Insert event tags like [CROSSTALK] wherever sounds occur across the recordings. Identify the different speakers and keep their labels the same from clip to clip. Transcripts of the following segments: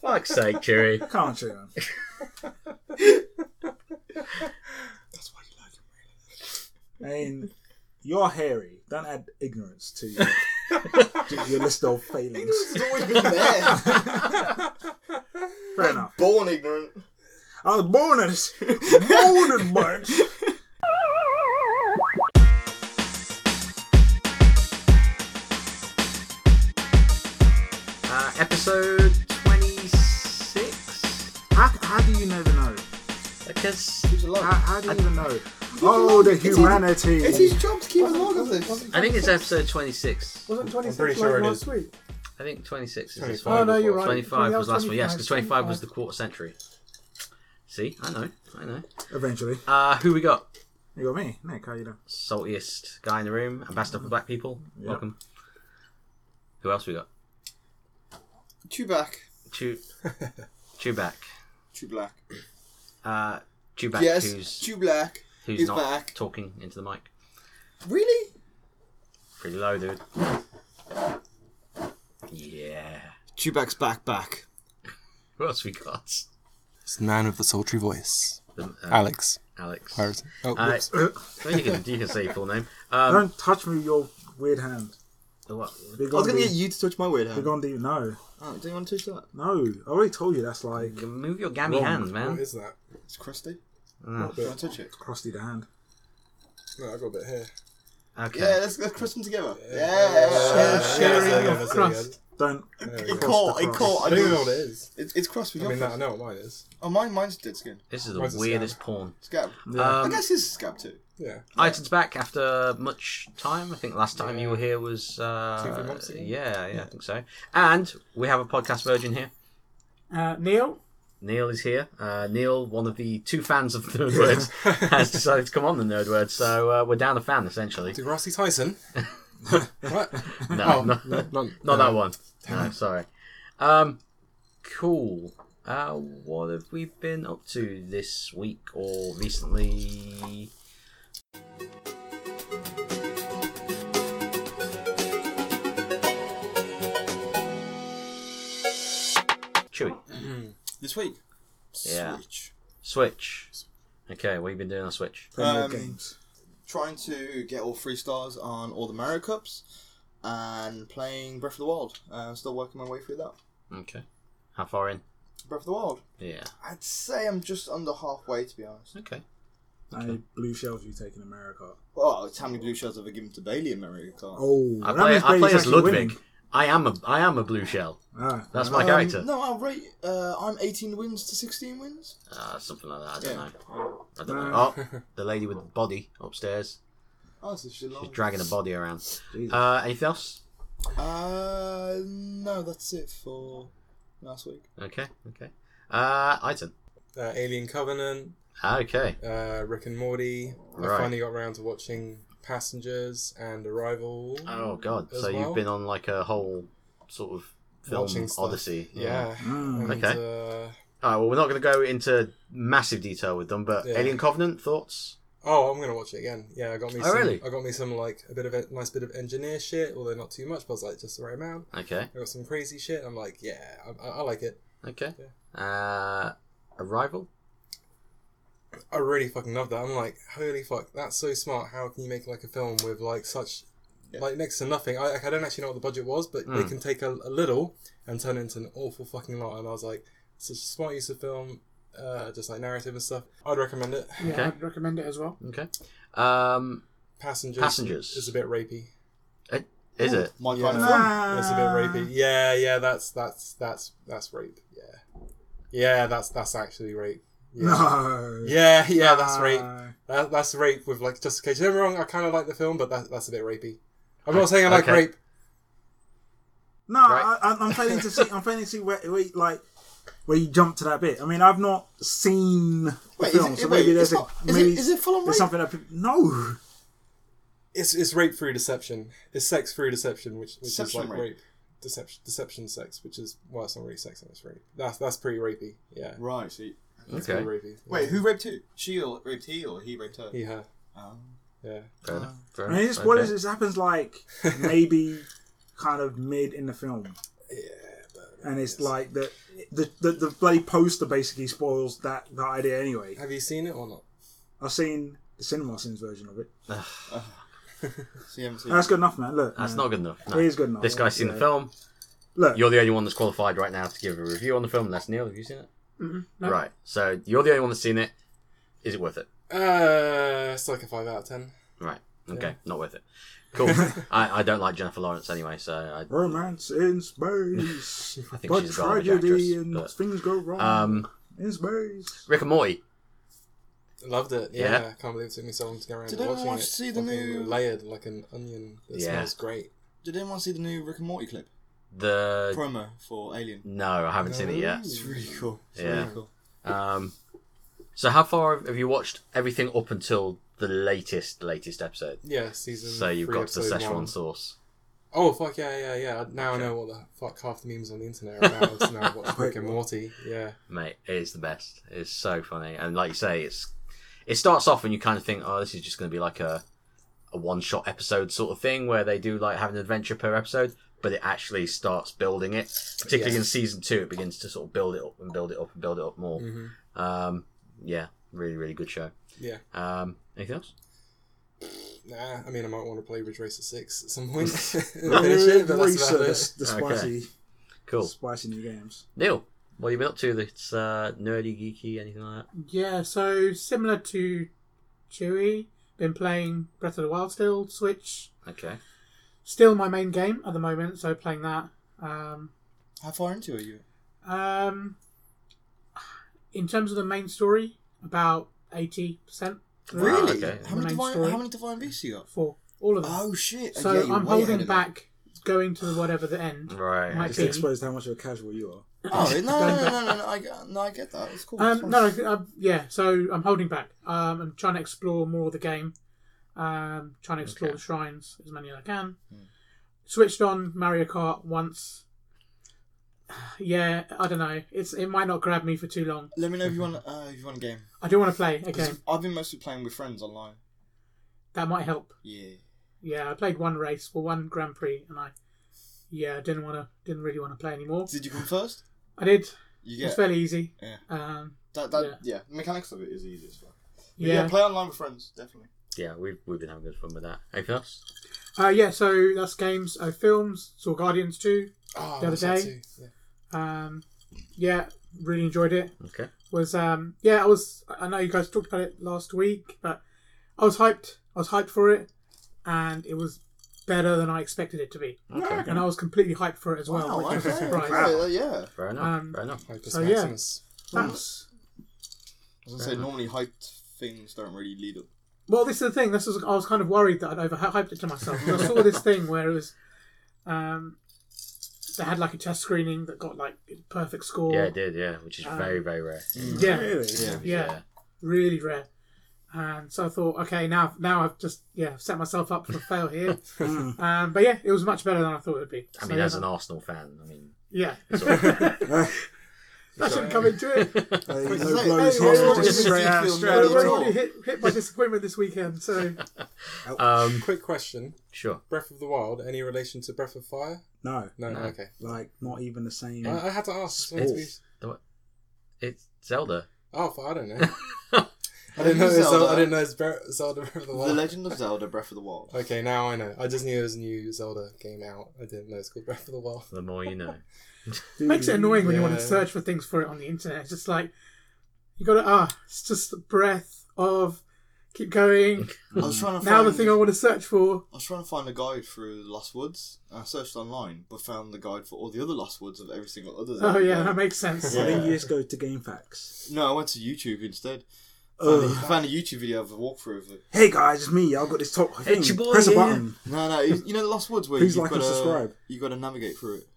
Speaker 1: fuck's sake, Jerry.
Speaker 2: Can't you?
Speaker 3: That's why you like him, really.
Speaker 2: I mean, you're hairy. Don't add ignorance to your, to your list of failings.
Speaker 4: Ignorance has always been there.
Speaker 2: Fair enough.
Speaker 4: [LAUGHS] Born ignorant.
Speaker 2: I was born in this born in March.
Speaker 1: Uh, episode 26?
Speaker 2: How, how do you never know?
Speaker 1: Because
Speaker 4: Keeps alive.
Speaker 2: How, how do you even know? Oh, the
Speaker 4: It's his-
Speaker 2: humanity.
Speaker 4: It's his job to keep a log of this.
Speaker 1: I think it's episode 26.
Speaker 5: Wasn't 26
Speaker 3: pretty sure
Speaker 5: like
Speaker 3: it
Speaker 5: last
Speaker 3: is.
Speaker 5: week?
Speaker 1: I think 26 is this
Speaker 3: 25.
Speaker 1: one.
Speaker 5: Oh, no, you're
Speaker 1: before.
Speaker 5: right.
Speaker 1: 25 was last one, yes, because
Speaker 5: 25.
Speaker 1: 25 was the quarter century. See, I know, I know.
Speaker 2: Eventually.
Speaker 1: Uh, who we got?
Speaker 2: You got me. Nick, how you doing?
Speaker 1: Saltiest guy in the room, ambassador for black people. Welcome. Who else we got?
Speaker 4: Chew back. [LAUGHS]
Speaker 1: Chew, Chewback.
Speaker 4: Chew black.
Speaker 1: Uh, Chewback,
Speaker 4: Yes.
Speaker 1: who's,
Speaker 4: Chew black.
Speaker 1: who's
Speaker 4: he's
Speaker 1: not
Speaker 4: back.
Speaker 1: talking into the mic.
Speaker 4: Really?
Speaker 1: Pretty low, dude. Yeah.
Speaker 4: Chewback's back back.
Speaker 1: Who else we got?
Speaker 3: It's the man of the sultry voice,
Speaker 1: The- uh,
Speaker 3: Alex
Speaker 1: Alex.
Speaker 3: Harrison. Oh,
Speaker 1: Uh,
Speaker 3: whoops.
Speaker 1: [COUGHS] no, you, can, you can say your full name. Um,
Speaker 2: Don't touch me with your weird hand.
Speaker 1: the what-
Speaker 2: They're
Speaker 4: I
Speaker 2: gonna
Speaker 4: was gonna
Speaker 2: be-
Speaker 4: get you to touch my weird
Speaker 2: they're
Speaker 4: hand.
Speaker 2: gonna do no,
Speaker 4: Oh, do you want to touch that?
Speaker 2: no. I already told you that's like
Speaker 1: Move your gammy
Speaker 2: Wrong.
Speaker 1: hands, man.
Speaker 3: what is that?
Speaker 4: It's crusty.
Speaker 1: Ah,
Speaker 4: Do you want to touch it?
Speaker 2: crusty the hand.
Speaker 3: No, I got a bit here.
Speaker 1: okay.
Speaker 4: Yeah, let's, let's crust them together. Yeah.
Speaker 3: Uh,
Speaker 5: sharing
Speaker 3: yeah,
Speaker 5: of
Speaker 3: that's it,
Speaker 5: crust.
Speaker 2: Don't.
Speaker 3: yeah,
Speaker 4: It
Speaker 3: that's it, yeah. There we go.
Speaker 4: caught.
Speaker 2: the
Speaker 4: It
Speaker 2: crust.
Speaker 3: I
Speaker 4: caught.
Speaker 3: don't even know what it is.
Speaker 4: It's, it's crust with
Speaker 3: I
Speaker 4: your
Speaker 3: mean, uh, no, I
Speaker 4: crust.
Speaker 3: know what mine is.
Speaker 4: Oh, mine, mine's dead skin.
Speaker 1: This is the
Speaker 3: Mine's a
Speaker 1: weirdest porn.
Speaker 4: Scab. I
Speaker 1: Um,
Speaker 4: guess his is scab too.
Speaker 3: Yeah.
Speaker 1: Iton's back after much time. I think last time you were here was. Uh,
Speaker 3: Two, three months ago?
Speaker 1: yeah, yeah, I think so. And we have a podcast virgin here.
Speaker 5: Uh, Neil?
Speaker 1: Neil is here. Uh, Neil, one of the two fans of Nerd Words, has decided to come on the Nerd Word, so uh, we're down a fan
Speaker 3: [LAUGHS]
Speaker 1: essentially.
Speaker 3: Degrassi Tyson. what?
Speaker 1: No,
Speaker 3: [LAUGHS] Oh,
Speaker 1: no,
Speaker 3: no, none.
Speaker 1: not that one. No, sorry. Um, cool. Uh, what have we been up to this week or recently? Chewy.
Speaker 4: This
Speaker 3: [LAUGHS]
Speaker 4: week.
Speaker 1: Yeah.
Speaker 4: Switch.
Speaker 1: Switch. Okay, what have you been doing on Switch?
Speaker 2: Playing more
Speaker 4: Um,
Speaker 2: games.
Speaker 4: Trying to get all three stars on all the Mario Cups and playing Breath of the Wild. Uh, still working my way through that.
Speaker 1: Okay. How far in?
Speaker 4: Breath of the Wild.
Speaker 1: Yeah.
Speaker 4: I'd say I'm just under halfway, to be honest.
Speaker 1: Okay.
Speaker 2: How many blue shells have you taken in America?
Speaker 4: Oh, it's how many blue shells have I given to Bailey in Mario Kart?
Speaker 2: Oh,
Speaker 1: I
Speaker 2: that
Speaker 1: play,
Speaker 2: means
Speaker 1: I play
Speaker 2: Bailey's
Speaker 1: as
Speaker 2: actually
Speaker 1: Ludwig.
Speaker 2: winning.
Speaker 1: I am a I am a blue shell.
Speaker 2: Ah,
Speaker 1: That's
Speaker 2: right.
Speaker 1: my
Speaker 4: Um,
Speaker 1: character.
Speaker 4: No, I'll rate. Uh, I'm 18 wins to 16 wins.
Speaker 1: Uh, something like that. I don't
Speaker 4: Yeah.
Speaker 1: know. I don't know.
Speaker 2: No.
Speaker 1: Oh,
Speaker 3: Uh,
Speaker 1: the lady with the body upstairs.
Speaker 4: Oh, so she's
Speaker 1: She's
Speaker 4: long.
Speaker 1: dragging a body around.
Speaker 2: Jesus.
Speaker 1: Uh, anything else?
Speaker 4: Uh, no, that's it for last week.
Speaker 1: Okay. Okay. Uh, item.
Speaker 3: Uh, Alien Covenant,
Speaker 1: Okay.
Speaker 3: uh, Rick and Morty.
Speaker 1: Right.
Speaker 3: I finally got around to watching Passengers and Arrival.
Speaker 1: Oh God.
Speaker 3: As
Speaker 1: So you've
Speaker 3: well?
Speaker 1: been on like a whole sort of
Speaker 3: Watching
Speaker 1: film
Speaker 3: stuff.
Speaker 1: odyssey.
Speaker 3: Yeah.
Speaker 2: Mm.
Speaker 3: And, uh,
Speaker 1: All right. Well, we're not going to go into massive detail with them, but
Speaker 3: Yeah.
Speaker 1: Alien Covenant thoughts.
Speaker 3: Oh, I'm gonna watch it again. Yeah, I got me.
Speaker 1: Oh,
Speaker 3: some,
Speaker 1: really?
Speaker 3: I got me some like a bit of a nice bit of engineer shit, although not too much, but I was like just the right amount.
Speaker 1: Okay.
Speaker 3: I got some crazy shit. I'm like, yeah, I, I, I like it.
Speaker 1: Okay. Uh, Arrival.
Speaker 3: I really fucking love that. I'm like, holy fuck, that's so smart. How can you make like a film with like such,
Speaker 4: Yeah.
Speaker 3: like next to nothing? I, like, I don't actually know what the budget was, but they
Speaker 1: Mm.
Speaker 3: can take a, a little and turn it into an awful fucking lot. And I was like, such a smart use of film, uh, just like narrative and stuff. I'd recommend it.
Speaker 5: Yeah,
Speaker 1: Okay.
Speaker 5: I'd recommend it as well.
Speaker 1: Okay. Um,
Speaker 3: Passengers.
Speaker 1: Passengers.
Speaker 3: is a bit rapey.
Speaker 1: is it?
Speaker 4: My
Speaker 3: Yeah.
Speaker 4: kind of fun.
Speaker 2: Ah.
Speaker 3: It's a bit rapey. Yeah, yeah, that's that's that's that's rape. Yeah, yeah, that's that's actually rape. Yeah.
Speaker 2: No.
Speaker 3: Yeah, yeah, that's
Speaker 2: No.
Speaker 3: rape. That, that's rape with like justification. Don't get me wrong, I kind of like the film, but that, that's a bit rapey. I'm not saying I like
Speaker 1: Okay.
Speaker 3: rape.
Speaker 2: No,
Speaker 1: Right.
Speaker 2: I, I'm failing to see. I'm failing to see where, where you, like where you jump to that bit. I mean, I've not seen the
Speaker 4: Wait,
Speaker 2: film,
Speaker 4: is
Speaker 2: so
Speaker 4: it,
Speaker 2: maybe
Speaker 4: wait,
Speaker 2: there's
Speaker 4: it's
Speaker 2: a
Speaker 4: not, is,
Speaker 2: maybe
Speaker 4: it, is it full on rape?
Speaker 2: there's something that people, no.
Speaker 3: It's it's rape through deception. It's sex through deception, which which
Speaker 4: Deception
Speaker 3: is like
Speaker 4: rape.
Speaker 3: rape. Deception, deception, sex, which is well, it's not really sex, it's rape. That's that's pretty rapey. Yeah,
Speaker 4: Right. See.
Speaker 3: that's
Speaker 1: Okay.
Speaker 3: pretty rapey.
Speaker 4: Wait, who raped who? She or raped he or he raped her?
Speaker 3: He, her.
Speaker 4: Oh.
Speaker 3: Yeah.
Speaker 1: Fair enough. Fair
Speaker 2: I mean,
Speaker 1: enough.
Speaker 2: it's, what
Speaker 1: Okay.
Speaker 2: is
Speaker 4: [LAUGHS]
Speaker 2: this happens like maybe kind of mid in the film.
Speaker 3: [LAUGHS] Yeah, but
Speaker 2: and it's like the the, the the bloody poster basically spoils that that idea anyway.
Speaker 3: Have you seen it or not?
Speaker 2: I've seen the cinema sins version of it.
Speaker 4: uh, [LAUGHS] So you haven't seen
Speaker 2: That's good enough, man. Look,
Speaker 1: That's
Speaker 2: man.
Speaker 1: not good enough. No.
Speaker 2: It is good enough.
Speaker 1: This guy's seen the
Speaker 2: Yeah.
Speaker 1: film.
Speaker 2: Look,
Speaker 1: You're the only one that's qualified right now to give a review on the film. That's Neil. Have you seen it?
Speaker 5: Mm-mm, no.
Speaker 1: Right. So you're the only one that's seen it. Is it worth it?
Speaker 3: Uh, it's like a five out of ten.
Speaker 1: Right. Okay.
Speaker 3: Yeah.
Speaker 1: Not worth it. Cool. I, I don't like Jennifer Lawrence anyway, so I,
Speaker 2: romance in space,
Speaker 1: [LAUGHS] I think
Speaker 2: but
Speaker 1: she's a garbage actress.
Speaker 2: tragedy and
Speaker 1: but-
Speaker 2: things go wrong
Speaker 1: um,
Speaker 2: in space.
Speaker 1: Rick and Morty.
Speaker 3: Loved it. Yeah,
Speaker 1: Yeah.
Speaker 3: can't believe it took me so long to go around
Speaker 4: Did
Speaker 3: watching
Speaker 4: anyone
Speaker 3: it.
Speaker 4: watch- see the
Speaker 3: Fucking
Speaker 4: new-
Speaker 3: layered like an onion that
Speaker 1: Yeah.
Speaker 3: smells great?
Speaker 4: Did anyone see the new Rick and Morty clip
Speaker 1: The
Speaker 4: promo for Alien?
Speaker 1: no, I haven't seen it yet.
Speaker 4: It's really cool. It's
Speaker 1: Yeah.
Speaker 4: really cool.
Speaker 1: Um, so how far have you watched everything up until the latest latest episode?
Speaker 3: Yeah, season.
Speaker 1: So you've
Speaker 3: three,
Speaker 1: got to the
Speaker 3: episode
Speaker 1: Szechuan
Speaker 3: one.
Speaker 1: sauce.
Speaker 3: Oh fuck yeah, yeah, yeah! Now I know what the fuck half the memes on the internet are about. so now [LAUGHS] I've watched Rick and Morty. Yeah,
Speaker 1: mate. It is the best. It's so funny, and like you say, it's it starts off and you kind of think, oh, this is just going to be like a a one shot episode sort of thing where they do like have an adventure per episode, but it actually starts building it. Particularly
Speaker 3: Yeah.
Speaker 1: in season two, it begins to sort of build it up and build it up and build it up more.
Speaker 5: Mm.
Speaker 3: hmm
Speaker 1: Um, yeah, really, really good show.
Speaker 3: yeah.
Speaker 1: Um, anything else?
Speaker 3: Nah, I mean, I might want to play Ridge Racer Six at some [LAUGHS] point. and finish it, but that's about it.
Speaker 2: Racist, the
Speaker 1: Okay.
Speaker 2: spicy,
Speaker 1: Cool.
Speaker 2: spicy new games.
Speaker 1: Neil, what have you been up to that's uh, nerdy, geeky, anything like that?
Speaker 5: Yeah, so similar to Chewy, been playing Breath of the Wild still, Switch.
Speaker 1: Okay.
Speaker 5: Still my main game at the moment, so playing that. Um,
Speaker 4: How far into are you?
Speaker 5: um, in terms of the main story, about 80%
Speaker 1: Wow,
Speaker 4: Really?
Speaker 1: okay.
Speaker 4: How many
Speaker 5: Main
Speaker 4: divine?
Speaker 5: story.
Speaker 4: How many divine beasts you got?
Speaker 5: for all of them.
Speaker 4: Oh shit!
Speaker 5: so
Speaker 4: Yeah, you're
Speaker 5: I'm
Speaker 4: way ahead
Speaker 5: holding
Speaker 4: of
Speaker 5: back going to the whatever the end.
Speaker 1: Right.
Speaker 5: Might
Speaker 2: Just
Speaker 5: Okay.
Speaker 2: exposed how much of a casual you are.
Speaker 4: me. Oh no no no no no! no I, get- no, I get that. It's cool. it's
Speaker 5: Um,
Speaker 4: fine.
Speaker 5: no, I, I, yeah. So I'm holding back. Um, I'm trying to explore more of the game. Um, trying to explore
Speaker 1: Okay.
Speaker 5: the shrines as many as I can.
Speaker 4: Hmm.
Speaker 5: Switched on Mario Kart once. [SIGHS] Yeah, I don't know. It's it might not grab me for too long.
Speaker 4: Let me know if you want. Uh, if you want a game.
Speaker 5: I do want to play a
Speaker 4: 'Cause
Speaker 5: game
Speaker 4: I've been mostly playing with friends online.
Speaker 5: that might help.
Speaker 4: Yeah.
Speaker 5: Yeah, I played one race for one Grand Prix, and I yeah I didn't want to didn't really want to play anymore.
Speaker 4: Did you come first?
Speaker 5: I did.
Speaker 4: You
Speaker 5: It's
Speaker 4: get
Speaker 5: fairly easy.
Speaker 4: Yeah.
Speaker 5: Um,
Speaker 4: that. That yeah. The mechanics of it is easy as well. But
Speaker 5: yeah.
Speaker 4: yeah. Play online with friends, definitely.
Speaker 1: Yeah, we've, we've been having good fun with that. Anything else?
Speaker 5: Uh, yeah. So that's games. Oh, films. Saw Guardians two.
Speaker 3: Oh,
Speaker 5: The other
Speaker 3: that's that
Speaker 5: day?
Speaker 3: too, yeah.
Speaker 5: Um, yeah, really enjoyed it.
Speaker 1: Okay.
Speaker 5: Was um, yeah, I was. I know you guys talked about it last week, but I was hyped. I was hyped for it, and it was better than I expected it to be.
Speaker 1: Okay.
Speaker 5: And I was completely hyped for it as well,
Speaker 4: Wow,
Speaker 5: which was a
Speaker 4: okay.
Speaker 5: Oh, surprise.
Speaker 4: Yeah, yeah.
Speaker 1: Fair enough.
Speaker 5: Um,
Speaker 1: Fair enough.
Speaker 3: Hyper
Speaker 5: So, yeah.
Speaker 3: Maximus.
Speaker 5: Thanks.
Speaker 4: I was gonna say normally hyped things don't really lead up.
Speaker 5: Well, this is the thing. This was I was kind of worried that I'd overhyped it to myself. 'Cause I saw this thing where it was, um, they had like a test screening that got like perfect score.
Speaker 1: Yeah, it did. Yeah, which is
Speaker 5: Um,
Speaker 1: very, very rare. Mm.
Speaker 5: Yeah.
Speaker 2: Really?
Speaker 4: Yeah.
Speaker 5: yeah. really rare. And so I thought, okay, now now I've just yeah set myself up for a fail here.
Speaker 2: Mm. [LAUGHS]
Speaker 5: um, but yeah, it was much better than I thought it would be.
Speaker 1: I
Speaker 5: So,
Speaker 1: mean,
Speaker 5: yeah,
Speaker 1: as an Arsenal fan, I
Speaker 5: [LAUGHS]
Speaker 1: mean, [LAUGHS]
Speaker 5: yeah,
Speaker 1: it's all-
Speaker 5: that shouldn't come into
Speaker 2: [LAUGHS]
Speaker 5: it.
Speaker 2: Uh, no
Speaker 4: It's like-
Speaker 2: blows
Speaker 5: hey,
Speaker 2: here,
Speaker 5: what's
Speaker 2: just
Speaker 4: wrong
Speaker 2: straight
Speaker 4: with
Speaker 2: out,
Speaker 4: you?
Speaker 2: straight
Speaker 5: I
Speaker 2: out.
Speaker 4: Not at
Speaker 5: was
Speaker 4: all.
Speaker 5: already hit hit by disappointment this weekend. So
Speaker 1: [LAUGHS] um,
Speaker 3: Quick question:
Speaker 1: sure.
Speaker 3: Breath of the Wild, any relation to Breath of Fire?
Speaker 2: No,
Speaker 3: No,
Speaker 1: No.
Speaker 3: okay.
Speaker 2: like not even the same.
Speaker 1: Uh,
Speaker 3: I, I had to ask. it's meant to be-
Speaker 1: It's Zelda.
Speaker 3: Oh, fuck, I don't [LAUGHS] know. I didn't know. It's Zelda. I didn't know it's Bre- Zelda Breath of the
Speaker 4: The
Speaker 3: Wild.
Speaker 4: Legend of Zelda: Breath of the Wild.
Speaker 3: Okay, now I know. I just knew there was a new Zelda game out. I didn't know it's called Breath of the Wild.
Speaker 1: The more you know.
Speaker 5: it makes it annoying when you want to
Speaker 3: Yeah.
Speaker 5: search for things for it on the internet. It's just like you got to ah, it's just the breath of
Speaker 2: [LAUGHS]
Speaker 5: keep going.
Speaker 4: I
Speaker 2: Mm.
Speaker 4: was trying to
Speaker 5: Now the
Speaker 4: find-
Speaker 5: thing I want to search for.
Speaker 4: I was trying to find a guide through the Lost Woods. And I searched online, but found the guide for all the other Lost Woods of every single other.
Speaker 5: Oh
Speaker 4: Zelda
Speaker 5: yeah,
Speaker 4: game.
Speaker 5: that makes sense.
Speaker 2: I
Speaker 4: Yeah.
Speaker 2: think you just go to Game Facts.
Speaker 4: No, I went to YouTube instead. Found a,
Speaker 2: Ugh.
Speaker 4: found a YouTube video of a walkthrough of it.
Speaker 2: Hey guys, it's me. I've got this top thing.
Speaker 1: your boy
Speaker 2: Press a
Speaker 1: here.
Speaker 2: button.
Speaker 4: No, no, you you know the Lost Woods where
Speaker 2: Please
Speaker 4: you've
Speaker 2: like
Speaker 4: got
Speaker 2: and subscribe.
Speaker 4: You got to navigate through it.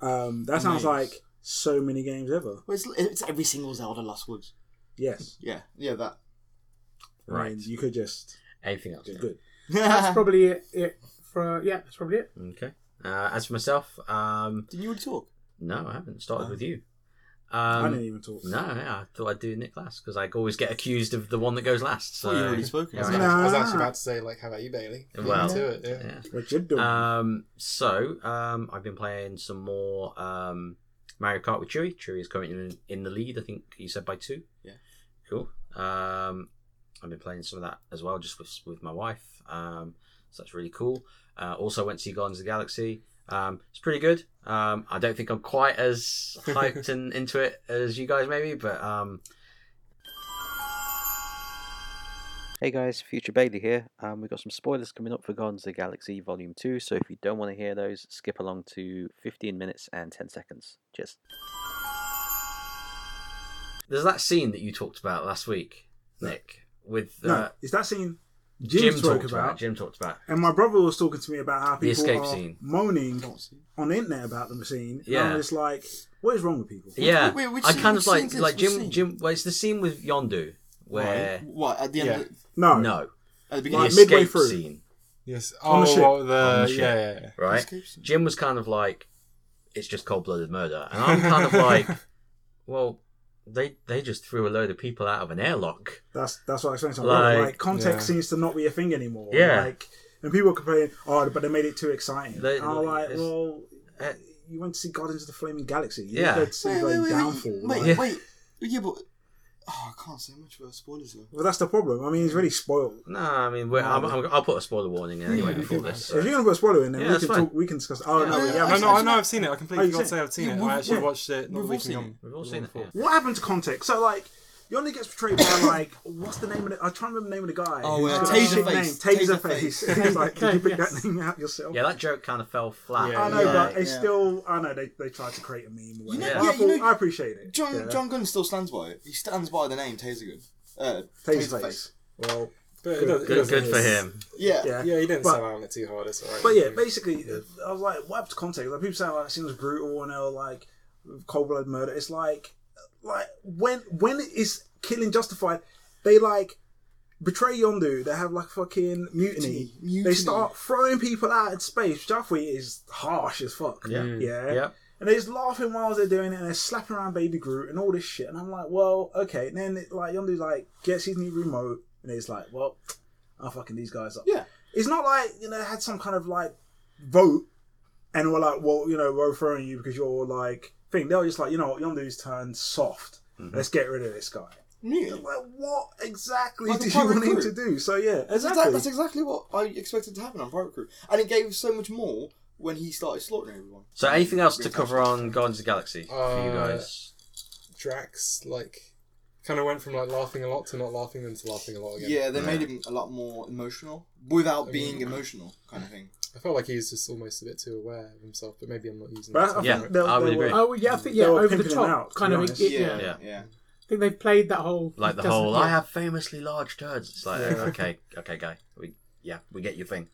Speaker 2: Um, that sounds
Speaker 4: Nice.
Speaker 2: like so many games ever.
Speaker 4: Well, it's, it's every single Zelda Lost Woods.
Speaker 2: Yes.
Speaker 4: Yeah, yeah, that.
Speaker 2: I mean,
Speaker 1: Right.
Speaker 2: you could just
Speaker 1: Anything else?
Speaker 2: do
Speaker 1: Neil?
Speaker 2: good.
Speaker 4: Uh-huh. [LAUGHS]
Speaker 5: That's probably it. it for yeah, that's probably it.
Speaker 1: Okay. Uh, as for myself, um,
Speaker 4: Did you already talk?
Speaker 1: no, I haven't started with you.
Speaker 2: I
Speaker 1: Um,
Speaker 2: didn't even talk.
Speaker 1: no, yeah, I thought I'd do Nick last because I always get accused of the one that goes last. So
Speaker 4: Well, you've already spoken.
Speaker 1: Yeah,
Speaker 3: I
Speaker 4: haven't
Speaker 3: was,
Speaker 4: you?
Speaker 2: No.
Speaker 3: I was actually about to say, like, how about you, Bailey? Get
Speaker 1: Well,
Speaker 3: into it, yeah.
Speaker 1: yeah.
Speaker 2: What you doing?
Speaker 1: Um, so um, I've been playing some more um, Mario Kart with Chewie. Chewie is currently in, in the lead. I think you said by two.
Speaker 4: Yeah.
Speaker 1: Cool. Um, I've been playing some of that as well, just with with my wife. Um, so that's really cool. Uh, also went to see Guardians of the Galaxy. Um, it's pretty good. Um, I don't think I'm quite as
Speaker 2: [LAUGHS]
Speaker 1: hyped and into it as you guys maybe, but um,
Speaker 6: Hey guys, Future Bailey here. Um, we've got some spoilers coming up for Guardians of the Galaxy Volume 2, so if you don't want to hear those, skip along to 15 minutes and 10 seconds. Cheers.
Speaker 1: there's that scene that you talked about last week, Nick, with uh,
Speaker 2: no, it's that scene Jim,
Speaker 1: Jim,
Speaker 2: spoke
Speaker 1: talked
Speaker 2: about,
Speaker 1: about. Jim talked about.
Speaker 2: and my brother was talking to me about how people
Speaker 1: escape
Speaker 2: are
Speaker 1: scene.
Speaker 2: moaning
Speaker 4: Don't see.
Speaker 2: on the internet about the machine. and
Speaker 1: Yeah.
Speaker 2: I'm just like, what is wrong with people?
Speaker 1: Yeah,
Speaker 4: wait, which
Speaker 1: I
Speaker 4: scene-
Speaker 1: kind
Speaker 4: which
Speaker 1: of like
Speaker 4: scene's this?
Speaker 1: like
Speaker 4: Which
Speaker 1: Jim
Speaker 4: scene?
Speaker 1: Jim. Well, it's the scene with Yondu where
Speaker 4: Right. What at the end?
Speaker 3: Yeah.
Speaker 4: Of the,
Speaker 2: No,
Speaker 1: no,
Speaker 4: at the
Speaker 1: the
Speaker 4: beginning.
Speaker 2: Like,
Speaker 1: escape
Speaker 2: midway through.
Speaker 1: scene,
Speaker 3: Yes. Oh,
Speaker 2: On the ship.
Speaker 3: well, the,
Speaker 1: On the ship.
Speaker 3: yeah, yeah, yeah.
Speaker 1: right?
Speaker 4: Escape scene.
Speaker 1: Jim was kind of like, it's just cold blooded murder, and I'm kind of like, well, they they just threw a load of people out of an airlock.
Speaker 2: that's that's what I explained to my
Speaker 1: Like-
Speaker 2: brother. Like context
Speaker 3: Yeah.
Speaker 2: seems to not be a thing anymore.
Speaker 1: Yeah.
Speaker 2: like and people are complaining, oh, but they made it too exciting.
Speaker 1: They-
Speaker 2: And I'm like,
Speaker 1: it's-
Speaker 2: well,
Speaker 1: Uh,
Speaker 2: you went to see Guardians of the Flaming Galaxy. You
Speaker 1: Yeah.
Speaker 2: yeah, to see
Speaker 4: Wait,
Speaker 2: like,
Speaker 4: wait, wait,
Speaker 2: Downfall.
Speaker 4: wait,
Speaker 2: like-
Speaker 4: wait, wait. Yeah, but oh, I can't say much about spoilers though.
Speaker 2: Well, that's the problem. I mean, it's really spoiled.
Speaker 1: no, I mean, we're, I'm, I'm, I'll put a spoiler warning in anyway before this.
Speaker 2: If
Speaker 1: So.
Speaker 2: you're gonna put a spoiler in, then
Speaker 1: Yeah,
Speaker 2: we
Speaker 1: that's
Speaker 2: can
Speaker 1: fine.
Speaker 2: talk. We can discuss. Oh
Speaker 4: Yeah.
Speaker 2: no,
Speaker 4: Yeah,
Speaker 2: yeah,
Speaker 3: I
Speaker 2: I've
Speaker 3: know, I know, I've seen it. I completely
Speaker 2: Oh, you
Speaker 3: forgot to
Speaker 2: said-
Speaker 3: say I've seen
Speaker 4: yeah,
Speaker 3: it.
Speaker 4: we've-
Speaker 3: I actually
Speaker 4: yeah.
Speaker 3: watched it not
Speaker 4: We've
Speaker 3: the
Speaker 4: all
Speaker 3: weekend.
Speaker 4: seen it.
Speaker 3: gone.
Speaker 1: We've all seen it. Yeah.
Speaker 2: What happened to context? So like, Yondu gets portrayed by [COUGHS] like, what's the name of the? I try and remember the name of the guy.
Speaker 4: Oh,
Speaker 2: He's
Speaker 4: uh,
Speaker 2: got a shit
Speaker 4: Taserface.
Speaker 2: Name. Taserface.
Speaker 4: Taserface.
Speaker 2: [LAUGHS] It's like,
Speaker 1: [LAUGHS]
Speaker 2: did you pick
Speaker 5: Yes.
Speaker 2: that name out yourself?
Speaker 1: Yeah, that joke kind of fell flat.
Speaker 3: Yeah,
Speaker 2: I know,
Speaker 4: yeah,
Speaker 2: but
Speaker 1: uh,
Speaker 2: it's
Speaker 4: yeah.
Speaker 2: still. I know they, they tried to create a meme. Or
Speaker 4: You
Speaker 2: whatever.
Speaker 4: know- yeah,
Speaker 2: I, thought-
Speaker 4: you know-
Speaker 2: I appreciate it.
Speaker 4: John
Speaker 2: yeah.
Speaker 4: John Gunn still stands by it. He stands by the name Tasergun. Uh,
Speaker 2: Taserface. Well,
Speaker 3: But it
Speaker 2: Good-
Speaker 3: does- it
Speaker 1: Good,
Speaker 3: does-
Speaker 1: good for him.
Speaker 4: Yeah.
Speaker 2: yeah.
Speaker 3: Yeah, he didn't
Speaker 2: But-
Speaker 3: sell out on it too hard. It's alright.
Speaker 2: But yeah, basically, I was like, what happened to context? Like people say, like, it seems brutal and they were like cold blood murder. It's like, like when when is killing justified? They like betray Yondu. They have like fucking mutiny. They
Speaker 4: Mutiny.
Speaker 2: start throwing people out in space, which I think is harsh as fuck.
Speaker 1: Yeah.
Speaker 2: yeah.
Speaker 1: Yep.
Speaker 2: And they're just laughing while they're doing it, and they're slapping around Baby Groot and all this shit. And I'm like, well, okay. And then it, like Yondu like gets his new remote, and he's like, well, I'm fucking these guys up.
Speaker 4: Yeah.
Speaker 2: It's not like you know they had some kind of like vote, and we're like, well, you know, we're throwing you because you're like thing. They're just like, you know what, Yondu's turned soft.
Speaker 1: Mm-hmm.
Speaker 2: Let's get rid of this guy.
Speaker 4: Mutiny.
Speaker 2: Like, what exactly
Speaker 4: Like a
Speaker 2: did you want
Speaker 4: pirate
Speaker 2: him
Speaker 4: crew.
Speaker 2: to do? So yeah,
Speaker 4: That's exac-
Speaker 2: exactly.
Speaker 4: That's exactly what I expected to happen on Pirate Crew, and it gave so much more when he started slaughtering everyone.
Speaker 1: So, anything else to cover on Guardians of the Galaxy for you
Speaker 3: Uh,
Speaker 1: guys?
Speaker 3: Drax, like, kind of went from like laughing a lot to not laughing, then to laughing a lot again.
Speaker 4: Yeah, they made him a lot more emotional without
Speaker 3: mean-
Speaker 4: being emotional, kind of thing.
Speaker 3: I felt like he was just almost a bit too aware of himself, but maybe I'm not using
Speaker 2: But I- I
Speaker 3: that.
Speaker 2: think
Speaker 1: Yeah,
Speaker 2: they'll-
Speaker 1: I would
Speaker 2: they
Speaker 1: agree.
Speaker 2: were-
Speaker 5: Oh yeah, I think yeah,
Speaker 2: They were
Speaker 5: over the
Speaker 2: pimping
Speaker 5: top
Speaker 2: him out, to
Speaker 5: kind
Speaker 2: be
Speaker 5: of.
Speaker 2: honest.
Speaker 5: it- yeah,
Speaker 4: yeah.
Speaker 1: Yeah.
Speaker 4: yeah.
Speaker 5: I think they've played that whole
Speaker 1: like the
Speaker 5: doesn't-
Speaker 1: whole
Speaker 5: yeah.
Speaker 1: I have famously large turds. It's like
Speaker 2: Yeah.
Speaker 1: okay, okay, guy, we yeah, we get your thing.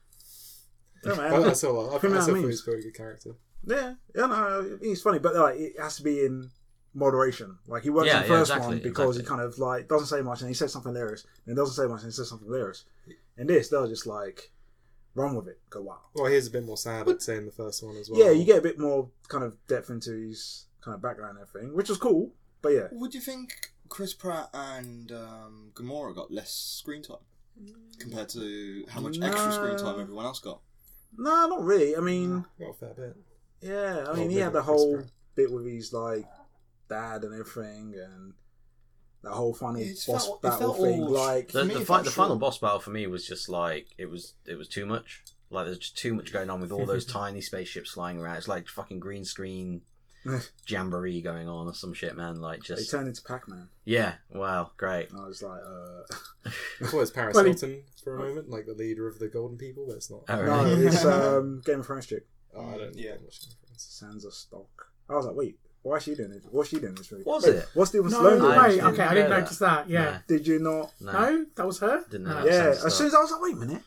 Speaker 2: Yeah, man.
Speaker 4: [LAUGHS]
Speaker 3: But I still, I, I
Speaker 2: Him and
Speaker 3: still thought he
Speaker 2: Amin.
Speaker 3: was a very good character.
Speaker 2: Yeah, yeah, no, he's funny, but like it has to be in moderation. Like he works
Speaker 1: Yeah,
Speaker 2: in the
Speaker 1: yeah,
Speaker 2: first
Speaker 1: exactly,
Speaker 2: one because
Speaker 1: exactly.
Speaker 2: he kind of like doesn't say much and he says something hilarious, and doesn't say much and he says something hilarious. And this, they'll just like run with it, go wow.
Speaker 3: Well, he's a bit more sad, I'd say, in the first one as well.
Speaker 2: Yeah, you get a bit more kind of depth into his kind of background and everything, which was cool. But yeah,
Speaker 4: Would you think Chris Pratt and um, Gamora got less screen time compared to how much extra screen time
Speaker 2: No.
Speaker 4: everyone else got?
Speaker 2: no, not really. I mean,
Speaker 3: Got a fair bit.
Speaker 2: yeah, I
Speaker 3: Oh,
Speaker 2: mean, he
Speaker 3: maybe
Speaker 2: had the
Speaker 3: not Chris
Speaker 2: whole
Speaker 3: Pratt.
Speaker 2: bit with his like dad and everything, and that whole final
Speaker 4: It just
Speaker 2: boss
Speaker 4: felt- it
Speaker 2: battle
Speaker 4: felt
Speaker 2: thing.
Speaker 4: all-
Speaker 2: Like,
Speaker 1: The,
Speaker 4: For me,
Speaker 1: the,
Speaker 4: it
Speaker 1: fi-
Speaker 4: felt
Speaker 1: the final
Speaker 4: short.
Speaker 1: boss battle for me was just like it was it was too much. Like there's just too much going on with all those tiny spaceships flying around. It's like fucking green screen jamboree going on or some shit, man. Like
Speaker 2: they
Speaker 1: just
Speaker 2: turned into Pac-Man.
Speaker 1: yeah, wow, great.
Speaker 2: And I was like, uh, [LAUGHS]
Speaker 3: I thought it was Paris
Speaker 5: Well, he-
Speaker 3: Hilton for a moment, like the leader of the Golden People, but it's not.
Speaker 1: Oh,
Speaker 2: no,
Speaker 1: really? [LAUGHS]
Speaker 2: it's [LAUGHS] um, Game of Thrones chick,
Speaker 3: Oh, [LAUGHS] I don't.
Speaker 4: Yeah.
Speaker 3: I'm not sure if it's-
Speaker 2: Sansa Stark. I was like, wait, why is she doing this? What's she doing this movie?
Speaker 1: Was
Speaker 2: Wait,
Speaker 1: it?
Speaker 2: What's Steven
Speaker 5: No,
Speaker 2: Sloan doing?
Speaker 1: I
Speaker 5: wait,
Speaker 1: didn't
Speaker 5: okay, I didn't
Speaker 1: know that.
Speaker 5: notice that. Yeah.
Speaker 2: Did you not?
Speaker 1: No,
Speaker 5: No. that was her.
Speaker 1: didn't know.
Speaker 5: No.
Speaker 1: that
Speaker 2: yeah,
Speaker 1: Sansa
Speaker 2: as
Speaker 1: Stark.
Speaker 2: soon as I was like, wait a minute,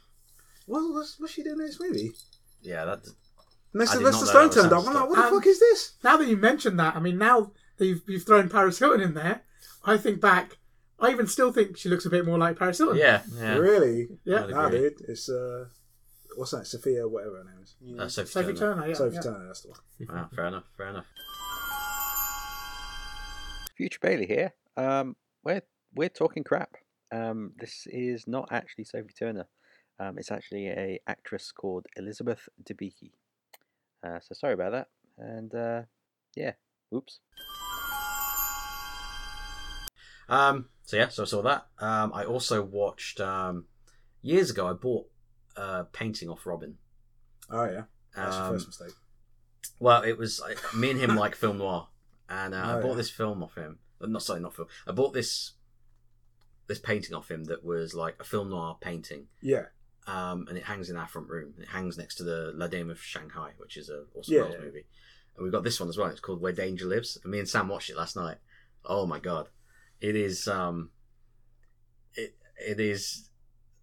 Speaker 2: what was what's she doing in this movie?
Speaker 1: yeah, that
Speaker 2: And then
Speaker 1: I did
Speaker 2: Sylvester
Speaker 1: not know that
Speaker 2: Stone
Speaker 1: was
Speaker 2: turned
Speaker 1: Sansa
Speaker 2: up. I'm like,
Speaker 1: Stark.
Speaker 2: what the
Speaker 5: Um,
Speaker 2: fuck is this?
Speaker 5: Now that you mentioned that, I mean, now that you've, you've thrown Paris Hilton in there, I think back. I even still think she looks a bit more like Paris Hilton.
Speaker 1: yeah, yeah.
Speaker 2: Really?
Speaker 5: Yeah.
Speaker 1: I'd
Speaker 2: Nah,
Speaker 1: agree.
Speaker 2: dude, it's uh, what's that? Sophia, whatever her name is.
Speaker 1: Uh, Sophie,
Speaker 5: Sophie
Speaker 1: Turner.
Speaker 5: Turner. Yeah.
Speaker 2: Sophie
Speaker 5: yeah.
Speaker 2: Turner. That's the one.
Speaker 1: Wow, fair enough, fair enough.
Speaker 6: Future Bailey here. Um, we're we're talking crap. Um, this is not actually Sophie Turner. Um, it's actually a actress called Elizabeth Debicki. Uh, so sorry about that. And uh, yeah, oops.
Speaker 1: Um, so yeah, so I saw that. Um, I also watched um, years ago. I bought a painting off Robin.
Speaker 2: Oh yeah, that's your
Speaker 1: Um,
Speaker 2: first mistake.
Speaker 1: Well, it was I, me
Speaker 2: [LAUGHS]
Speaker 1: and him like film noir, and uh, I
Speaker 2: Oh,
Speaker 1: bought
Speaker 2: yeah.
Speaker 1: this film off him. Uh, Not sorry, not film. I bought this this painting off him that was like a film noir painting,
Speaker 2: Yeah,
Speaker 1: um, and it hangs in our front room. It hangs next to the La Dame of Shanghai, which is a also
Speaker 2: Yeah,
Speaker 1: Wells
Speaker 2: yeah.
Speaker 1: movie. And we've got this one as well. It's called Where Danger Lives. And me and Sam watched it last night. Oh my god, it is um, it it is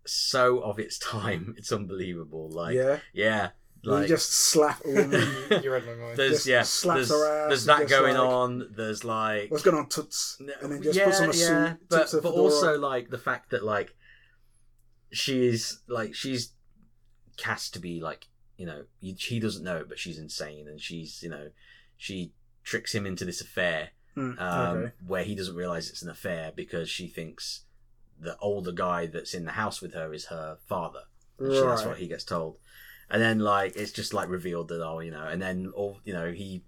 Speaker 1: so of its [LAUGHS] time. It's unbelievable. Like yeah,
Speaker 2: yeah.
Speaker 1: like
Speaker 2: you just slap a woman.
Speaker 3: [LAUGHS]
Speaker 1: [LAUGHS]
Speaker 3: You read my mind.
Speaker 1: there's
Speaker 2: Just
Speaker 1: yeah,
Speaker 2: slaps
Speaker 1: there's,
Speaker 2: her ass
Speaker 1: there's
Speaker 2: and
Speaker 1: that
Speaker 2: just
Speaker 1: going
Speaker 2: like-
Speaker 1: on. There's like
Speaker 2: What's going on, toots? And then just
Speaker 1: yeah,
Speaker 2: puts on a
Speaker 1: yeah,
Speaker 2: suit.
Speaker 1: but
Speaker 2: tips her
Speaker 1: but
Speaker 2: fedora.
Speaker 1: also like the fact that like she's like she's cast to be like you know you- he doesn't know but she's insane and she's you know she tricks him into this affair
Speaker 2: Hmm,
Speaker 1: um,
Speaker 2: okay.
Speaker 1: where he doesn't realize it's an affair because she thinks the older guy that's in the house with her is her father and she- that's what
Speaker 2: Right.
Speaker 1: he gets told. And then like it's just like revealed that oh you know, and then all you know he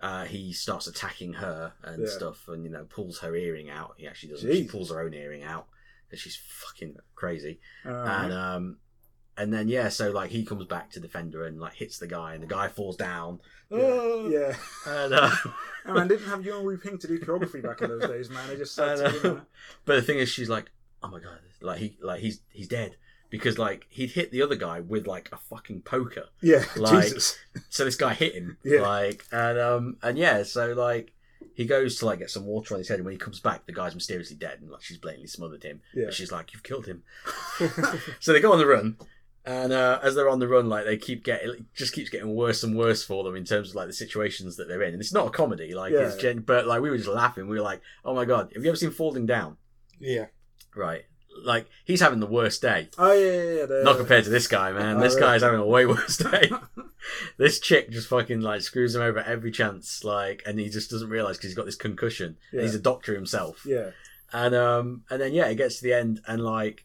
Speaker 1: uh, he starts attacking her and
Speaker 2: Yeah.
Speaker 1: stuff, and you know pulls her earring out. He actually doesn't. She
Speaker 2: Jeez.
Speaker 1: pulls her own earring out because she's fucking crazy.
Speaker 2: Alright.
Speaker 1: And um, and then yeah, so like he comes back to defend her and like hits the guy, and the guy falls down.
Speaker 2: Yeah. yeah.
Speaker 1: And, [LAUGHS] uh,
Speaker 2: Oh, man, didn't have Yuan Wu Ping to do choreography back in those days, man. They [LAUGHS] just said
Speaker 1: I
Speaker 2: to
Speaker 1: know.
Speaker 2: him, uh,
Speaker 1: But the thing is, she's like, oh my god, like he like he's he's dead because like he'd hit the other guy with like a fucking poker.
Speaker 2: yeah,
Speaker 1: Like-
Speaker 2: Jesus.
Speaker 1: so this guy hit him
Speaker 2: Yeah.
Speaker 1: like and um and yeah so like he goes to like get some water on his head and when he comes back the guy's mysteriously dead and like she's blatantly smothered him
Speaker 2: Yeah.
Speaker 1: and she's like you've killed
Speaker 2: [LAUGHS]
Speaker 1: him [LAUGHS] so they go on the run and uh, as they're on the run like they keep getting it just keeps getting worse and worse for them in terms of like the situations that they're in and it's not a comedy like
Speaker 2: Yeah.
Speaker 1: it's gen- but like we were just laughing we were like oh my god have you ever seen falling down
Speaker 3: Yeah.
Speaker 1: right like he's having the worst day
Speaker 2: [LAUGHS] Oh, yeah, yeah, yeah. the-
Speaker 1: not compared to this guy, man.
Speaker 2: Oh,
Speaker 1: this
Speaker 2: really?
Speaker 1: guy's having a way worse [LAUGHS] day. this chick just fucking like screws him over at every chance, like, and he just doesn't realize because he's got this concussion.
Speaker 2: Yeah.
Speaker 1: And he's a doctor himself,
Speaker 2: Yeah.
Speaker 1: and um, and then yeah, it gets to the end, and like,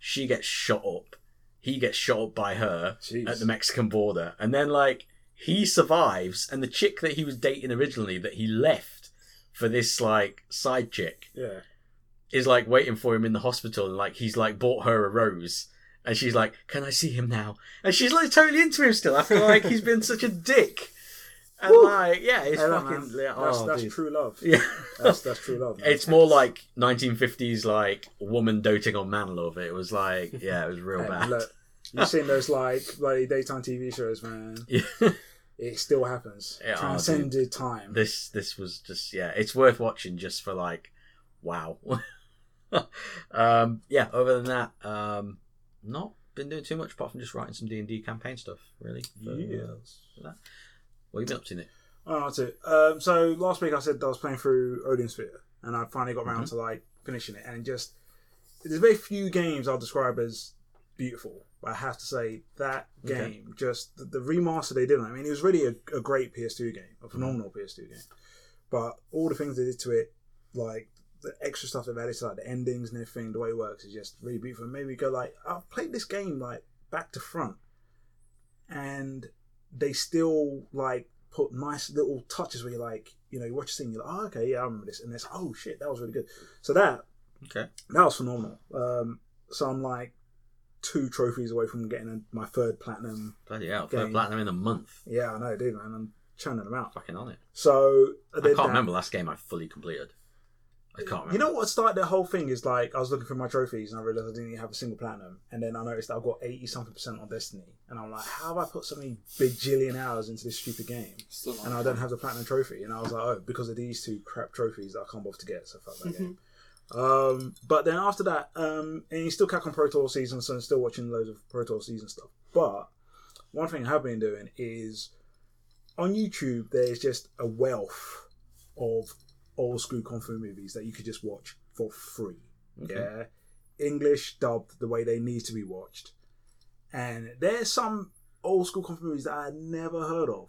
Speaker 1: she gets shot up. He gets shot up by her
Speaker 2: Jeez.
Speaker 1: at the Mexican border, and then like he survives, and the chick that he was dating originally that he left for this like side chick
Speaker 2: yeah.
Speaker 1: is like waiting for him in the hospital and like he's like bought her a rose and she's like can i see him now and she's like totally into him still after like he's been such a dick and
Speaker 2: Woo!
Speaker 1: like yeah it's
Speaker 2: Hello,
Speaker 1: fucking
Speaker 2: man.
Speaker 1: yeah,
Speaker 2: that's
Speaker 1: oh,
Speaker 2: that's
Speaker 1: dude.
Speaker 2: true love.
Speaker 1: yeah
Speaker 2: [LAUGHS] That's, that's true love.
Speaker 1: [LAUGHS]
Speaker 2: man.
Speaker 1: it's more like 1950s like woman doting on man love it was like yeah it was real
Speaker 2: And
Speaker 1: bad
Speaker 2: look, you've seen those like bloody daytime TV shows, man.
Speaker 1: [LAUGHS] yeah.
Speaker 2: It still happens.
Speaker 1: Yeah, oh,
Speaker 2: Transcended time.
Speaker 1: this this was just yeah it's worth watching just for like wow [LAUGHS] um yeah other than that um not been doing too much apart from just writing some d&d campaign stuff really for, uh,
Speaker 2: Yes.
Speaker 1: that. what have you been up to nick
Speaker 2: Oh, that's it. Um, so last week I said that I was playing through Odin Sphere, and I finally got round to like finishing it. And just there's very few games I'll describe as beautiful, but I have to say that game,
Speaker 1: Okay.
Speaker 2: just the, the remaster they did. on it, I mean, it was really a, a great PS2 game, a phenomenal PS2 game. But all the things they did to it, like the extra stuff they've added to like the endings and everything, the way it works is just really beautiful. And made me go like, I've played this game like back to front, and they still like put nice little touches where you're like, you know, you watch a scene, you're like, oh, okay, yeah, I remember this, and it's oh shit, that was really good. So that
Speaker 1: okay
Speaker 2: that was phenomenal. Um, so I'm like two trophies away from getting a, my third platinum.
Speaker 1: bloody hell third
Speaker 2: Game.
Speaker 1: platinum in a month
Speaker 2: Yeah, I know, dude, man, I'm churning them out.
Speaker 1: fucking on it
Speaker 2: So
Speaker 1: i
Speaker 2: did
Speaker 1: can't
Speaker 2: that.
Speaker 1: remember last game i fully completed i can't remember
Speaker 2: You know what started the whole thing is like I was looking through my trophies and I realized I didn't even have a single platinum, and then I noticed that I've got eighty something percent on Destiny, and I'm like, how have I put so many bajillion hours into this stupid game?
Speaker 4: Still not.
Speaker 2: and I don't have the platinum trophy. And I was like, oh, because of these two crap trophies that I can't bother to get, so fuck that game. Um, but then after that, um, and you still catch on Pro Tour season, so I'm still watching loads of Pro Tour season stuff. But one thing I have been doing is on YouTube, there's just a wealth of old school kung fu movies that you could just watch for free. Yeah, English dubbed the way they need to be watched. And there's some old school kung fu movies that I had never heard of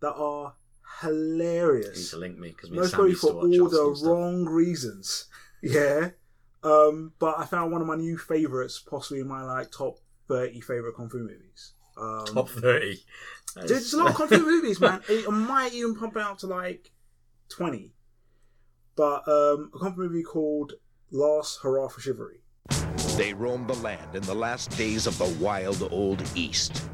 Speaker 2: that are
Speaker 1: You need
Speaker 2: hilarious.
Speaker 1: to link me because me and
Speaker 2: Most
Speaker 1: Sam
Speaker 2: probably
Speaker 1: used to
Speaker 2: for
Speaker 1: watch
Speaker 2: all
Speaker 1: Arsenal
Speaker 2: the
Speaker 1: stuff.
Speaker 2: wrong reasons. [LAUGHS] Yeah. Um, but I found one of my new favourites, possibly in my like top thirty favourite Kung Fu movies. Um,
Speaker 1: Top thirty. That
Speaker 2: Dude,
Speaker 1: is-
Speaker 2: [LAUGHS] there's a
Speaker 1: [LAUGHS]
Speaker 2: lot of Kung Fu movies, man. It might even pump it out to like 20. But um, a Kung Fu movie called Last Hurrah for Chivalry.
Speaker 7: They roam the land in the last days of the wild old East.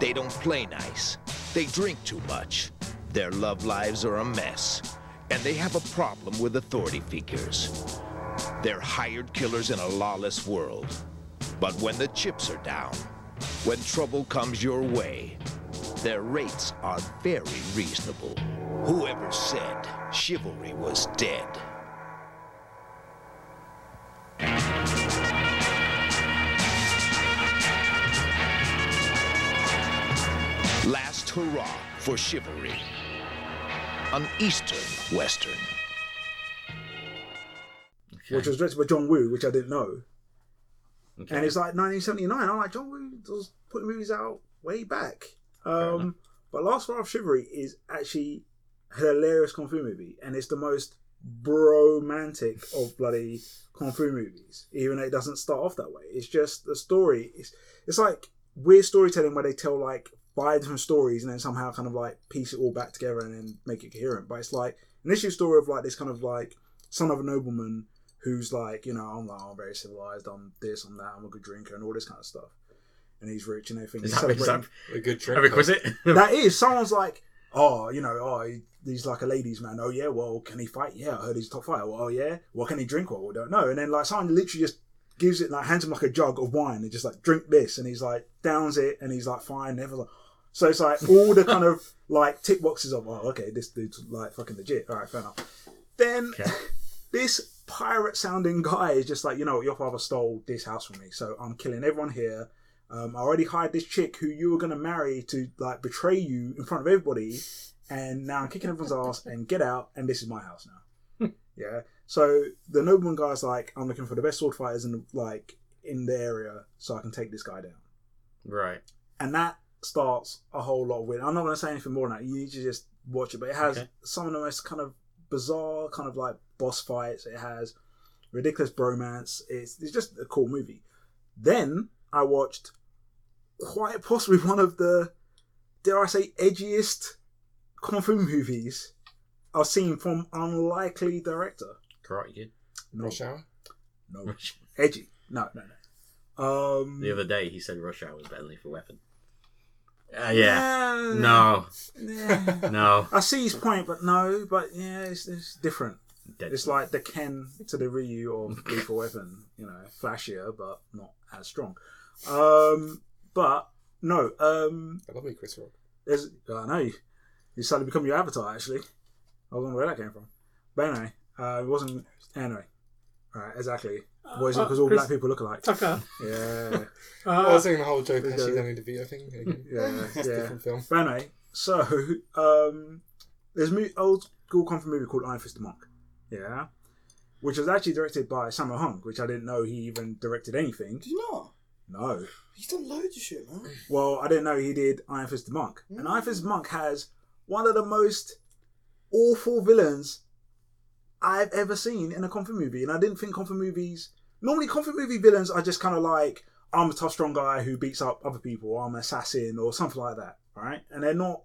Speaker 7: They don't play nice. They drink too much. Their love lives are a mess. And they have a problem with authority figures. They're hired killers in a lawless world. But when the chips are down, when trouble comes your way, their rates are very reasonable. Whoever said chivalry was dead? Last hurrah for chivalry. An Eastern Western.
Speaker 1: Okay.
Speaker 2: which was directed by John Woo, which I didn't know.
Speaker 1: Okay.
Speaker 2: And it's like 1979. I'm like, John Woo was putting movies out way back.
Speaker 1: Fair
Speaker 2: Um, but Last War of Chivalry is actually a hilarious Kung Fu movie, and it's the most bromantic of bloody Kung Fu movies, even though it doesn't start off that way. It's just the story. It's, it's like weird storytelling where they tell like five different stories and then somehow kind of like piece it all back together and then make it coherent. But it's like an issue story of like this kind of like son of a nobleman who's like, you know, I'm like, "Oh, I'm very civilized, I'm this, I'm that, I'm a good drinker, and all this kind of stuff. And he's rich and everything.
Speaker 1: Is
Speaker 2: He's
Speaker 1: that, is that
Speaker 2: celebrating-
Speaker 3: A good
Speaker 1: a
Speaker 3: drink.
Speaker 1: requisite?
Speaker 2: that is, someone's like, oh, you know, oh, he- he's like a ladies' man. Oh yeah, well, can he fight? Yeah, I heard he's a top fighter. Well, oh yeah, well, can he drink? Well, we don't know. And then like someone literally just gives it, like hands him like a jug of wine and just like drink this, and he's like downs it, and he's like fine. Never. Like, so it's like all the kind of like tick boxes of oh okay, this dude's like fucking legit. All right, fair enough. Then
Speaker 1: Okay.
Speaker 2: this pirate sounding guy is just like you know what, your father stole this house from me, so I'm killing everyone here. Um, I already hired this chick who you were going to marry to like betray you in front of everybody, and now I'm kicking everyone's ass and get out. And this is my house now. yeah. So the nobleman guy's like, I'm looking for the best sword fighters in the, like in the area, so I can take this guy down.
Speaker 1: [LAUGHS] right.
Speaker 2: And that starts a whole lot of weird. I'm not going to say anything more than that. You need to just watch it. But it has
Speaker 1: Okay.
Speaker 2: some of the most kind of bizarre kind of like boss fights. It has ridiculous bromance. It's it's just a cool movie. Then I watched quite possibly one of the dare I say edgiest kung fu movies I've seen from unlikely director.
Speaker 1: Karate Kid.
Speaker 2: [LAUGHS] No,
Speaker 3: Rush hour.
Speaker 1: Hmm.
Speaker 2: no, edgy. No, no, no. Um,
Speaker 1: The other day he said Rush Hour was better than Lethal Weapon. Uh, yeah. No.
Speaker 2: yeah.
Speaker 1: No.
Speaker 2: I see his point, but no, but yeah, it's, it's different.
Speaker 1: Dead
Speaker 2: It's like the Ken to the Ryu of Lethal Weapon, you know, flashier but not as strong. Um, but no, um,
Speaker 3: I love me, Chris Rock.
Speaker 2: there's I know you, you suddenly become your avatar. Actually, I was wondering where that came from. But anyway, uh, it wasn't anyway. Right, exactly. What is it?
Speaker 5: Uh,
Speaker 2: Because all
Speaker 5: Chris
Speaker 2: black people Oh, look
Speaker 5: [LAUGHS]
Speaker 2: alike.
Speaker 5: Tucker.
Speaker 2: Yeah,
Speaker 3: I
Speaker 5: Uh,
Speaker 3: was thinking the whole Joe
Speaker 2: okay.
Speaker 3: Pesci, Danny DeVito thing.
Speaker 2: [LAUGHS]
Speaker 3: Again.
Speaker 2: yeah,
Speaker 3: It's a
Speaker 2: yeah.
Speaker 3: different film.
Speaker 2: But anyway, so [LAUGHS] um, there's an old school kung fu movie called Iron Fist of Monk, yeah, which was actually directed by Sammo Hung, which I didn't know he even directed anything.
Speaker 4: Did you not?
Speaker 2: No,
Speaker 4: He's done loads of shit, man.
Speaker 2: well, I didn't know he did Iron Fist of Monk, and Iron Fist of Monk has one of the most awful villains I've ever seen in a kung fu movie, and I didn't think kung fu movies. Normally, kung fu movie villains are just kind of like I'm a tough, strong guy who beats up other people, or I'm an assassin, or something like that, right? And they're not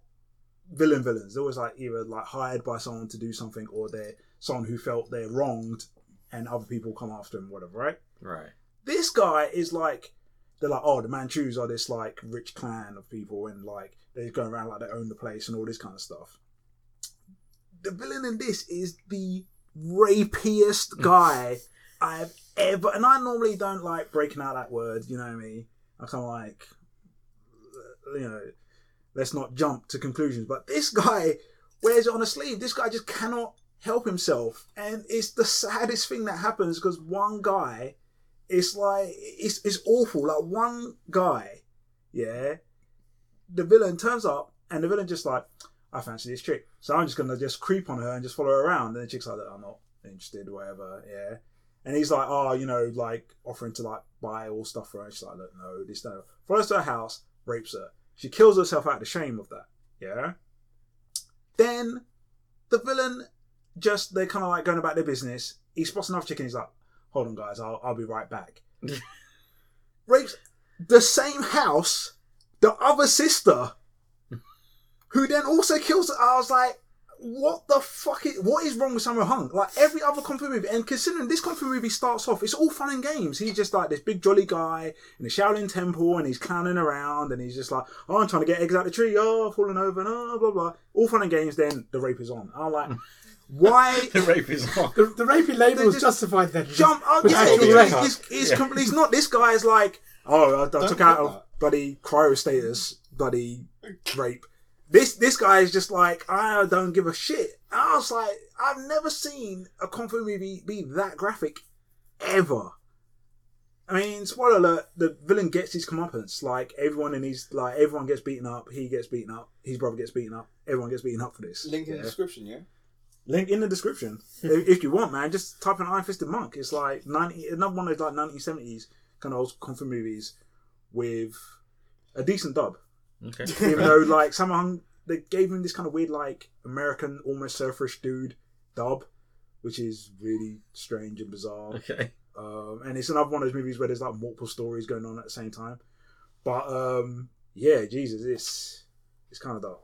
Speaker 2: villain villains. They're always like either like hired by someone to do something, or they're someone who felt they're wronged, and other people come after them, whatever, right?
Speaker 1: Right.
Speaker 2: this guy is like they're like oh the manchus are this like rich clan of people and like they're going around like they own the place and all this kind of stuff the villain in this is the rapiest guy i've ever and i normally don't like breaking out that word you know me i kind of like uh, you know let's not jump to conclusions but this guy wears it on a sleeve this guy just cannot help himself and it's the saddest thing that happens because one guy it's like it's it's awful. Like one guy, yeah, the villain turns up and the villain just like, I fancy this chick, so I'm just gonna just creep on her and just follow her around. And the chick's like, "Look, I'm not interested, or whatever, yeah. And he's like, oh, you know, like offering to like buy all stuff for her. She's like, look, no, this no. Follows to her house, rapes her. She kills herself out of the shame of that, yeah. Then the villain just they're kind of like going about their business. He spots another chicken. He's like, "Hold on, guys, I'll I'll be right back." Rapes the same house, the other sister, who then also kills. I was like, "What the fuck? Is, what is wrong with Samuel Hung?" Like every other kung fu movie, and considering this kung fu movie starts off, it's all fun and games. He's just like this big jolly guy in the Shaolin temple, and he's clowning around, and he's just like, "Oh, I'm trying to get eggs out the tree. Oh, falling over, and oh, blah blah." All fun and games. Then the rape is on. I'm like. Why
Speaker 1: the rape is on.
Speaker 5: The, the rapey label
Speaker 2: They
Speaker 5: was
Speaker 2: just
Speaker 5: justified then.
Speaker 2: jump Oh, up.
Speaker 5: With
Speaker 2: Yeah,
Speaker 5: actual
Speaker 2: he's,
Speaker 5: rape.
Speaker 2: he's, he's, compl- he's not. This guy is like, oh, I, I took
Speaker 4: put
Speaker 2: out of
Speaker 4: that.
Speaker 2: bloody cryo status, bloody rape. This this guy is just like, I don't give a shit. I was like, I've never seen a kung fu movie be that graphic, ever. I mean, spoiler alert: the villain gets his comeuppance. Like everyone in his like everyone gets beaten up. He gets beaten up. His brother gets beaten up. Everyone gets beaten up for this.
Speaker 4: [LAUGHS] Link in the
Speaker 2: [LAUGHS]
Speaker 4: description, yeah?
Speaker 2: Link in the description if, if you want, man. Just type in Iron Fisted Monk. It's like ninety another one of those like nineteen seventies kind of old kung fu movies with a decent dub.
Speaker 1: Okay.
Speaker 2: Even though like someone they gave him this kind of weird like American almost surferish dude dub, which is really strange and bizarre.
Speaker 1: Okay.
Speaker 2: Um, and it's another one of those movies where there's like multiple stories going on at the same time. But um, yeah, Jesus, it's it's kind of dark.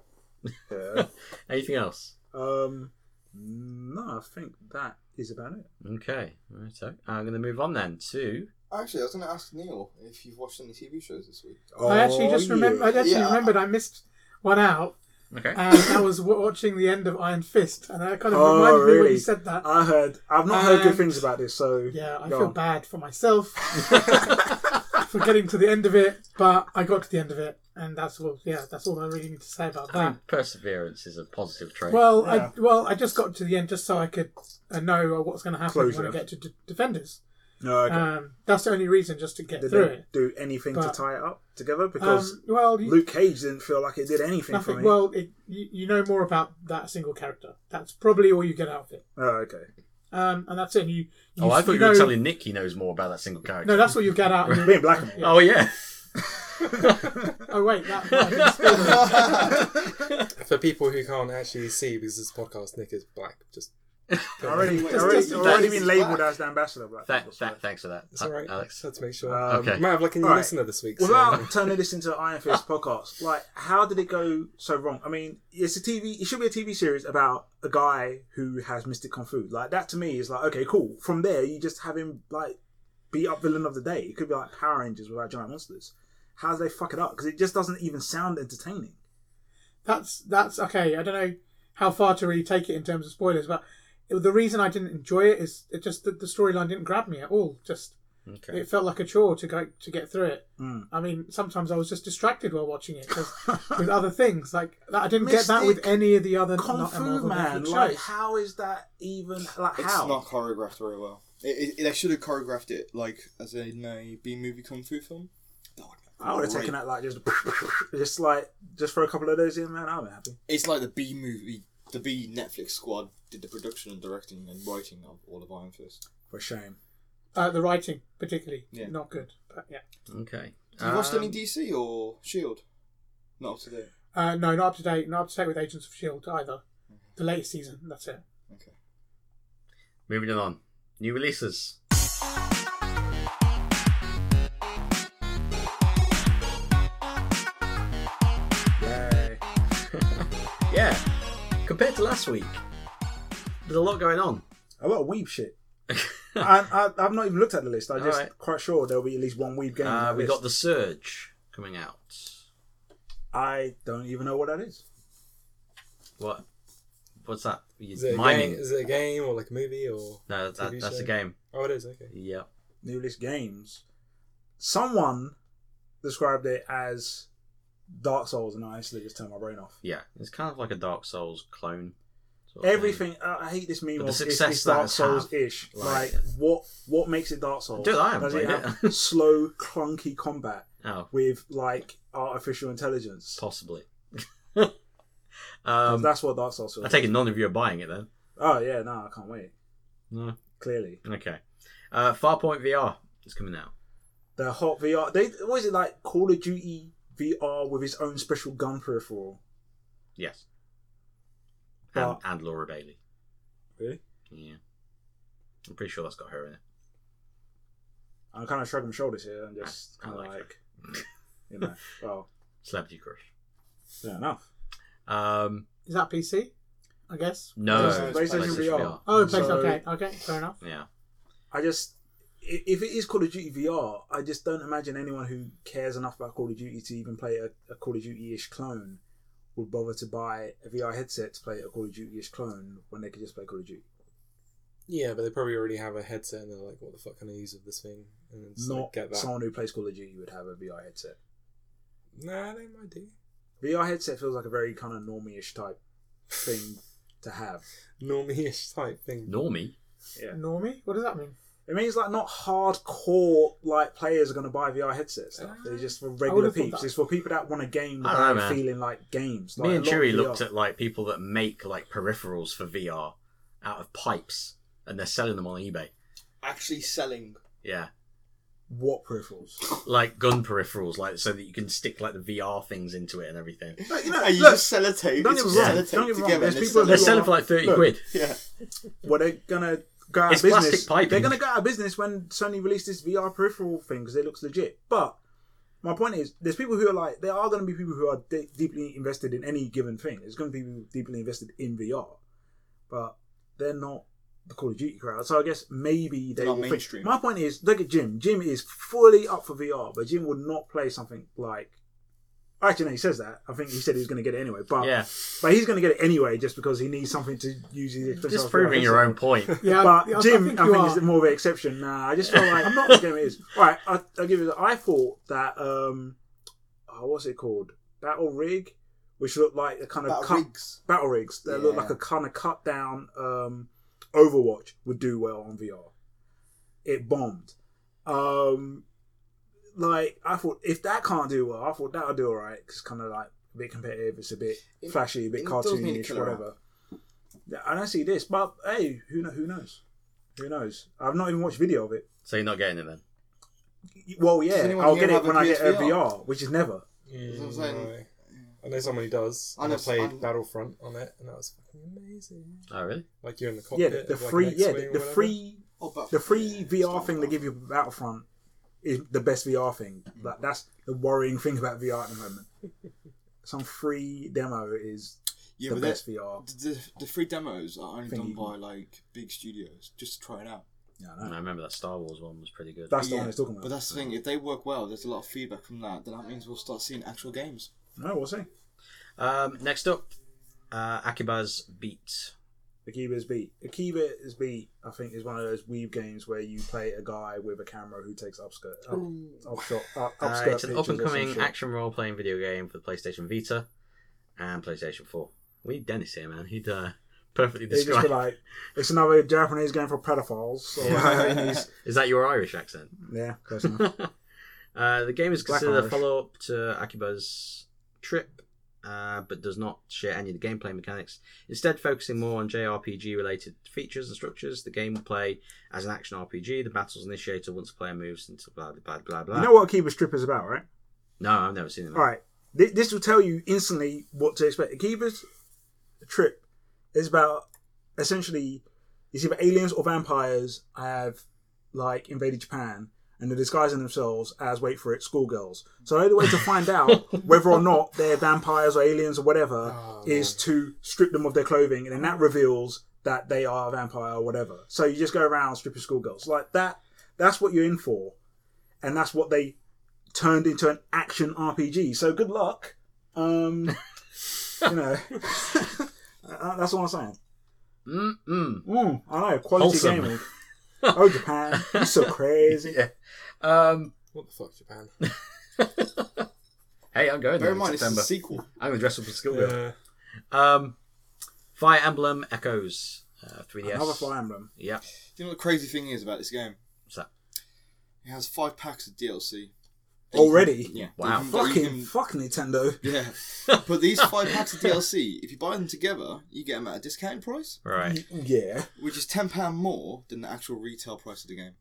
Speaker 2: Yeah.
Speaker 1: Anything else?
Speaker 2: Um, no, I think that is about it.
Speaker 1: Okay. So I'm going to move on then to.
Speaker 4: Actually, I was going to ask Neil if you've watched any TV shows this [LAUGHS] week.
Speaker 5: I actually just
Speaker 2: Oh,
Speaker 5: remember. I actually
Speaker 4: Yeah.
Speaker 5: remembered I missed one out,
Speaker 1: Okay.
Speaker 5: and I was w- watching the end of Iron Fist, and that kind of
Speaker 2: Oh,
Speaker 5: reminded me when
Speaker 2: really?
Speaker 5: you said that.
Speaker 2: I heard. I've not heard good
Speaker 5: And-
Speaker 2: things about this, so
Speaker 5: Um, yeah, I
Speaker 2: go
Speaker 5: feel
Speaker 2: on.
Speaker 5: bad
Speaker 2: [LAUGHS]
Speaker 5: for myself for getting to the end of it, but I got to the end of it, and that's all. Yeah, that's all I really need to say about
Speaker 1: I
Speaker 5: that.
Speaker 1: think perseverance is a positive trait.
Speaker 5: Uh, Well,
Speaker 2: Yeah.
Speaker 5: I well, I just got to the end just so I could uh, know what's going to happen when
Speaker 2: Closure.
Speaker 5: I get to d- defenders.
Speaker 2: No, okay.
Speaker 5: Um, that's the only reason just to get
Speaker 2: did
Speaker 5: through
Speaker 2: they
Speaker 5: it.
Speaker 2: do anything
Speaker 5: But-
Speaker 2: to tie it up together? Because
Speaker 5: Um, well, you,
Speaker 2: Luke Cage didn't feel like it did anything for
Speaker 5: nothing.
Speaker 2: me.
Speaker 5: Well, it, you, you know more about that single character. That's probably all you get out of it,
Speaker 2: oh, okay.
Speaker 5: um, and that's it. You, you
Speaker 1: oh, I thought you,
Speaker 5: know,
Speaker 1: were telling Nick he knows more about that single character.
Speaker 5: No, that's what you get
Speaker 2: [LAUGHS]
Speaker 5: out. of
Speaker 2: Being
Speaker 5: it.
Speaker 2: black and
Speaker 5: [LAUGHS]
Speaker 1: [LAUGHS]
Speaker 2: white.
Speaker 1: Oh yeah.
Speaker 5: Oh wait, that might be
Speaker 1: [LAUGHS]
Speaker 5: spoilers.
Speaker 3: For people who can't actually see because this podcast, Nick is black. Just
Speaker 2: Already,
Speaker 4: Just-
Speaker 2: already,
Speaker 5: just-
Speaker 2: already
Speaker 4: just-
Speaker 2: been labelled as the ambassador. of Black
Speaker 1: Tha-
Speaker 2: People, so-
Speaker 1: tha- thanks for that,
Speaker 3: it's
Speaker 1: uh,
Speaker 3: alright.
Speaker 1: Alex.
Speaker 3: Had to make sure.
Speaker 2: Um,
Speaker 1: Okay.
Speaker 3: Might have like a new
Speaker 2: alright.
Speaker 3: listener this week. So.
Speaker 2: Without turning this into Iron Fist podcast, like how did it go so wrong? I mean, it's a TV. It should be a TV series about a guy who has mystic kung fu. Like that to me is like okay, cool. From there, you just have him like beat up villain of the day. It could be like Power Rangers without giant monsters. How do they fuck it up? Because it just doesn't even sound entertaining.
Speaker 5: That's that's okay. I don't know how far to really take it in terms of spoilers, but it- the reason I didn't enjoy it is it just the, the storyline didn't grab me at all. Just
Speaker 1: Okay.
Speaker 5: it felt like a chore to go to get through it.
Speaker 2: Mm.
Speaker 5: I mean, sometimes I was just distracted while watching it 'cause [LAUGHS] with other things like that. I didn't get that with
Speaker 2: Mystic
Speaker 5: any of the other
Speaker 2: Kung
Speaker 5: not-
Speaker 2: Fu
Speaker 5: Marvel
Speaker 2: Man,
Speaker 5: Netflix
Speaker 2: like
Speaker 5: shows.
Speaker 2: how is that even like
Speaker 4: It's
Speaker 2: how?
Speaker 4: not choreographed very well. It, it, they should have choreographed it like as in a B movie kung fu film. That would be
Speaker 2: I would have
Speaker 4: great.
Speaker 2: taken that like just [LAUGHS] just like just throw a couple of those in, man. I'm happy.
Speaker 4: It's like the B movie, the B Netflix squad did the production and directing and writing of all of Iron Fist.
Speaker 2: For shame.
Speaker 5: uh, the writing, particularly,
Speaker 4: Yeah.
Speaker 5: not good. But yeah,
Speaker 1: Okay.
Speaker 4: Have you watched
Speaker 1: Um,
Speaker 4: any DC or Shield? E Not up to date.
Speaker 5: uh, no, not up to date. Not up to date with Agents of Shield E either. The latest season. That's it.
Speaker 4: Okay.
Speaker 1: Moving on. New releases.
Speaker 2: Yay.
Speaker 1: Yeah. Compared to last week, there's a lot going on.
Speaker 2: A lot of weeb shit.
Speaker 1: [LAUGHS] Uh,
Speaker 2: and I, I've not even looked at the list. I'm just
Speaker 1: Alright.
Speaker 2: quite sure there'll be at least one weeb game. on
Speaker 1: Uh,
Speaker 2: that
Speaker 1: we got
Speaker 2: list.
Speaker 1: the Surge coming out.
Speaker 2: I don't even know what that is.
Speaker 1: What? What's that? You-
Speaker 3: [LAUGHS] Is it, a game,
Speaker 1: miming?
Speaker 3: is it a game or like a movie or?
Speaker 1: No, that,
Speaker 3: TV
Speaker 1: that's
Speaker 3: show?
Speaker 1: a game.
Speaker 3: Oh, it is. Okay.
Speaker 1: Yeah.
Speaker 2: New list games. Someone described it as Dark Souls, and I instantly just turned my brain off.
Speaker 1: Yeah. It's kind of like a Dark Souls clone. sort of thing.
Speaker 2: Everything uh, I hate this meme
Speaker 1: But the
Speaker 2: of it's,
Speaker 1: success
Speaker 2: it's
Speaker 1: that
Speaker 2: Dark
Speaker 1: it's had,
Speaker 2: Souls ish.
Speaker 1: like-
Speaker 2: Like, what what makes it Dark Souls?
Speaker 1: Dude, I haven't
Speaker 2: Does it
Speaker 1: played
Speaker 2: have
Speaker 1: it. [LAUGHS]
Speaker 2: slow, clunky combat
Speaker 1: Oh,
Speaker 2: with like artificial intelligence.
Speaker 3: [LAUGHS]
Speaker 1: possibly. [LAUGHS]
Speaker 2: 'Cause
Speaker 1: um,
Speaker 2: that's what Dark Souls
Speaker 1: I
Speaker 2: feels.
Speaker 1: take it none of you are buying it then.
Speaker 2: oh yeah, no, I can't wait.
Speaker 1: No.
Speaker 2: Clearly.
Speaker 1: Okay. Uh, Farpoint VR is coming out.
Speaker 2: the hot VR. They what is it like Call of Duty VR with its own special gun peripheral?
Speaker 1: Yes. and,
Speaker 2: But-
Speaker 1: and Laura Bailey.
Speaker 2: Really?
Speaker 1: Yeah, I'm pretty sure that's got her in it.
Speaker 2: I kind of shrug my shoulders here and just
Speaker 1: I
Speaker 2: kind of
Speaker 1: like
Speaker 2: like,
Speaker 1: that. [LAUGHS]
Speaker 2: you know, well,
Speaker 1: Celebrity crush.
Speaker 2: fair enough.
Speaker 1: Um,
Speaker 5: Is that PC? I guess.
Speaker 1: no,
Speaker 2: PlayStation
Speaker 1: it's
Speaker 2: VR.
Speaker 5: Oh,
Speaker 2: So-
Speaker 5: PlayStation. okay, okay, fair enough.
Speaker 1: Yeah,
Speaker 2: I just, i- if it is Call of Duty VR, I just don't imagine anyone who cares enough about Call of Duty to even play a, a Call of Duty ish clone would bother to buy a VR headset to play a Call of Duty ish clone when they could just play Call of Duty.
Speaker 3: Yeah, but they probably already have a headset and they're like, what the fuck can I use of this thing? And then just, like,
Speaker 2: Not
Speaker 3: get that.
Speaker 2: someone who plays Call of Duty would have a VR headset.
Speaker 3: Nah, they might do.
Speaker 2: VR headset feels like a very kind of normie-ish type thing to have.
Speaker 3: Normie-ish type thing.
Speaker 1: Normie.
Speaker 2: Yeah.
Speaker 5: Normie? What does
Speaker 2: [LAUGHS]
Speaker 5: that mean?
Speaker 2: It means like not hardcore like players are going to buy VR headsets. Stuff. They're just for regular
Speaker 5: thought
Speaker 2: peeps.
Speaker 5: that.
Speaker 2: It's for people that want a game
Speaker 1: I don't know,
Speaker 2: without
Speaker 1: man.
Speaker 2: feeling like games. Like,
Speaker 1: Me
Speaker 2: a
Speaker 1: and
Speaker 2: lot of
Speaker 1: Chewy
Speaker 2: VR
Speaker 1: looked at like people that make like peripherals for VR out of pipes, and they're selling them on eBay.
Speaker 4: Actually selling.
Speaker 1: Yeah,
Speaker 2: what peripherals. [LAUGHS]
Speaker 1: like gun peripherals, like so that you can stick like the VR things into it and everything.
Speaker 2: Like, you know,
Speaker 4: Are you
Speaker 2: look,
Speaker 4: just sellotape?
Speaker 2: don't
Speaker 4: It's
Speaker 2: get me wrong,
Speaker 4: sellotape
Speaker 2: don't get me wrong,
Speaker 4: together
Speaker 2: there's
Speaker 4: and it's
Speaker 2: people who
Speaker 1: They're
Speaker 2: Look,
Speaker 1: selling for like thirty
Speaker 2: look.
Speaker 1: quid.
Speaker 4: Yeah.
Speaker 2: well, they're gonna go out
Speaker 1: It's
Speaker 2: of business.
Speaker 1: plastic piping.
Speaker 2: They're gonna go out of business when Sony released this VR peripheral thing because it looks legit. But my point is, there's people who are like, there are gonna be people who are de- deeply invested in any given thing. There's gonna be people deeply invested in VR, but they're not the Call of Duty crowd. So I guess maybe they
Speaker 4: They're not
Speaker 2: will think-
Speaker 4: mainstream.
Speaker 2: My point is, look at Jim. Jim is fully up for VR, but Jim would not play something like. Actually, no, he says that. I think he said he was going to get it anyway. But
Speaker 1: Yeah,
Speaker 2: but he's going to get it anyway just because he needs something to use his expensive.
Speaker 1: disproving your own
Speaker 2: [LAUGHS]
Speaker 1: point.
Speaker 5: Yeah,
Speaker 2: But
Speaker 5: I- I
Speaker 2: Jim, I
Speaker 5: think
Speaker 2: think,
Speaker 5: you are.
Speaker 2: is more of an exception. Nah, I just feel like I'm not the game it is. All right, I, I'll give you. that. I thought that um, oh, what's it called? Battle rig, which looked like a kind of
Speaker 4: Battle
Speaker 2: cut,
Speaker 4: rigs.
Speaker 2: battle rigs that looked
Speaker 4: Yeah.
Speaker 2: like a kind of cut down um, Overwatch would do well on VR. It bombed. Um, like I thought, if that can't do well, I thought that'll do all right. 'cause it's kind of like a bit competitive. It's a bit
Speaker 4: It-
Speaker 2: flashy, a bit
Speaker 4: it does need a
Speaker 2: cartoonish,
Speaker 4: killer app.
Speaker 2: whatever. Yeah, I don't see this, but hey, who know? Who knows? Who knows? I've not even watched video of it.
Speaker 1: So you're not getting it then.
Speaker 2: Well,
Speaker 4: Does
Speaker 2: yeah,
Speaker 4: anyone
Speaker 2: I'll
Speaker 4: here
Speaker 2: get it
Speaker 4: have a
Speaker 2: when I get a
Speaker 4: PSVR?
Speaker 2: VR, which is never.
Speaker 3: Mm,
Speaker 4: That's what I'm
Speaker 3: no.
Speaker 4: saying.
Speaker 3: I know someone who does.
Speaker 4: I
Speaker 3: and I
Speaker 4: know-
Speaker 3: played
Speaker 4: I-
Speaker 3: Battlefront on it, and that was fucking amazing.
Speaker 1: Oh really?
Speaker 3: Like you're in the
Speaker 2: yeah,
Speaker 3: cockpit.
Speaker 2: the, the
Speaker 3: of, like, an
Speaker 2: free, yeah,
Speaker 3: X-wing
Speaker 2: the,
Speaker 3: or
Speaker 2: the
Speaker 3: whatever.
Speaker 2: free
Speaker 4: Oh, but-
Speaker 2: the free
Speaker 4: yeah,
Speaker 2: VR
Speaker 4: it's
Speaker 2: thing
Speaker 4: not
Speaker 2: they give you for Battlefront is the best VR thing.
Speaker 4: Mm.
Speaker 2: Like that's the worrying thing about VR at the moment. [LAUGHS] Some free demo is
Speaker 4: Yeah,
Speaker 2: the
Speaker 4: but that-
Speaker 2: best VR.
Speaker 4: The, the, the free demos are only
Speaker 2: Thing
Speaker 4: done
Speaker 2: you-
Speaker 4: by like big studios just to try it out.
Speaker 2: Yeah, I know.
Speaker 1: I remember that Star Wars one was pretty good.
Speaker 2: That's the
Speaker 4: Yeah,
Speaker 2: one I was talking about.
Speaker 4: But that's the thing. If they work well, there's a lot of feedback from that. Then that means we'll start seeing actual games.
Speaker 2: No, we'll see.
Speaker 1: Um, next up, uh, Akiba's Beat.
Speaker 2: Akiba's beat. Akiba's beat. I think is one of those weeb games where you play a guy with a camera who takes upskirt, up,
Speaker 4: [LAUGHS]
Speaker 2: upshot, up,
Speaker 1: Uh,
Speaker 2: upskirt.
Speaker 1: it's an
Speaker 2: pictures
Speaker 1: up and
Speaker 2: or some
Speaker 1: coming
Speaker 2: shit.
Speaker 1: action role playing video game for the PlayStation Vita and PlayStation 4. We need Dennis here, man. He'd uh, perfectly
Speaker 2: They just
Speaker 1: describe.
Speaker 2: be like, it's another Japanese game for
Speaker 4: [LAUGHS]
Speaker 2: pedophiles. [LAUGHS] Or whatever it is.
Speaker 1: Is that your Irish
Speaker 2: [LAUGHS]
Speaker 1: accent?
Speaker 2: yeah,
Speaker 1: [LAUGHS]
Speaker 2: close enough.
Speaker 1: uh, the game is
Speaker 2: Mm. Black
Speaker 1: considered a
Speaker 2: Irish.
Speaker 1: follow up to Akiba's Trip, uh, but does not share any of the gameplay mechanics. Instead, focusing more on JRPG related features and structures, the game will play as an action RPG. The battles initiated once a player moves into blah blah blah blah.
Speaker 2: You know what Akiba's trip is about, right?
Speaker 1: No, I've never seen it.
Speaker 2: All right. This, this will tell you instantly what to expect. Akiba's trip is about essentially it's either aliens or vampires have like invaded Japan and they're disguising themselves as wait for it schoolgirls. So the only way to
Speaker 1: [LAUGHS]
Speaker 2: find out whether or not they're vampires or aliens or whatever
Speaker 3: Oh,
Speaker 2: is to strip them of their clothing and then that reveals that they are a vampire or whatever. So you just go around stripping schoolgirls. Like that that's what you're in for. And that's what they turned into an action RPG. So good luck. Um,
Speaker 1: [LAUGHS]
Speaker 2: you know, Uh, that's all I'm saying.
Speaker 1: Mm-mm.
Speaker 2: Mm, I know quality
Speaker 1: Wholesome.
Speaker 2: gaming. Oh Japan,
Speaker 1: [LAUGHS]
Speaker 2: you're so crazy.
Speaker 1: Yeah. Um,
Speaker 3: What the fuck, Japan?
Speaker 1: hey, I'm going
Speaker 4: Bear
Speaker 1: there
Speaker 4: in
Speaker 1: in
Speaker 4: mind, it's a
Speaker 1: September.
Speaker 4: sequel.
Speaker 1: I'm going to dress up as a schoolgirl.
Speaker 3: Yeah.
Speaker 1: Um, Fire Emblem Echoes uh, 3DS.
Speaker 2: Another Fire Emblem.
Speaker 1: Yep.
Speaker 4: Do you know what the crazy thing is about this game?
Speaker 1: What's that?
Speaker 4: It has five packs of DLC
Speaker 2: Already?
Speaker 4: Yeah.
Speaker 1: Wow.
Speaker 4: That you can- that you
Speaker 2: Fucking
Speaker 4: can-
Speaker 2: fuck Nintendo.
Speaker 4: Yeah. [LAUGHS] But these five packs of DLC, if you buy them together, you get them at a discounted price,
Speaker 1: [LAUGHS] Right.
Speaker 2: Yeah.
Speaker 4: which is ten pound more than the actual retail price of the game.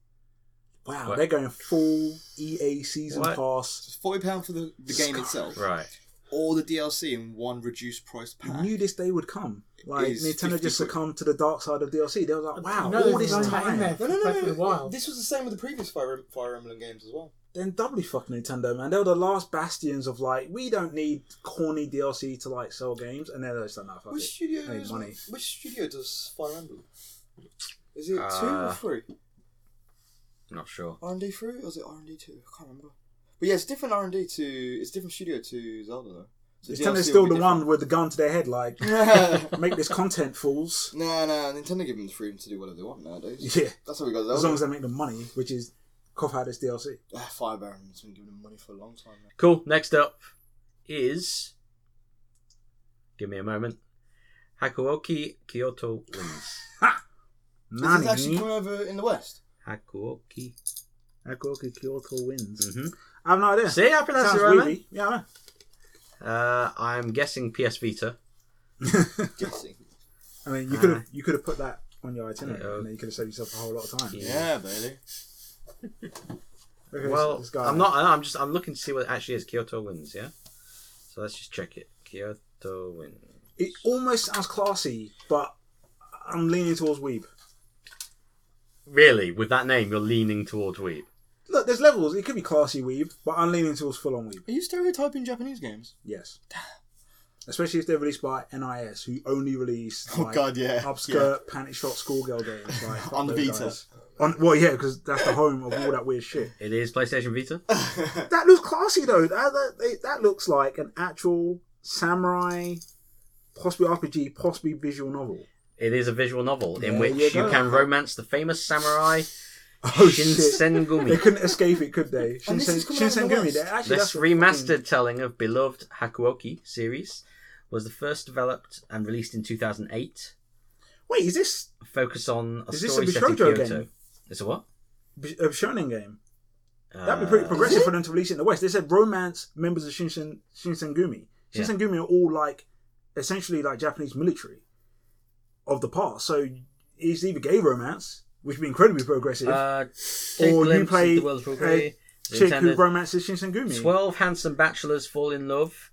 Speaker 2: Wow,
Speaker 1: What?
Speaker 2: they're going full EA season
Speaker 1: What?
Speaker 2: pass.
Speaker 4: [LAUGHS] It's forty pound for the, the game itself,
Speaker 1: Right.
Speaker 4: all the DLC in one reduced price
Speaker 2: You
Speaker 4: pack.
Speaker 2: knew this day would come. Like
Speaker 4: is
Speaker 2: Nintendo
Speaker 4: 50
Speaker 2: just succumbed to the dark side of DLC. They were like, wow,
Speaker 5: You know
Speaker 2: all
Speaker 5: they've
Speaker 2: this
Speaker 5: known that in
Speaker 2: time.
Speaker 5: there for quite a while.
Speaker 4: This was the same with the previous Fire, Em- Fire Emblem games as well.
Speaker 2: Then doubly fuck Nintendo, man. They were the last bastions of like, we don't need corny DLC to like sell games, and they're just like, nah, fuck
Speaker 4: Which
Speaker 2: it.
Speaker 4: studio?
Speaker 2: I need
Speaker 4: is-
Speaker 2: money.
Speaker 4: Which studio does Fire Emblem? Is it two
Speaker 1: Uh,
Speaker 4: or three?
Speaker 1: I'm not sure.
Speaker 4: R and D three or is it R and D two? I can't remember. But yeah, it's different R and D to it's different studio to Zelda though. So
Speaker 2: Nintendo's
Speaker 4: DLC
Speaker 2: still
Speaker 4: will
Speaker 2: the
Speaker 4: be
Speaker 2: one with the gun to their head,
Speaker 1: [LAUGHS]
Speaker 2: like,
Speaker 4: different.
Speaker 2: make this content, fools.
Speaker 4: [LAUGHS] Nah, nah. Nintendo give them the freedom to do whatever they want nowadays.
Speaker 2: Yeah,
Speaker 4: That's how we got Zelda.
Speaker 2: as long as they make the money, which is cough out this DLC.
Speaker 4: Ah, Fire Baron's been giving them money for a long time now.
Speaker 1: Cool. Next up is. Give me a moment. Hakuoki Kyoto
Speaker 4: [LAUGHS]
Speaker 1: wins.
Speaker 4: This is actually
Speaker 2: Nani,
Speaker 4: coming over in the
Speaker 2: [LAUGHS]
Speaker 4: West.
Speaker 1: Hakuoki.
Speaker 2: Akoki Kyoto wins.
Speaker 1: hmm
Speaker 2: I have no idea.
Speaker 1: See, I pronounced
Speaker 2: Sounds
Speaker 1: it right. man.
Speaker 2: weeby. Yeah, I know.
Speaker 1: Uh, I'm guessing PS Vita.
Speaker 4: Guessing.
Speaker 2: [LAUGHS] I mean, you could have you could have put that on your itinerary,
Speaker 1: Yeah.
Speaker 2: and then you could have saved yourself a whole lot of time.
Speaker 1: Yeah.
Speaker 4: Yeah, Bailey.
Speaker 2: Look at this-
Speaker 1: well,
Speaker 2: this guy.
Speaker 1: I'm not. I'm just. I'm looking to see what it actually is. Kyoto wins. Yeah. So let's just check it. Kyoto wins.
Speaker 2: It almost sounds classy, but I'm leaning towards weeb.
Speaker 1: Really, with that name, you're leaning towards Weeb.
Speaker 2: Look, there's levels. It could be classy weeb, but I'm leaning towards full on weeb.
Speaker 4: Are you stereotyping Japanese games?
Speaker 2: Yes. Especially if they're released by NIS, who only release
Speaker 4: Oh,
Speaker 2: like,
Speaker 4: God, yeah.
Speaker 2: [LAUGHS] upskirt panty shot schoolgirl games
Speaker 4: [LAUGHS]
Speaker 2: like fuck
Speaker 4: On the
Speaker 2: those
Speaker 4: Vita.
Speaker 2: guys. On well, yeah, because that's the home of all that weird shit.
Speaker 1: It is PlayStation Vita.
Speaker 2: That looks classy though. That that, they- that looks like an actual samurai, possibly RPG, possibly visual novel.
Speaker 1: It is a visual novel in
Speaker 2: There
Speaker 1: which
Speaker 2: you
Speaker 1: you,
Speaker 2: go.
Speaker 1: can romance the famous samurai
Speaker 2: [LAUGHS] Oh [LAUGHS] They
Speaker 1: Shinsengumi.
Speaker 2: couldn't escape it, could they?
Speaker 4: [LAUGHS] And this
Speaker 2: Shinsen-
Speaker 4: is coming out in the
Speaker 2: Shinsengumi.
Speaker 4: West.
Speaker 2: they- Actually,
Speaker 1: This
Speaker 2: that's a
Speaker 1: remastered telling of beloved Hakuoki series was the first developed and released in 2008.
Speaker 2: fucking- Wait, is this
Speaker 1: Focus on a
Speaker 2: Is this
Speaker 1: story
Speaker 2: a
Speaker 1: set in
Speaker 2: Bishojo
Speaker 1: Kyoto.
Speaker 2: game?
Speaker 1: It's a what?
Speaker 2: b- a shonen game? That'd be
Speaker 1: Uh,
Speaker 2: pretty progressive for them to release it in the West. They said romance members of Shinsen- Shinsengumi.
Speaker 1: Yeah.
Speaker 2: Shinsengumi are all like essentially like Japanese military of the past. So it's either gay romance, which would be incredibly progressive,
Speaker 1: Uh, take
Speaker 2: or you
Speaker 1: glimpse
Speaker 2: play
Speaker 1: of the world's
Speaker 2: a
Speaker 1: progress.
Speaker 2: chick who
Speaker 1: Intended-
Speaker 2: romances Shinsengumi.
Speaker 1: Twelve handsome bachelors fall in love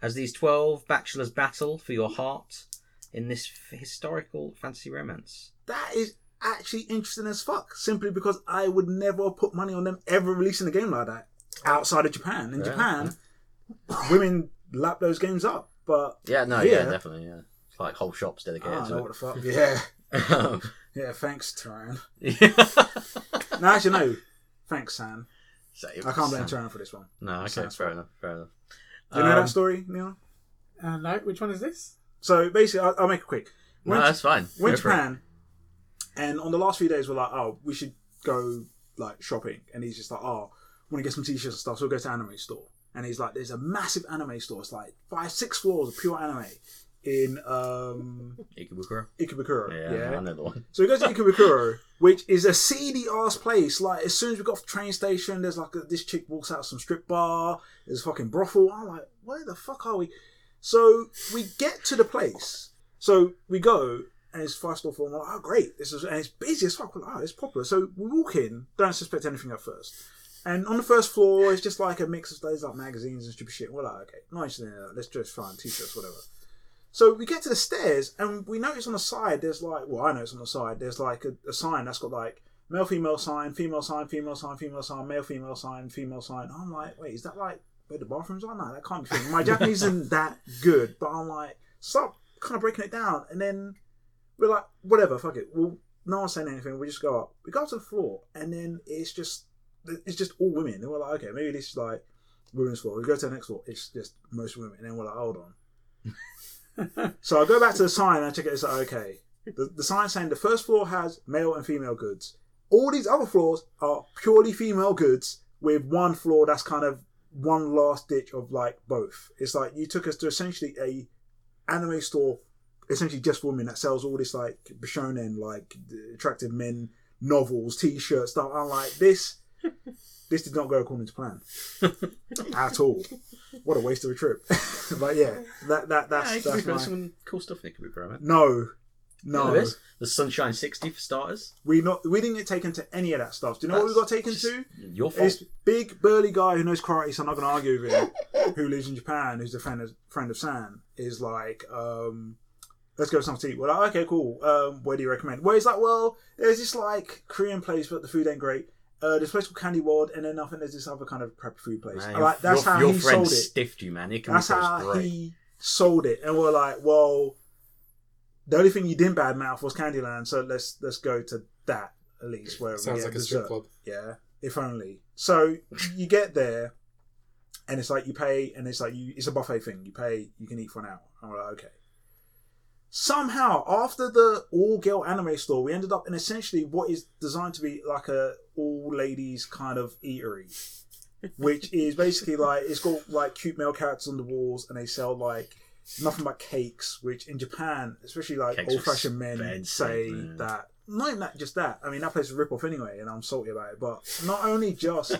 Speaker 1: as these twelve bachelors battle for your heart in this f- historical fantasy romance.
Speaker 2: That is actually interesting as fuck. Simply because I would never put money on them ever releasing a game like that outside of Japan. In
Speaker 1: Yeah.
Speaker 2: Japan, women lap those games up, but
Speaker 1: Yeah, no, yeah,
Speaker 2: Yeah. Ah,
Speaker 1: definitely, yeah. It's Like whole shops
Speaker 2: I
Speaker 1: dedicated
Speaker 2: don't know
Speaker 1: to Um,
Speaker 2: what the fuck. Yeah,
Speaker 1: [LAUGHS] it.
Speaker 2: yeah. Thanks, Turan.
Speaker 1: Yeah.
Speaker 2: No, actually, no. Thanks, San.
Speaker 1: So- uh,
Speaker 2: I can't blame Turan for this one.
Speaker 1: No, okay,
Speaker 2: Sounds
Speaker 1: fair enough, fair enough.
Speaker 2: Do you know
Speaker 1: Um,
Speaker 2: that story, Neil?
Speaker 5: Uh, no, which one is this?
Speaker 2: So basically, I'll, I'll make it quick.
Speaker 1: No, that's fine.
Speaker 2: went
Speaker 1: Go
Speaker 2: to
Speaker 1: for it.
Speaker 2: Japan, and on the last few days, we're like, oh, we should go like shopping, and he's just like, oh, want to get some t-shirts and stuff, so we'll go to anime store. And he's like, there's a massive anime store. It's like five, six floors of pure anime in um,
Speaker 1: Ikebukuro.
Speaker 2: Ikebukuro.
Speaker 1: Yeah, I know the one.
Speaker 2: So we go to Ikebukuro, which is a seedy ass place. Like as soon as we got off the train station, there's like a, this chick walks out of some strip bar. There's a fucking brothel. I'm like, where the fuck are we? So we get to the place. So we go and it's five star form. We're like, oh great, this is and it's busy as fuck. We're like, oh, it's popular. So we walk in, don't suspect anything at first. And on the first floor, it's just like a mix of those like magazines and stupid shit. We're like, okay, not interested in that. Let's just find t-shirts, whatever. So we get to the stairs and we notice on the side there's like well I notice on the side there's like a, a sign that's got like male female sign female sign female sign female sign male female sign female sign. I'm like wait is that like where the bathrooms are? No, that can't be. True. My Japanese isn't that good, but I'm like stop kind of breaking it down. And then we're like whatever, fuck it. Well, no one's saying anything. We just go up. We go up to the floor and then it's just it's just all women. And we're like okay maybe this is like women's floor. We go to the next floor. It's just most women. And then we're like hold on. So I go back to the sign and I check it. It's like, okay. The, the sign saying the first floor has male and female goods. All these other floors are purely female goods, with one floor that's kind of one last ditch of like both. It's like you took us to essentially a anime store, essentially just for women that sells all this like shonen, like attractive men novels, t-shirts, stuff. I'm like this. This did not go according to plan at all. What a waste of a trip. [LAUGHS] but yeah, that that that's
Speaker 1: yeah,
Speaker 2: that's
Speaker 1: Ikebukuro,
Speaker 2: my...
Speaker 1: some cool stuff in Ikebukuro, man.
Speaker 2: No,
Speaker 1: There
Speaker 2: No,
Speaker 1: is. The Sunshine 60 for starters.
Speaker 2: we not we didn't get taken to any of that stuff. Do you know what we got
Speaker 1: That's
Speaker 2: taken
Speaker 1: just
Speaker 2: to?
Speaker 1: Your fault.
Speaker 2: This big burly guy who knows karate, so I'm not going to argue
Speaker 1: [LAUGHS]
Speaker 2: with him, who lives in Japan, who's a friend of, friend of San, is like, um, let's go to something to eat. We're like, okay, cool. Um, where do you recommend? Where he's like, well, there's this like Korean place, but the food ain't great. Uh, this place called Candy World, and then I think there's this other kind of preppy food place.
Speaker 1: Man,
Speaker 2: And,
Speaker 1: your,
Speaker 2: like, that's
Speaker 1: your,
Speaker 2: how
Speaker 1: your
Speaker 2: he
Speaker 1: friend
Speaker 2: sold it.
Speaker 1: stiffed you, man. It can
Speaker 2: That's
Speaker 1: be
Speaker 2: how
Speaker 1: great.
Speaker 2: he sold it, and we're like, well, the only thing you didn't badmouth was Candyland, so let's let's go to that at least. Where we
Speaker 3: Sounds
Speaker 2: get
Speaker 3: like a strip
Speaker 2: dessert.
Speaker 3: club.
Speaker 2: Yeah, if only. So you get there, and it's like you pay, and it's like you it's a buffet thing. You pay, you can eat for an hour. And we're like, okay. Somehow, after the all girl anime store, we ended up in essentially what is designed to be like a all ladies kind of eatery which is basically like it's got like cute male characters on the walls, and they sell like nothing but cakes, which in Japan, especially like
Speaker 1: Cakes are
Speaker 2: old fashioned men
Speaker 1: expensive,
Speaker 2: say
Speaker 1: man.
Speaker 2: that. Not even that, just that. I mean, that place is a rip off anyway, and I'm salty about it. But not
Speaker 1: [LAUGHS]
Speaker 2: only just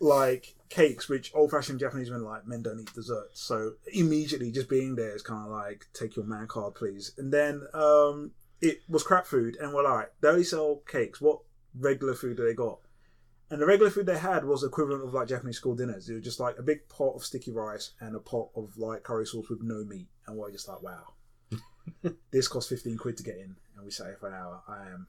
Speaker 2: like cakes, which old fashioned Japanese men like, men don't eat desserts. So immediately just being there is kind of like, take your man card, please. And then um, it was crap food, and we're like, they only sell cakes. What regular food do they got? And the regular food they had was equivalent of like Japanese school dinners. It was just like a big pot of sticky rice and a pot of like curry sauce with no meat. And we're just
Speaker 1: [LAUGHS]
Speaker 2: like, wow, this cost 15 quid to get in. And we sat here for an hour. I am,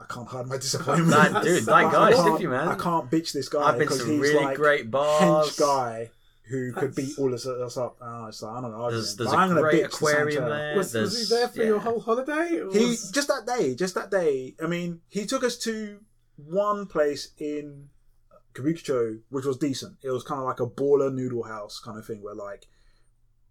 Speaker 2: I can't hide my disappointment.
Speaker 1: That- dude, that
Speaker 2: [LAUGHS] I- I
Speaker 1: guy's
Speaker 2: can't-
Speaker 1: sticky, man.
Speaker 2: I can't bitch this guy
Speaker 1: I've been to
Speaker 2: because
Speaker 1: some
Speaker 2: he's
Speaker 1: really
Speaker 2: like
Speaker 1: great
Speaker 2: hench
Speaker 1: bars.
Speaker 2: guy who could beat all of us up. Oh, it's like, I don't know. I
Speaker 1: There's,
Speaker 2: don't know.
Speaker 1: there's
Speaker 2: But I'm
Speaker 1: a
Speaker 2: gonna
Speaker 1: great
Speaker 2: bitch to San
Speaker 1: aquarium
Speaker 2: Telmo.
Speaker 1: there.
Speaker 5: Was, was he there
Speaker 1: there's-
Speaker 5: for your
Speaker 1: yeah.
Speaker 5: whole holiday? It
Speaker 2: He
Speaker 5: was-
Speaker 2: just that day, just that day. I mean, he took us to one place in Kabukicho, which was decent. It was kind of like a baller noodle house kind of thing, where like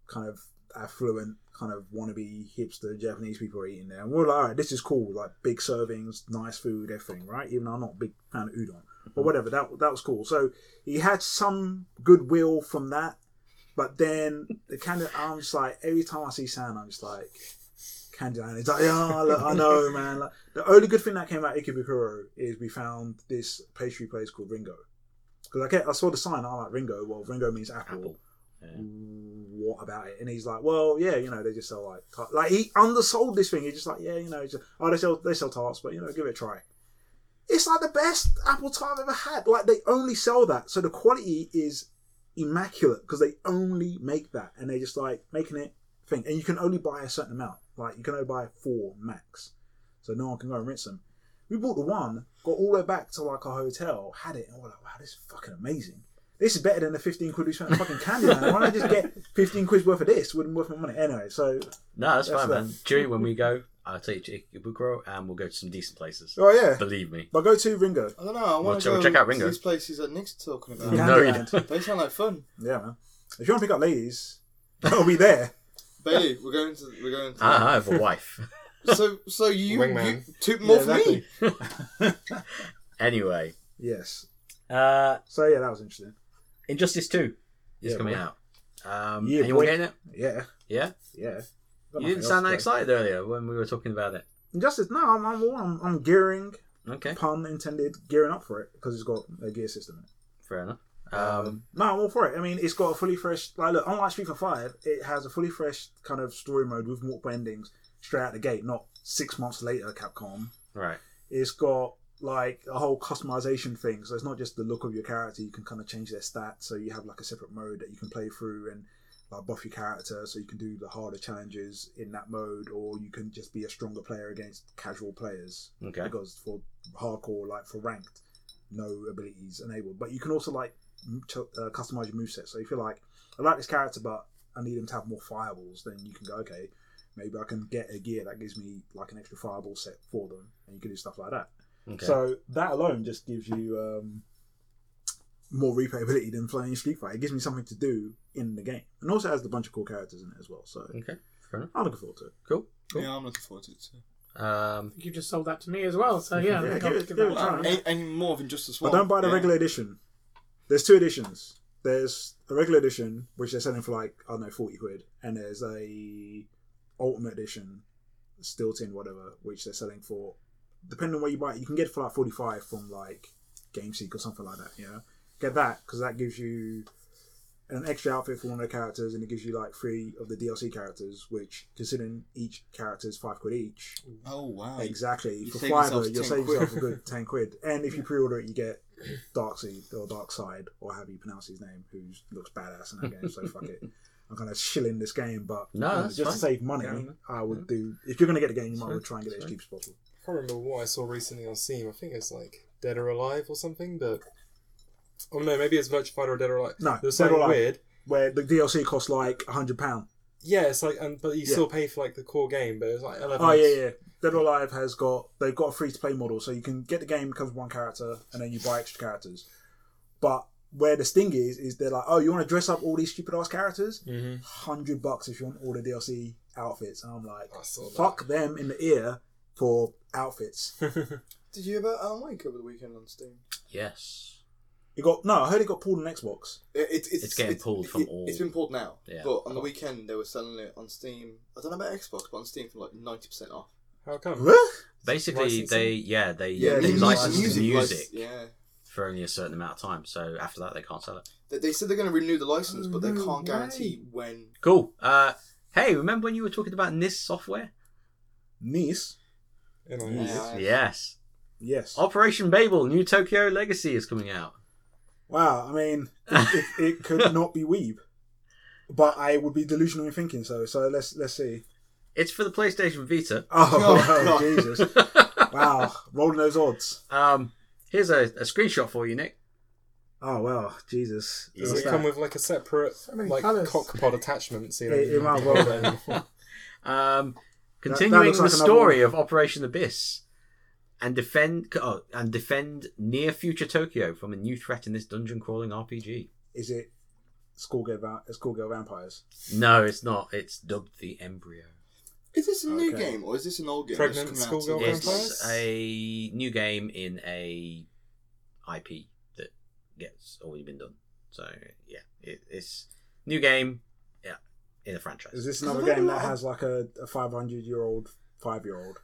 Speaker 2: kind of affluent, kind of wannabe hipster Japanese people are eating there. And we're like, all right, this is cool. Like big servings, nice food, everything, right? Even though I'm not a big fan of udon, but whatever. That that was cool. So he had some goodwill from that. But then the kind of I'm just like every time I see San, I'm just like Candyland. It's like, yeah, look, I know, [LAUGHS] man. Like, the only good thing that came out of Ikebukuro is we found this pastry place called Ringo. Because I, get- I saw the sign, I'm like, Ringo, well, Ringo means apple.
Speaker 1: Apple. Yeah.
Speaker 2: What about it? And he's like, well, yeah, you know, they just sell like, tar-. like he undersold this thing. He's just like, yeah, you know, it's just, oh, they sell, they sell tarts, but you know, give it a try. It's like the best apple tart I've ever had. Like they only sell that, so the quality is immaculate because they only make that, and they're just like making it thing, and you can only buy a certain amount. Like you can only buy four max, so no one can go and rinse them. We bought the one, got all the way back to like our hotel, had it, and we're like, wow, this is fucking amazing. This is better than the fifteen quid we spent on fucking Candyland. Why don't I just get fifteen quid worth of this? Wouldn't worth my money anyway. So,
Speaker 1: No, that's,
Speaker 2: That's
Speaker 1: fine,
Speaker 2: that.
Speaker 1: man. During when we go, I'll take you to Ikebukuro and we'll go to some decent
Speaker 2: [LAUGHS]
Speaker 1: places.
Speaker 2: oh yeah,
Speaker 1: Believe me.
Speaker 2: but go to Ringo.
Speaker 4: I don't know. I want to
Speaker 1: check-
Speaker 4: go
Speaker 1: check out
Speaker 4: to
Speaker 1: Ringo.
Speaker 4: these places that Nick's talking about.
Speaker 2: Yeah.
Speaker 1: No, you
Speaker 2: Candyland.
Speaker 1: don't. [LAUGHS]
Speaker 4: They sound like fun.
Speaker 2: Yeah, man. If you want to pick up ladies, I'll be there.
Speaker 4: Bailey, we're going to we're going to.
Speaker 1: I I have a wife. [LAUGHS]
Speaker 4: So so you, you
Speaker 3: Wingman.
Speaker 4: two more
Speaker 2: Yeah,
Speaker 4: for me.
Speaker 2: exactly.
Speaker 1: Anyway,
Speaker 2: Yes.
Speaker 1: uh,
Speaker 2: So yeah, that was interesting.
Speaker 1: Injustice 2 is
Speaker 2: Yeah,
Speaker 1: coming
Speaker 2: boy.
Speaker 1: out. Um,
Speaker 2: Yeah,
Speaker 1: anyone
Speaker 2: boy.
Speaker 1: getting it?
Speaker 2: Yeah,
Speaker 1: Yeah?
Speaker 2: yeah. Got
Speaker 1: You didn't
Speaker 2: nothing
Speaker 1: sound that
Speaker 2: else to say.
Speaker 1: excited earlier when we were talking about it.
Speaker 2: Injustice. No, I'm I'm, I'm, I'm gearing
Speaker 1: Okay,
Speaker 2: pun intended, gearing up for it because it's got a gear system in it.
Speaker 1: fair enough. Um,
Speaker 2: no, I'm all for it. I mean, it's got a fully fresh. Like, look, unlike Street for Five, it has a fully fresh kind of story mode with multiple endings straight out the gate, not six months later. Capcom.
Speaker 1: right.
Speaker 2: It's got like a whole customization thing, so it's not just the look of your character. You can kind of change their stats, so you have like a separate mode that you can play through and like buff your character, so you can do the harder challenges in that mode, or you can just be a stronger player against casual players
Speaker 1: Okay.
Speaker 2: because for hardcore, like for ranked, no abilities enabled. But you can also like m- ch- uh, customize your moveset. So if you're like, I like this character, but I need him to have more fireballs, then you can go, okay, maybe I can get a gear that gives me like an extra fireball set for them, and you can do stuff like that.
Speaker 1: Okay.
Speaker 2: So that alone just gives you um, more replayability than playing Street Fighter. It gives me something to do in the game, and also has a bunch of cool characters in it as well. So
Speaker 1: okay. Fair enough.
Speaker 2: I'm looking forward to it.
Speaker 1: Cool. Cool.
Speaker 4: Yeah, I'm looking forward to it too.
Speaker 1: Um,
Speaker 5: you just sold that to me as well. So yeah,
Speaker 2: [LAUGHS] Yeah,
Speaker 5: I'll
Speaker 2: give it- give
Speaker 5: give that
Speaker 2: it
Speaker 5: a
Speaker 2: a try.
Speaker 5: try.
Speaker 4: Wow, any, any more than just this one.
Speaker 2: But don't buy the
Speaker 4: Yeah.
Speaker 2: regular edition. There's two editions. There's a regular edition, which they're selling for like, I don't know, 40 quid. And there's a ultimate edition, still tin, whatever, which they're selling for, depending on where you buy it, you can get it for like 45 from like Game Seek or something like that, you know? Get that, because that gives you and an extra outfit for one of the characters, and it gives you like three of the DLC characters, which, considering each character is five quid each,
Speaker 4: Oh wow!
Speaker 2: exactly
Speaker 4: you
Speaker 2: for
Speaker 4: save yourself
Speaker 2: fiber, you'll
Speaker 4: 10
Speaker 2: save
Speaker 4: quid.
Speaker 2: yourself a
Speaker 4: [LAUGHS]
Speaker 2: good ten quid. And if you pre-order it, you get Darkseid or Darkseid or however you pronounce his name, who looks badass in that game. So fuck
Speaker 4: [LAUGHS]
Speaker 2: it. I'm gonna shill in this game, but
Speaker 1: No,
Speaker 2: you know,
Speaker 1: that's
Speaker 2: just to
Speaker 1: fine.
Speaker 2: save money,
Speaker 1: Yeah.
Speaker 2: I would do. If you're gonna get the game, you might
Speaker 6: That's
Speaker 2: as well try and get it as
Speaker 6: fine.
Speaker 2: cheap as possible.
Speaker 3: I can't remember what I saw recently on Steam. I think it's like Dead or Alive or something, but oh no, maybe it's Virtua Fighter or Dead or Alive.
Speaker 2: No,
Speaker 3: there's
Speaker 2: Dead or
Speaker 3: something
Speaker 2: Alive.
Speaker 3: weird.
Speaker 2: Where the DLC costs like hundred pound.
Speaker 3: Yeah, it's like, and but you
Speaker 2: Yeah.
Speaker 3: still pay for like the core game, but it's like eleven.
Speaker 2: Oh yeah, yeah. Dead or Alive has got they've got a free to play model, so you can get the game comes with one character, and then you buy extra characters. But where the sting is, is they're like, oh, you want to dress up all these stupid ass characters?
Speaker 3: Mhm.
Speaker 2: Hundred bucks if you want all the DLC outfits. And I'm like,
Speaker 3: I saw that.
Speaker 2: fuck them in the ear for outfits.
Speaker 4: Did you hear about Alan Wake over the weekend on Steam?
Speaker 1: Yes.
Speaker 2: It got no, I heard it got pulled on Xbox.
Speaker 4: It, it, it's,
Speaker 1: It's getting pulled from all-
Speaker 4: It's been pulled now.
Speaker 1: Yeah.
Speaker 4: But on the weekend they were selling it on Steam. I don't know about Xbox, but on Steam for like ninety percent off.
Speaker 3: [LAUGHS] How come?
Speaker 1: Basically,
Speaker 3: Licensing.
Speaker 1: they yeah they
Speaker 4: Yeah,
Speaker 1: they
Speaker 4: mu-
Speaker 1: license music,
Speaker 4: lic- yeah.
Speaker 1: for only a certain amount of time. So after that, they can't sell it.
Speaker 4: They, they said they're going to renew the license, but they
Speaker 3: No
Speaker 4: can't
Speaker 3: way.
Speaker 4: guarantee when.
Speaker 1: Cool. Uh, hey, remember when you were talking about NIS software?
Speaker 2: Nice.
Speaker 3: You know,
Speaker 4: Yeah.
Speaker 1: Yes.
Speaker 2: Yes.
Speaker 1: Oh. Operation Babel: New Tokyo Legacy is coming out.
Speaker 2: Wow. I mean, it, it, it could not be weeb, but I would be delusional in thinking so. So let's let's see.
Speaker 1: It's for the PlayStation Vita.
Speaker 2: Oh,
Speaker 4: Oh,
Speaker 2: [LAUGHS]
Speaker 4: God.
Speaker 2: Jesus! Wow, rolling those odds.
Speaker 1: [LAUGHS] um, here's a, a screenshot for you, Nick.
Speaker 2: Oh well, Jesus.
Speaker 1: Yeah.
Speaker 3: Does
Speaker 2: What's
Speaker 3: it come
Speaker 2: that?
Speaker 3: with like a separate
Speaker 5: many
Speaker 3: like
Speaker 5: colours.
Speaker 3: cockpot
Speaker 2: [LAUGHS]
Speaker 3: attachment? So you
Speaker 2: It- it
Speaker 3: don't
Speaker 2: might well
Speaker 3: have to-
Speaker 1: Um,
Speaker 2: That- that
Speaker 1: continuing
Speaker 2: looks
Speaker 1: the
Speaker 2: like another
Speaker 1: story
Speaker 2: one.
Speaker 1: of Operation Abyss and defend oh, and defend near future Tokyo from a new threat in this dungeon crawling RPG.
Speaker 2: Is it schoolgirl? Va- schoolgirl vampires.
Speaker 1: No, it's not. It's dubbed the Embryo.
Speaker 4: Is this a new
Speaker 2: Okay.
Speaker 4: game or is this an old game?
Speaker 3: Pregnant
Speaker 4: that's coming out
Speaker 3: schoolgirl
Speaker 4: to-
Speaker 1: It's
Speaker 3: Vampires?
Speaker 1: a new game in a IP that gets already been done. So yeah, it, it's new game. Yeah, in a franchise.
Speaker 2: Is this
Speaker 4: There's
Speaker 2: another
Speaker 4: another
Speaker 2: game that
Speaker 4: one.
Speaker 2: has like a, a five hundred year old five year old?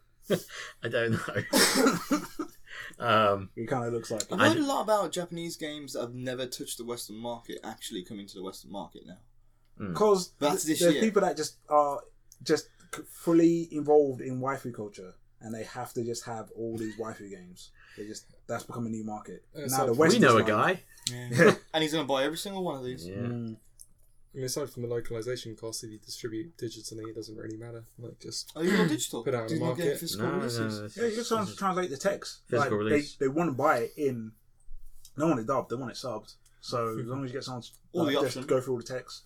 Speaker 1: I don't know.
Speaker 2: [LAUGHS]
Speaker 1: um,
Speaker 2: It kind of looks like.
Speaker 4: I've
Speaker 1: I
Speaker 4: heard
Speaker 1: d-
Speaker 4: a lot about Japanese games that have never touched the Western market actually coming to the Western market now.
Speaker 2: Because
Speaker 4: Mm. That's this
Speaker 2: there's
Speaker 4: year.
Speaker 2: people that just are just c- fully involved in waifu culture, and they have to just have all these waifu games. They just that's become a new market.
Speaker 3: Uh,
Speaker 2: now
Speaker 3: so
Speaker 2: the
Speaker 3: we
Speaker 2: West
Speaker 1: we know a
Speaker 2: is like-
Speaker 1: guy.
Speaker 4: [LAUGHS] and he's going to buy every single one of these.
Speaker 1: Yeah.
Speaker 2: Mm.
Speaker 3: I mean, aside from the localization costs, if you distribute digitally, it doesn't really matter. Like, just
Speaker 4: Are you on digital?
Speaker 3: Put it out on
Speaker 4: Do you
Speaker 3: [CLEARS THROAT] the
Speaker 4: Oh, not get
Speaker 3: market.
Speaker 4: physical releases?
Speaker 1: this
Speaker 2: Yeah,
Speaker 1: is-
Speaker 2: you're trying
Speaker 1: this
Speaker 2: to
Speaker 1: is-
Speaker 2: translate the text.
Speaker 1: Physical
Speaker 2: Like,
Speaker 1: release.
Speaker 2: They, they want to buy it in. No one it dubbed. They want it subbed. So as long as you get someone to
Speaker 4: All
Speaker 2: like,
Speaker 4: the option.
Speaker 2: just go through all the text,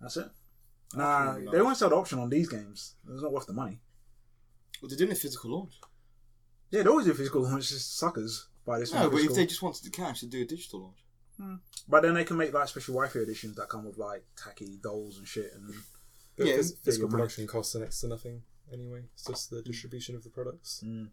Speaker 2: that's it. Nah,
Speaker 4: Option would be
Speaker 2: they
Speaker 4: nice.
Speaker 2: won't sell the option on these games. It's not worth the money.
Speaker 4: Well, they're doing a physical launch.
Speaker 2: Yeah, they always do physical launches. Just suckers by this.
Speaker 4: No, but if
Speaker 2: physical.
Speaker 4: they just wanted the cash, they'd do a digital launch.
Speaker 2: But then they can make like special waifu editions that come with like tacky dolls and shit. And
Speaker 3: the
Speaker 4: Yeah,
Speaker 3: phys-
Speaker 4: it's
Speaker 3: physical
Speaker 2: bigger
Speaker 3: production costs are next to nothing anyway. It's just
Speaker 2: Mm.
Speaker 3: the distribution of the products.
Speaker 4: Video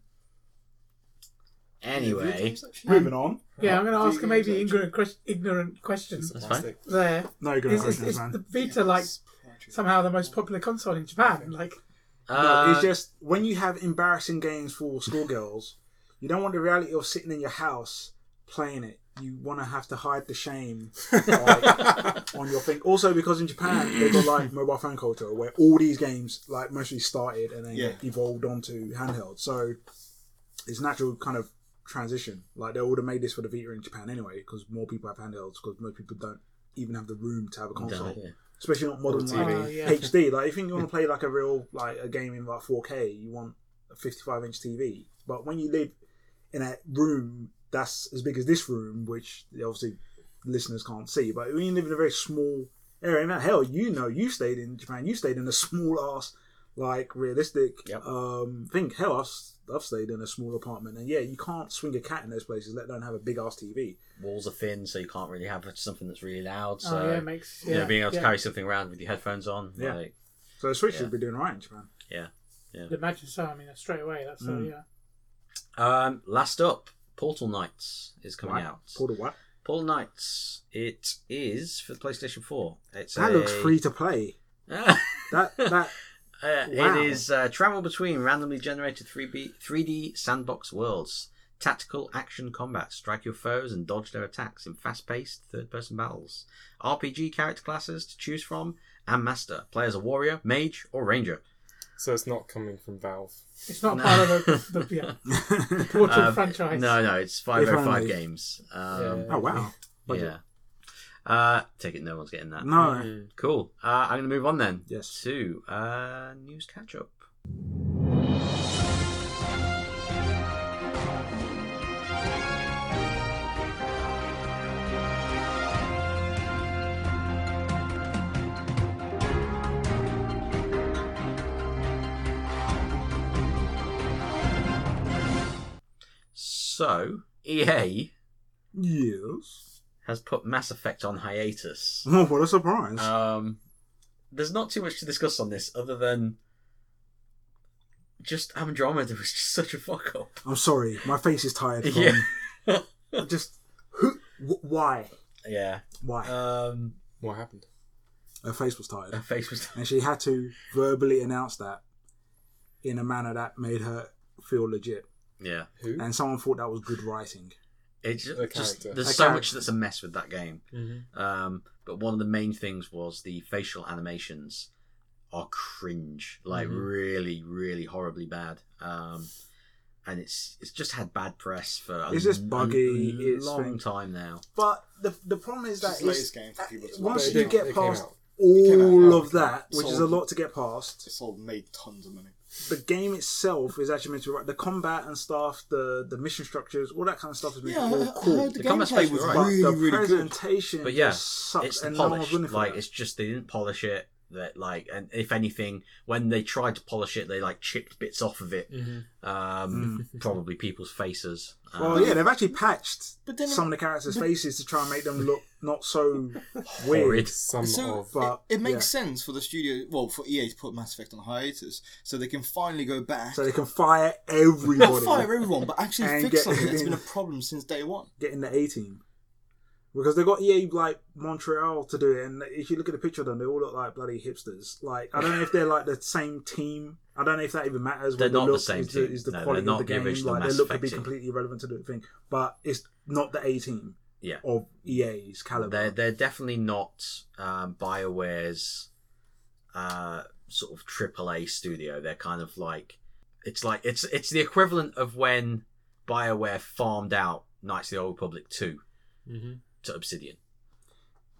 Speaker 1: Anyway,
Speaker 4: games,
Speaker 2: [LAUGHS]
Speaker 4: actually?
Speaker 2: moving on.
Speaker 5: Yeah, I'm going to
Speaker 4: Video
Speaker 5: ask a maybe
Speaker 4: games,
Speaker 5: ignorant, ques- ignorant question
Speaker 3: It's a
Speaker 1: That's
Speaker 3: plastic.
Speaker 5: there.
Speaker 2: No, you're gonna
Speaker 5: Is, is,
Speaker 2: question
Speaker 5: is
Speaker 2: us, man.
Speaker 5: the Vita like
Speaker 4: It's proprietary.
Speaker 5: somehow the most popular console in Japan? Like,
Speaker 2: [LAUGHS]
Speaker 5: oh,
Speaker 2: no,
Speaker 1: uh,
Speaker 2: it's just when you have embarrassing games for schoolgirls, you don't want the reality of sitting in your house playing it. You want to have to hide the
Speaker 4: [LAUGHS]
Speaker 2: shame
Speaker 1: [LAUGHS]
Speaker 2: like, on your thing. Also, because in Japan they've got like mobile phone culture, where all these games like mostly started and then
Speaker 4: Yeah.
Speaker 2: evolved onto handheld. So it's natural kind of transition. Like they would have made this for the Vita in Japan anyway, because more people have handhelds. Because most people don't even have the room to have a console
Speaker 1: yeah.
Speaker 2: especially not modern
Speaker 3: Or TV.
Speaker 2: like,
Speaker 5: Oh, yeah.
Speaker 2: HD. Like, if you want to play like a real like a game in like 4K, you want a 55 inch TV. But when you live in a room that's as big as this room, which obviously listeners can't see, but when you live in a very small area, now hell, you know, you stayed in Japan, you stayed in a small ass like realistic
Speaker 1: Yep.
Speaker 2: um thing. Hell, I've, I've stayed in a small apartment, and yeah, you can't swing a cat in those places, let alone have a big ass TV.
Speaker 1: walls are thin, so you can't really have something that's really loud. So
Speaker 5: oh, yeah, it makes yeah,
Speaker 1: you know, being able to
Speaker 5: yeah.
Speaker 1: carry something around with your headphones on,
Speaker 2: Yeah.
Speaker 1: like,
Speaker 2: So the Switch
Speaker 1: Yeah.
Speaker 2: should be doing right in Japan.
Speaker 1: yeah.
Speaker 5: I'd Imagine so. I mean, that's straight away. That's uh,
Speaker 2: Mm.
Speaker 5: yeah.
Speaker 1: Um, last up, Portal Knights is coming
Speaker 2: What?
Speaker 1: out.
Speaker 2: Portal what?
Speaker 1: Portal Knights. It is for the PlayStation Four. It's
Speaker 2: That
Speaker 1: a-
Speaker 2: looks free to play.
Speaker 1: [LAUGHS]
Speaker 2: That that
Speaker 1: Uh,
Speaker 2: Wow.
Speaker 1: It is uh, travel between randomly generated 3B, 3D sandbox worlds. Tactical action combat. Strike your foes and dodge their attacks in fast paced third person battles. RPG character classes to choose from and master. Play as a warrior, mage, or ranger.
Speaker 3: So it's not coming from Valve.
Speaker 5: It's not
Speaker 1: No.
Speaker 5: part of the, the yeah,
Speaker 2: [LAUGHS]
Speaker 5: Portal
Speaker 1: Um,
Speaker 5: franchise.
Speaker 1: No, no, it's 505
Speaker 2: only.
Speaker 1: games. Um,
Speaker 2: Oh wow.
Speaker 1: yeah. Uh, take it, no one's getting that.
Speaker 2: No.
Speaker 1: Cool. Uh, I'm going to move on then
Speaker 2: Yes.
Speaker 1: to uh, news catch up. So, EA
Speaker 2: Yes.
Speaker 1: has put Mass Effect on hiatus.
Speaker 2: Oh, [LAUGHS] what a surprise.
Speaker 1: [LAUGHS]
Speaker 4: Uh,
Speaker 1: Um, there's not too much to discuss on this other than just Andromeda was just such a fuck up.
Speaker 2: I'm sorry, my face is tired.
Speaker 1: [LAUGHS]
Speaker 2: From
Speaker 1: Yeah.
Speaker 2: [LAUGHS] Just who? Wh- why?
Speaker 1: Yeah.
Speaker 2: Why?
Speaker 4: Uh,
Speaker 1: Um,
Speaker 3: What happened?
Speaker 2: her face was
Speaker 1: her
Speaker 2: tired,
Speaker 1: face was. [LAUGHS]
Speaker 2: and she had to verbally announce that in a manner that made her feel legit.
Speaker 1: Yeah.
Speaker 3: Who?
Speaker 2: And someone thought that was good writing.
Speaker 1: It's ju-
Speaker 3: The
Speaker 1: just
Speaker 3: character.
Speaker 1: there's
Speaker 2: The
Speaker 1: so
Speaker 2: character.
Speaker 1: much that's a mess with that game.
Speaker 3: Mm-hmm.
Speaker 1: Um, but one of the main things was the facial animations are cringe, like
Speaker 3: Mhm.
Speaker 1: really, really horribly bad. Um, and it's it's just had bad press for a,
Speaker 2: It's just
Speaker 1: l-
Speaker 2: buggy,
Speaker 1: a
Speaker 2: it's
Speaker 1: long
Speaker 2: thing-
Speaker 1: time now.
Speaker 2: But the the problem is that
Speaker 4: It's the latest game for people to
Speaker 2: once
Speaker 3: But it
Speaker 2: you
Speaker 3: did- it
Speaker 2: get
Speaker 3: came
Speaker 2: past
Speaker 3: out.
Speaker 4: came out
Speaker 2: all
Speaker 4: now.
Speaker 2: of that, which is a
Speaker 4: Sold.
Speaker 2: lot to get past,
Speaker 4: It's all made tons of money.
Speaker 2: the game itself is actually meant to be right. The combat and stuff, the the mission structures, all that kind of stuff is meant
Speaker 4: Yeah,
Speaker 2: to be
Speaker 4: I,
Speaker 2: all cool.
Speaker 4: heard the,
Speaker 1: The combat
Speaker 4: gameplay
Speaker 1: space
Speaker 4: was
Speaker 1: was
Speaker 2: but
Speaker 1: right.
Speaker 4: really,
Speaker 2: the
Speaker 4: really good.
Speaker 2: presentation
Speaker 1: But yeah,
Speaker 2: just sucks,
Speaker 1: it's the
Speaker 2: and no
Speaker 1: polish.
Speaker 2: one's winning for
Speaker 1: like
Speaker 2: that.
Speaker 1: it's just they didn't polish it. That like, and if anything, when they tried to polish it, they like chipped bits off of it. Um, Probably people's faces. Um,
Speaker 2: Mm. Well, yeah, they've actually patched
Speaker 4: But then-
Speaker 2: some of the characters' faces to try and make them look not
Speaker 1: [LAUGHS]
Speaker 2: so
Speaker 1: horrid.
Speaker 2: weird.
Speaker 3: Some
Speaker 4: So
Speaker 3: of.
Speaker 2: but-
Speaker 4: it, it makes
Speaker 2: uh, yeah.
Speaker 4: sense for the studio, well, for EA to put Mass Effect on hiatus, so they can finally go back,
Speaker 2: So they can fire
Speaker 4: not
Speaker 2: everybody.
Speaker 4: fire everyone, but actually
Speaker 2: And
Speaker 4: fix
Speaker 2: get-
Speaker 4: something that's been a problem since day one.
Speaker 2: get in the A team. Because they got EA like Montreal to do it, and if you look at the picture of them, they all look like bloody hipsters. Like I don't know if they're like the same team. I don't know if that even matters.
Speaker 1: They're
Speaker 2: whether
Speaker 1: not the
Speaker 2: look
Speaker 1: same
Speaker 2: is
Speaker 1: team.
Speaker 2: Is the
Speaker 1: No, they're
Speaker 2: quality
Speaker 1: not
Speaker 2: of the
Speaker 1: the
Speaker 2: game
Speaker 1: original
Speaker 2: like they
Speaker 1: Mass
Speaker 2: look to
Speaker 1: Effect
Speaker 2: be
Speaker 1: team.
Speaker 2: completely irrelevant to the thing? But it's not the A team
Speaker 1: Yeah.
Speaker 2: of EA's caliber.
Speaker 1: They're they're definitely not um, Bioware's uh, sort of AAA studio. They're kind of like it's like it's it's the equivalent of when Bioware farmed out Knights of the Old Republic two
Speaker 3: Mm-hmm.
Speaker 1: to Obsidian.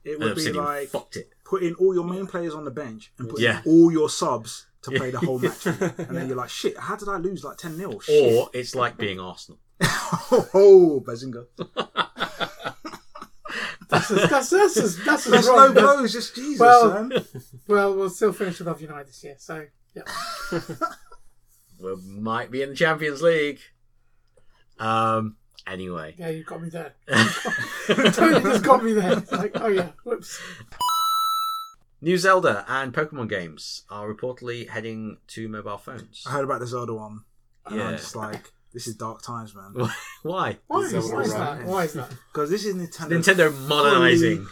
Speaker 2: it
Speaker 1: And
Speaker 2: would be
Speaker 1: Obsidian
Speaker 2: like
Speaker 1: fucked it.
Speaker 2: putting all your main players on the bench and putting
Speaker 1: Yeah.
Speaker 2: all your subs to play the whole
Speaker 1: Yeah. [LAUGHS] Oh.
Speaker 2: match, and then you're like, shit, how did I lose like ten 0
Speaker 1: Or it's like being Arsenal.
Speaker 2: [LAUGHS] oh, Bazinga.
Speaker 5: That's just, that's, that's just, that's just
Speaker 2: That's no
Speaker 5: wrong.
Speaker 2: blows, just Jesus,
Speaker 5: Well-
Speaker 2: man.
Speaker 5: Well, we'll still finish above United this year, so yeah.
Speaker 1: we might be in the Champions League. Um. Anyway,
Speaker 5: Yeah, you got me there. [LAUGHS]
Speaker 2: [LAUGHS]
Speaker 5: totally just got me there. It's like, oh yeah, whoops.
Speaker 1: [LAUGHS] New Zelda and Pokemon games are reportedly heading to mobile phones.
Speaker 2: I heard about the Zelda one, and Uh, I'm
Speaker 1: Yeah.
Speaker 2: just like, this is dark times, man.
Speaker 1: Why?
Speaker 5: Why is,
Speaker 3: Zelda
Speaker 5: why is that?
Speaker 3: Run.
Speaker 5: Why is that?
Speaker 2: Because this is Nintendo,
Speaker 1: Nintendo modernizing.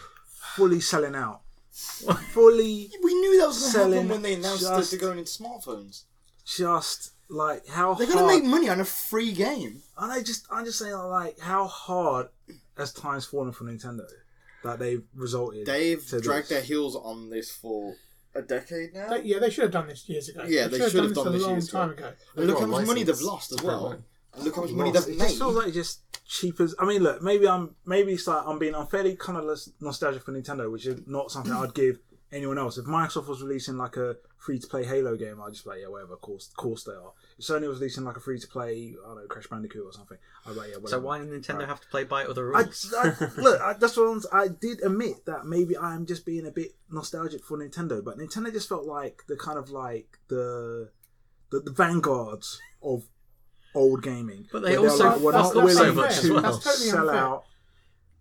Speaker 2: fully selling out, fully
Speaker 4: We knew that was going to
Speaker 2: Selling
Speaker 4: happen when they announced that
Speaker 2: just-
Speaker 4: they're going into smartphones.
Speaker 2: just like how
Speaker 4: They're going to
Speaker 2: hard.
Speaker 4: make money on a free game.
Speaker 2: and I just, I'm just saying like how hard has times fallen for Nintendo that they've resulted.
Speaker 4: They've
Speaker 2: to
Speaker 4: dragged their
Speaker 2: this.
Speaker 4: heels on this for a decade now.
Speaker 5: They- yeah, they should have done this years ago.
Speaker 4: Yeah, they should have done
Speaker 5: a
Speaker 4: this
Speaker 5: long
Speaker 4: years ago.
Speaker 5: time ago.
Speaker 4: and look
Speaker 3: got
Speaker 4: how
Speaker 3: a
Speaker 4: much money
Speaker 3: license
Speaker 4: they've lost as
Speaker 3: to
Speaker 4: well.
Speaker 3: promote.
Speaker 4: And look how much money
Speaker 2: Lost.
Speaker 4: they've
Speaker 2: It
Speaker 4: made.
Speaker 2: just feels like just cheap as. I mean, look, maybe I'm maybe it's like I'm being unfairly kind of less nostalgic for Nintendo, which is not something I'd give anyone else. If Microsoft was releasing like a free to play Halo game, I'd just be like, yeah, whatever. Of course, of course they are. If Sony was releasing like a free to play, I don't know, Crash Bandicoot or something, I'd be like, yeah, whatever.
Speaker 1: So why did Nintendo have to play by other
Speaker 2: I,
Speaker 1: rules? [LAUGHS]
Speaker 2: I- look, I, that's what I'm, I did admit that maybe I am just being a bit nostalgic for Nintendo, but Nintendo just felt like the kind of like the the, the vanguards of old gaming.
Speaker 1: But they
Speaker 2: where they're
Speaker 1: also
Speaker 2: we're
Speaker 5: fucked
Speaker 2: not
Speaker 5: up so
Speaker 2: willing to
Speaker 5: much as well. That's totally
Speaker 2: sell
Speaker 5: unfair.
Speaker 2: out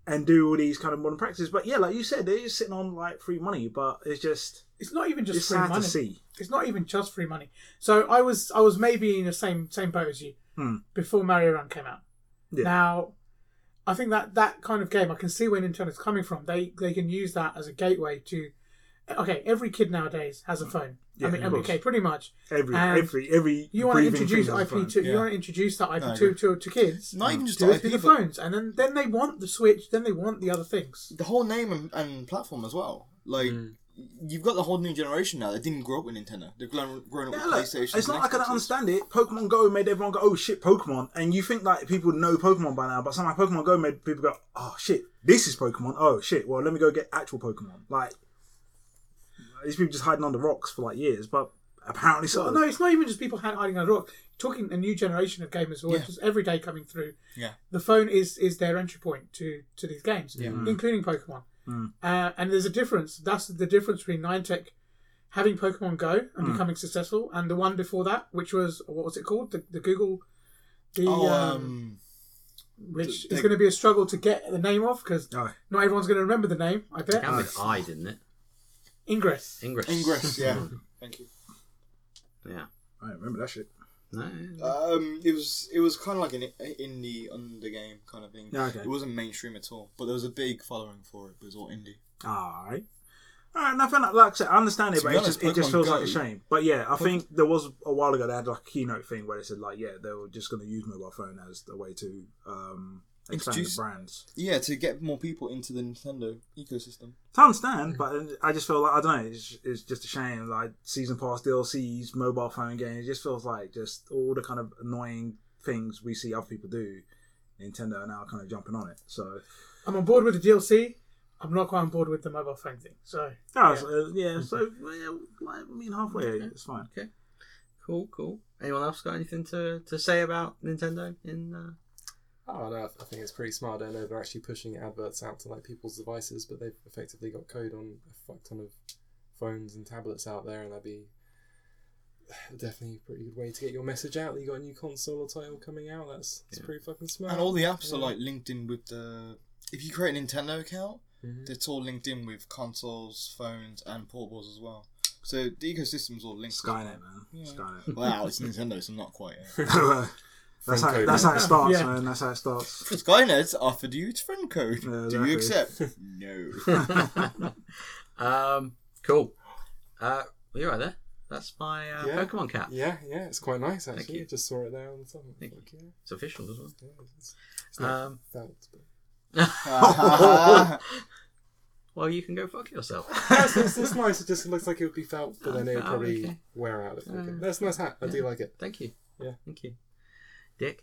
Speaker 2: and do all these kind of modern practices. But yeah, like you said, they're just sitting on like free money, but it's just
Speaker 5: It's not even just
Speaker 2: it's
Speaker 5: free
Speaker 2: sad
Speaker 5: money.
Speaker 2: to see.
Speaker 5: It's not even just free money. So I was I was maybe in the same same boat as you
Speaker 2: Hmm.
Speaker 5: before Mario Run came out.
Speaker 2: Yeah.
Speaker 5: Now, I think that that kind of game I can see where Nintendo's coming from. They they can use that as a gateway to. Okay, every kid nowadays has a phone.
Speaker 2: Yeah,
Speaker 5: I mean
Speaker 2: of course.
Speaker 5: MBK, pretty much.
Speaker 2: Every
Speaker 5: And
Speaker 2: every every
Speaker 5: You want to
Speaker 2: breathing
Speaker 5: introduce
Speaker 2: thing on the
Speaker 5: IP
Speaker 2: phone.
Speaker 5: to you
Speaker 3: Yeah.
Speaker 5: want to introduce that IP
Speaker 4: No, I
Speaker 5: to,
Speaker 4: agree.
Speaker 5: to to kids. Mm.
Speaker 4: Not even just
Speaker 5: do it through
Speaker 4: IP,
Speaker 5: the
Speaker 4: but
Speaker 5: phones, and then then they want the Switch, then they want the other things.
Speaker 4: the whole name and, and platform as well. Like you've got the whole new generation now that didn't grow up with Nintendo. They've grown, grown up
Speaker 2: Yeah,
Speaker 4: with
Speaker 2: look,
Speaker 4: PlayStation.
Speaker 2: it's not
Speaker 4: and
Speaker 2: like I don't
Speaker 4: Xboxes.
Speaker 2: understand it. Pokemon Go made everyone go, "Oh shit, Pokemon!" And you think like people know Pokemon by now, but somehow Pokemon Go made people go, "Oh shit, this is Pokemon." Oh shit, well let me go get actual Pokemon. Like these people just hiding under rocks for like years, but apparently so.
Speaker 5: Well, no, it's not even just people hiding under rock. Talking a new generation of gamers who are
Speaker 4: Yeah.
Speaker 5: just every day coming through.
Speaker 4: Yeah.
Speaker 5: The phone is is their entry point to to these games,
Speaker 4: Mm.
Speaker 5: including Pokemon. Uh, and there's a difference. That's the difference between Niantic having Pokemon Go and becoming successful, and the one before that, which was what was it called? The, the Google, the
Speaker 4: Oh,
Speaker 5: um,
Speaker 4: um,
Speaker 5: which
Speaker 4: the-
Speaker 5: is going to be a struggle to get the name of because
Speaker 2: Oh.
Speaker 5: not everyone's going to remember the name. I bet
Speaker 1: Began with I, didn't it?
Speaker 5: Ingress.
Speaker 1: Ingress.
Speaker 2: [LAUGHS]
Speaker 4: Ingress. Yeah, thank you.
Speaker 1: Yeah.
Speaker 2: I don't remember that shit.
Speaker 1: No.
Speaker 4: Um, it was it was kind of like an i- indie under game kind of thing.
Speaker 2: Yeah, okay.
Speaker 4: It wasn't mainstream at all, but there was a big following for it. But it was all indie.
Speaker 2: All right. All right, nothing like I said, I understand it,
Speaker 4: To
Speaker 2: but
Speaker 4: be
Speaker 2: it's
Speaker 4: honest,
Speaker 2: just, it just
Speaker 4: Pokemon
Speaker 2: feels like
Speaker 4: Go-
Speaker 2: a shame. But yeah, I think there was a while ago they had like a keynote thing where they said like, yeah, they were just going to use mobile phone as a way to um, expand
Speaker 4: Introduce-
Speaker 2: the brands.
Speaker 4: Yeah, to get more people into the Nintendo ecosystem.
Speaker 2: I understand, but I just feel like I don't know. It's, it's just a shame. Like season pass DLCs, mobile phone games, it just feels like just all the kind of annoying things we see other people do. Nintendo are now kind of jumping on it. So
Speaker 5: I'm on board with the DLC. I'm not quite on board with the mobile phone thing. So
Speaker 2: yeah, so, uh, yeah, so yeah, like, I mean halfway, it's fine.
Speaker 1: Cool, cool. Anyone else got anything to, to say about Nintendo in uh,
Speaker 3: Oh no, I think it's pretty smart. I don't know they're actually pushing adverts out to like people's devices, but they've effectively got code on a fuck ton of phones and tablets out there, and that'd be definitely a pretty good way to get your message out that you got a new console or title coming out. That's, that's
Speaker 1: Yeah.
Speaker 3: pretty fucking smart.
Speaker 4: And all the apps are
Speaker 3: Yeah.
Speaker 4: like linked in with the. If you create a Nintendo account,
Speaker 3: Mhm.
Speaker 4: it's all linked in with consoles, phones, and portables as well. So the ecosystem's all linked. as well.
Speaker 2: Skynet, man.
Speaker 4: Yeah.
Speaker 2: Skynet. [LAUGHS]
Speaker 4: Wow, it's Nintendo, so not quite yet.
Speaker 2: that's how
Speaker 3: Friend
Speaker 2: that's how
Speaker 3: code.
Speaker 2: it starts,
Speaker 5: Yeah.
Speaker 2: man. That's how it starts.
Speaker 4: Skynet offered you its friend code.
Speaker 2: Yeah,
Speaker 4: Do you accept?
Speaker 2: exactly. [LAUGHS]
Speaker 1: [LAUGHS]
Speaker 4: no.
Speaker 1: um, cool. Uh, you're right there. That's my uh,
Speaker 3: Yeah.
Speaker 1: Pokemon cap.
Speaker 3: Yeah, yeah, it's quite nice actually.
Speaker 1: you.
Speaker 3: Just saw it there on the top.
Speaker 1: Thank
Speaker 3: Fuck yeah.
Speaker 1: It's official as well.
Speaker 3: yeah it's, it's not
Speaker 1: Um,
Speaker 3: felt,
Speaker 1: [LAUGHS]
Speaker 3: but
Speaker 1: well, you can go fuck yourself.
Speaker 3: No, it's, it's, it's nice. It just looks like it would be felt, but then it would
Speaker 1: Oh,
Speaker 3: probably
Speaker 1: okay.
Speaker 3: wear out. If we can.
Speaker 1: Uh,
Speaker 3: That's a nice hat. I do like it.
Speaker 1: Thank you.
Speaker 3: Yeah.
Speaker 1: Thank you, Dick.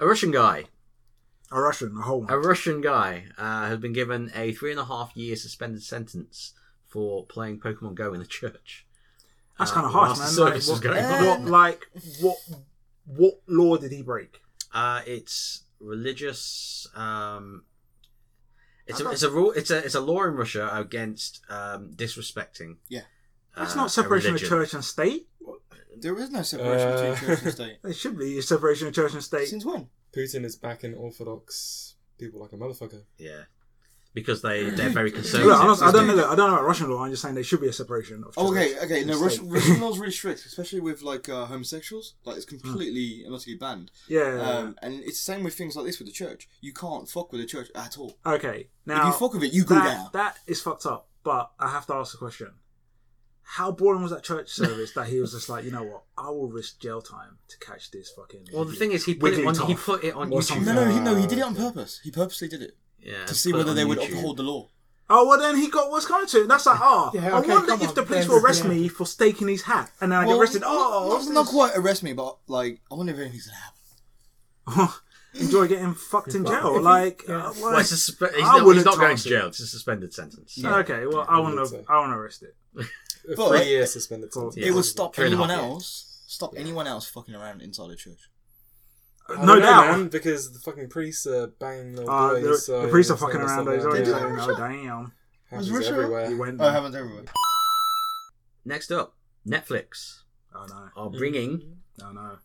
Speaker 1: A Russian guy,
Speaker 2: [LAUGHS] A Russian, a whole one.
Speaker 1: a Russian guy, uh, has been given a three and a half year suspended sentence for playing Pokemon Go in a church.
Speaker 2: That's
Speaker 1: Uh,
Speaker 2: kind of harsh,
Speaker 1: whilst the
Speaker 2: man. Like,
Speaker 1: service was
Speaker 2: what,
Speaker 1: going
Speaker 4: on.
Speaker 2: what- like what? What law did he break?
Speaker 1: Uh, it's religious. Um, it's
Speaker 2: I'm
Speaker 1: a,
Speaker 2: not-
Speaker 1: it's a rule. It's a it's a law in Russia against um, disrespecting.
Speaker 4: Yeah.
Speaker 2: That's
Speaker 1: uh, a
Speaker 2: not separation of
Speaker 1: religion.
Speaker 2: church and state.
Speaker 4: there is no separation
Speaker 3: Uh,
Speaker 4: between church and
Speaker 2: [LAUGHS]
Speaker 4: state.
Speaker 2: There should be a separation of church and state.
Speaker 4: Since when?
Speaker 3: Putin is back in Orthodox people like a motherfucker.
Speaker 1: Yeah, because
Speaker 2: [LAUGHS]
Speaker 1: they they're very conservative.
Speaker 2: Look, I'm not, I don't
Speaker 1: It's
Speaker 2: know. Look, I don't know about Russian law. I'm just saying there should be a separation of. Church
Speaker 4: Oh, Okay, okay.
Speaker 2: and
Speaker 4: No,
Speaker 2: state.
Speaker 4: Russian, Russian law's really strict, especially with like uh, homosexuals. Like it's completely and utterly banned.
Speaker 2: Hmm. yeah.
Speaker 4: Um, and it's the same with things like this with the church. You can't fuck with the church at all.
Speaker 2: okay. Now
Speaker 4: if you fuck with it, you go down.
Speaker 2: that, that is fucked up. But I have to ask a question. How boring was that church service that he was just like, you know what? I will risk jail time to catch this fucking.
Speaker 1: Well, the
Speaker 2: idiot."
Speaker 1: thing is, he put it on. He
Speaker 2: Wigglytuff.
Speaker 1: put it on
Speaker 2: Or
Speaker 1: YouTube.
Speaker 2: something. Uh,
Speaker 4: No, no, he, no. He did it on purpose. He purposely did it
Speaker 1: Yeah,
Speaker 4: to
Speaker 1: put
Speaker 4: see
Speaker 1: it
Speaker 4: whether
Speaker 1: on
Speaker 4: they would
Speaker 1: YouTube.
Speaker 4: uphold the law.
Speaker 2: Oh well, then he got what's coming to. him. That's like, oh,
Speaker 5: Yeah, okay,
Speaker 2: I wonder
Speaker 5: come
Speaker 2: if
Speaker 5: on.
Speaker 2: the police
Speaker 5: Then-
Speaker 2: will arrest
Speaker 5: yeah.
Speaker 2: me for staking his hat, and then I get arrested. Oh,
Speaker 4: not, not quite arrest me, but like I wonder if anything's gonna happen.
Speaker 2: [LAUGHS] enjoy getting fucked in jail.
Speaker 5: if
Speaker 2: Like,
Speaker 5: you- yeah.
Speaker 2: uh, like-
Speaker 1: Well, it's a suspe- he's
Speaker 2: I
Speaker 1: not, he's
Speaker 2: wouldn't
Speaker 1: not going
Speaker 2: trust
Speaker 1: to
Speaker 2: it.
Speaker 1: jail. It's a suspended sentence. So,
Speaker 2: okay, well, I want
Speaker 3: would say.
Speaker 2: to, I want to arrest it.
Speaker 3: A
Speaker 4: But-
Speaker 3: three year suspended sentence.
Speaker 1: Yeah.
Speaker 4: it would stop
Speaker 1: Three and a half
Speaker 4: anyone
Speaker 1: years.
Speaker 4: else. Stop anyone else fucking around inside a church.
Speaker 3: I
Speaker 2: No
Speaker 3: don't know,
Speaker 2: doubt.
Speaker 3: man, because the fucking priests are banging little
Speaker 2: Uh,
Speaker 3: boys.
Speaker 2: the,
Speaker 3: so
Speaker 2: the police are
Speaker 3: it's not
Speaker 2: fucking
Speaker 3: gonna
Speaker 2: around.
Speaker 3: stop
Speaker 2: Those
Speaker 3: them.
Speaker 2: always
Speaker 4: Yeah.
Speaker 2: saying, "Oh, damn,
Speaker 3: Happens
Speaker 4: Russia-
Speaker 3: everywhere.
Speaker 2: he went."
Speaker 4: Oh, it
Speaker 2: there.
Speaker 4: happens everywhere.
Speaker 1: Next up, Netflix
Speaker 2: Oh no,
Speaker 1: are bringing
Speaker 2: oh no.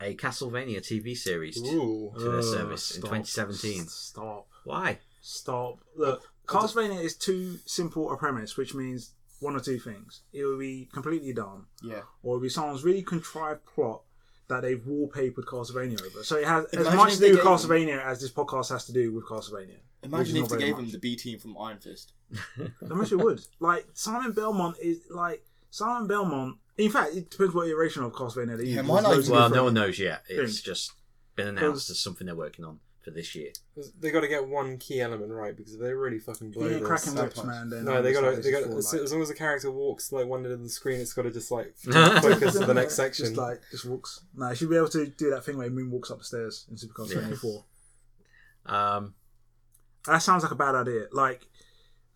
Speaker 1: a Castlevania TV series to,
Speaker 3: Ooh.
Speaker 1: to their
Speaker 2: Ugh,
Speaker 1: service in
Speaker 2: stop.
Speaker 1: 2017.
Speaker 2: S- Stop,
Speaker 1: Why?
Speaker 2: stop. Look, Castlevania is too simple a premise, which means one or two things: it will be completely dumb,
Speaker 4: Yeah.
Speaker 2: or it'll be someone's really contrived plot that they've wallpapered Castlevania over. So it has as
Speaker 4: Imagine
Speaker 2: much
Speaker 4: if
Speaker 2: to
Speaker 4: they
Speaker 2: do with
Speaker 4: gave them-
Speaker 2: Castlevania as this podcast has to do with Castlevania.
Speaker 4: Imagine
Speaker 2: Which
Speaker 4: if
Speaker 2: is
Speaker 4: they
Speaker 2: not very
Speaker 4: gave
Speaker 2: much.
Speaker 4: him the B team from Iron Fist.
Speaker 2: I wish it would. Like Simon Belmont is like Simon Belmont. In fact, it depends what iteration of Castlevania they use.
Speaker 4: Yeah,
Speaker 2: There's
Speaker 4: mine are-
Speaker 2: loads of
Speaker 1: Well,
Speaker 2: different-
Speaker 1: no
Speaker 2: [LAUGHS]
Speaker 1: one knows yet. It's
Speaker 2: Think.
Speaker 1: just been announced as something they're working on for this year.
Speaker 3: They got to get one key element right because if they really fucking blow
Speaker 2: Yeah,
Speaker 3: this,
Speaker 2: cracking
Speaker 4: that
Speaker 2: whips,
Speaker 4: much.
Speaker 2: man. Then
Speaker 3: No, they
Speaker 2: It's
Speaker 3: got to.
Speaker 2: like,
Speaker 3: They got
Speaker 2: it's
Speaker 3: as,
Speaker 2: just
Speaker 3: as long as the character walks like one end of the screen, it's got to
Speaker 2: [LAUGHS]
Speaker 3: just like
Speaker 2: full,
Speaker 3: focus
Speaker 2: like-
Speaker 3: to the next section.
Speaker 2: Just [LAUGHS] like just walks. No, she'll be able to do that thing where he moonwalks up the stairs in Super
Speaker 1: Yeah.
Speaker 2: Castlevania Four.
Speaker 1: Um,
Speaker 2: That sounds like a bad idea. Like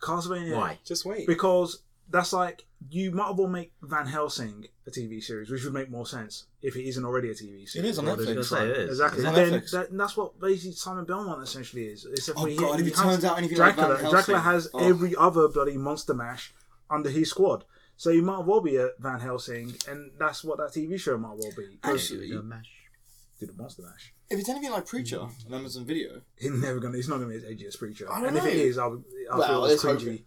Speaker 2: Castlevania.
Speaker 1: Why?
Speaker 3: just wait.
Speaker 2: Because that's like you might as well make Van Helsing a TV series, which would make more sense if it isn't already a TV series.
Speaker 4: It is on
Speaker 2: rather than
Speaker 4: Netflix.
Speaker 1: Say it is.
Speaker 2: Exactly.
Speaker 4: It's on
Speaker 2: then
Speaker 4: Netflix.
Speaker 2: that, and that's what basically Simon Belmont essentially is. It's if
Speaker 4: Oh
Speaker 2: we-
Speaker 4: God,
Speaker 2: he
Speaker 4: if it
Speaker 2: has-
Speaker 4: turns out anything like
Speaker 2: Dracula,
Speaker 4: Van
Speaker 2: Dracula
Speaker 4: Helsing.
Speaker 2: has
Speaker 4: Oh.
Speaker 2: every other bloody monster mash under his squad. So you might well be a Van Helsing, and that's what that TV show might well be. 'cause-
Speaker 4: Actually-
Speaker 1: the mash.
Speaker 2: do the monster mash.
Speaker 4: If it's anything like Preacher on Amazon Video,
Speaker 2: He's never gonna. He's not gonna be as edgy as Preacher.
Speaker 4: I don't
Speaker 2: and if it
Speaker 4: know.
Speaker 2: is, I'll, I'll
Speaker 4: Well,
Speaker 2: feel it's
Speaker 4: let's hope
Speaker 2: cringy.
Speaker 4: it-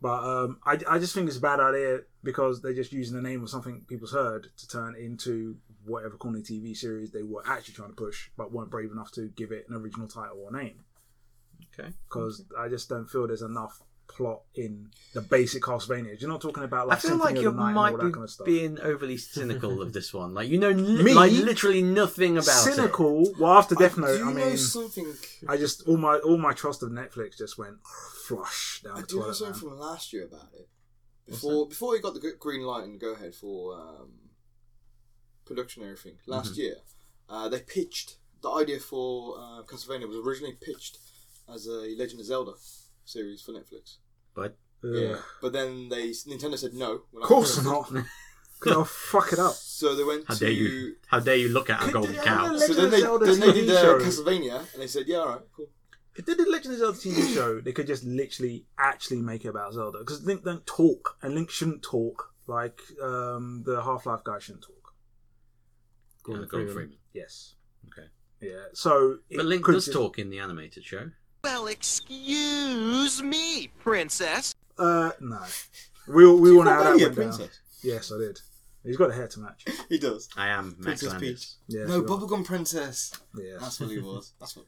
Speaker 2: But um, I, I just think it's a bad idea because they're just using the name of something people's heard to turn into whatever corny TV series they were actually trying to push, but weren't brave enough to give it an original title or name.
Speaker 1: Okay.
Speaker 2: because I just don't feel there's enough plot in the basic Castlevania. You're not talking about like
Speaker 1: I feel like
Speaker 2: Symphony
Speaker 1: you
Speaker 2: of the Night and
Speaker 1: might
Speaker 2: all
Speaker 1: be
Speaker 2: that kind of stuff.
Speaker 1: being overly cynical of this one. Like you
Speaker 2: [LAUGHS]
Speaker 1: know, li-
Speaker 2: Me?
Speaker 1: like literally nothing about it.
Speaker 2: cynical. Well, after Death
Speaker 4: I
Speaker 2: Note,
Speaker 4: do
Speaker 2: I
Speaker 4: know
Speaker 2: mean,
Speaker 4: something.
Speaker 2: I just all my all my trust of Netflix just went flush down
Speaker 4: I
Speaker 2: the
Speaker 4: do know
Speaker 2: toilet. man.
Speaker 4: something from last year about it. Before before we got the g- green light and go ahead for um, production and everything last
Speaker 2: Mm-hmm.
Speaker 4: year, uh, they pitched the idea for uh, Castlevania was originally pitched as a Legend of Zelda series for Netflix.
Speaker 1: But
Speaker 2: Ugh.
Speaker 4: but then they Nintendo said no.
Speaker 2: Of
Speaker 4: we're not
Speaker 2: course
Speaker 4: doing it.
Speaker 2: not. [LAUGHS] Because I'll fuck it up.
Speaker 4: So they went
Speaker 1: how
Speaker 4: to.
Speaker 1: dare you? How dare you look at a
Speaker 2: Could
Speaker 1: golden
Speaker 2: they-
Speaker 1: cow?
Speaker 2: Legend
Speaker 4: So then
Speaker 2: of
Speaker 4: they,
Speaker 2: Zelda
Speaker 4: then they
Speaker 2: TV
Speaker 4: did uh,
Speaker 2: show.
Speaker 4: Castlevania, and they said, "Yeah, all right, cool." [LAUGHS]
Speaker 2: If they did Legend of Zelda TV show, they could just literally actually make it about Zelda. Because Link don't talk, and Link shouldn't talk like um, the Half Life guy shouldn't talk.
Speaker 1: Gordon
Speaker 3: Freeman.
Speaker 1: Freeman.
Speaker 2: Yes.
Speaker 1: Okay.
Speaker 2: Yeah. So. it
Speaker 1: But Link
Speaker 2: could
Speaker 1: does
Speaker 2: just-
Speaker 1: talk in the animated show.
Speaker 8: Well, excuse me, princess.
Speaker 2: Uh, no. We we want to
Speaker 4: You're
Speaker 2: have that
Speaker 4: already a
Speaker 2: went down.
Speaker 4: princess.
Speaker 2: Yes, I did. He's got a hair to match.
Speaker 4: He does.
Speaker 1: I am Max
Speaker 4: Princess
Speaker 1: Landis.
Speaker 2: Yeah.
Speaker 4: no,
Speaker 2: sure.
Speaker 4: bubblegum princess.
Speaker 2: Yeah.
Speaker 4: That's what he was.
Speaker 2: [LAUGHS]
Speaker 4: That's what.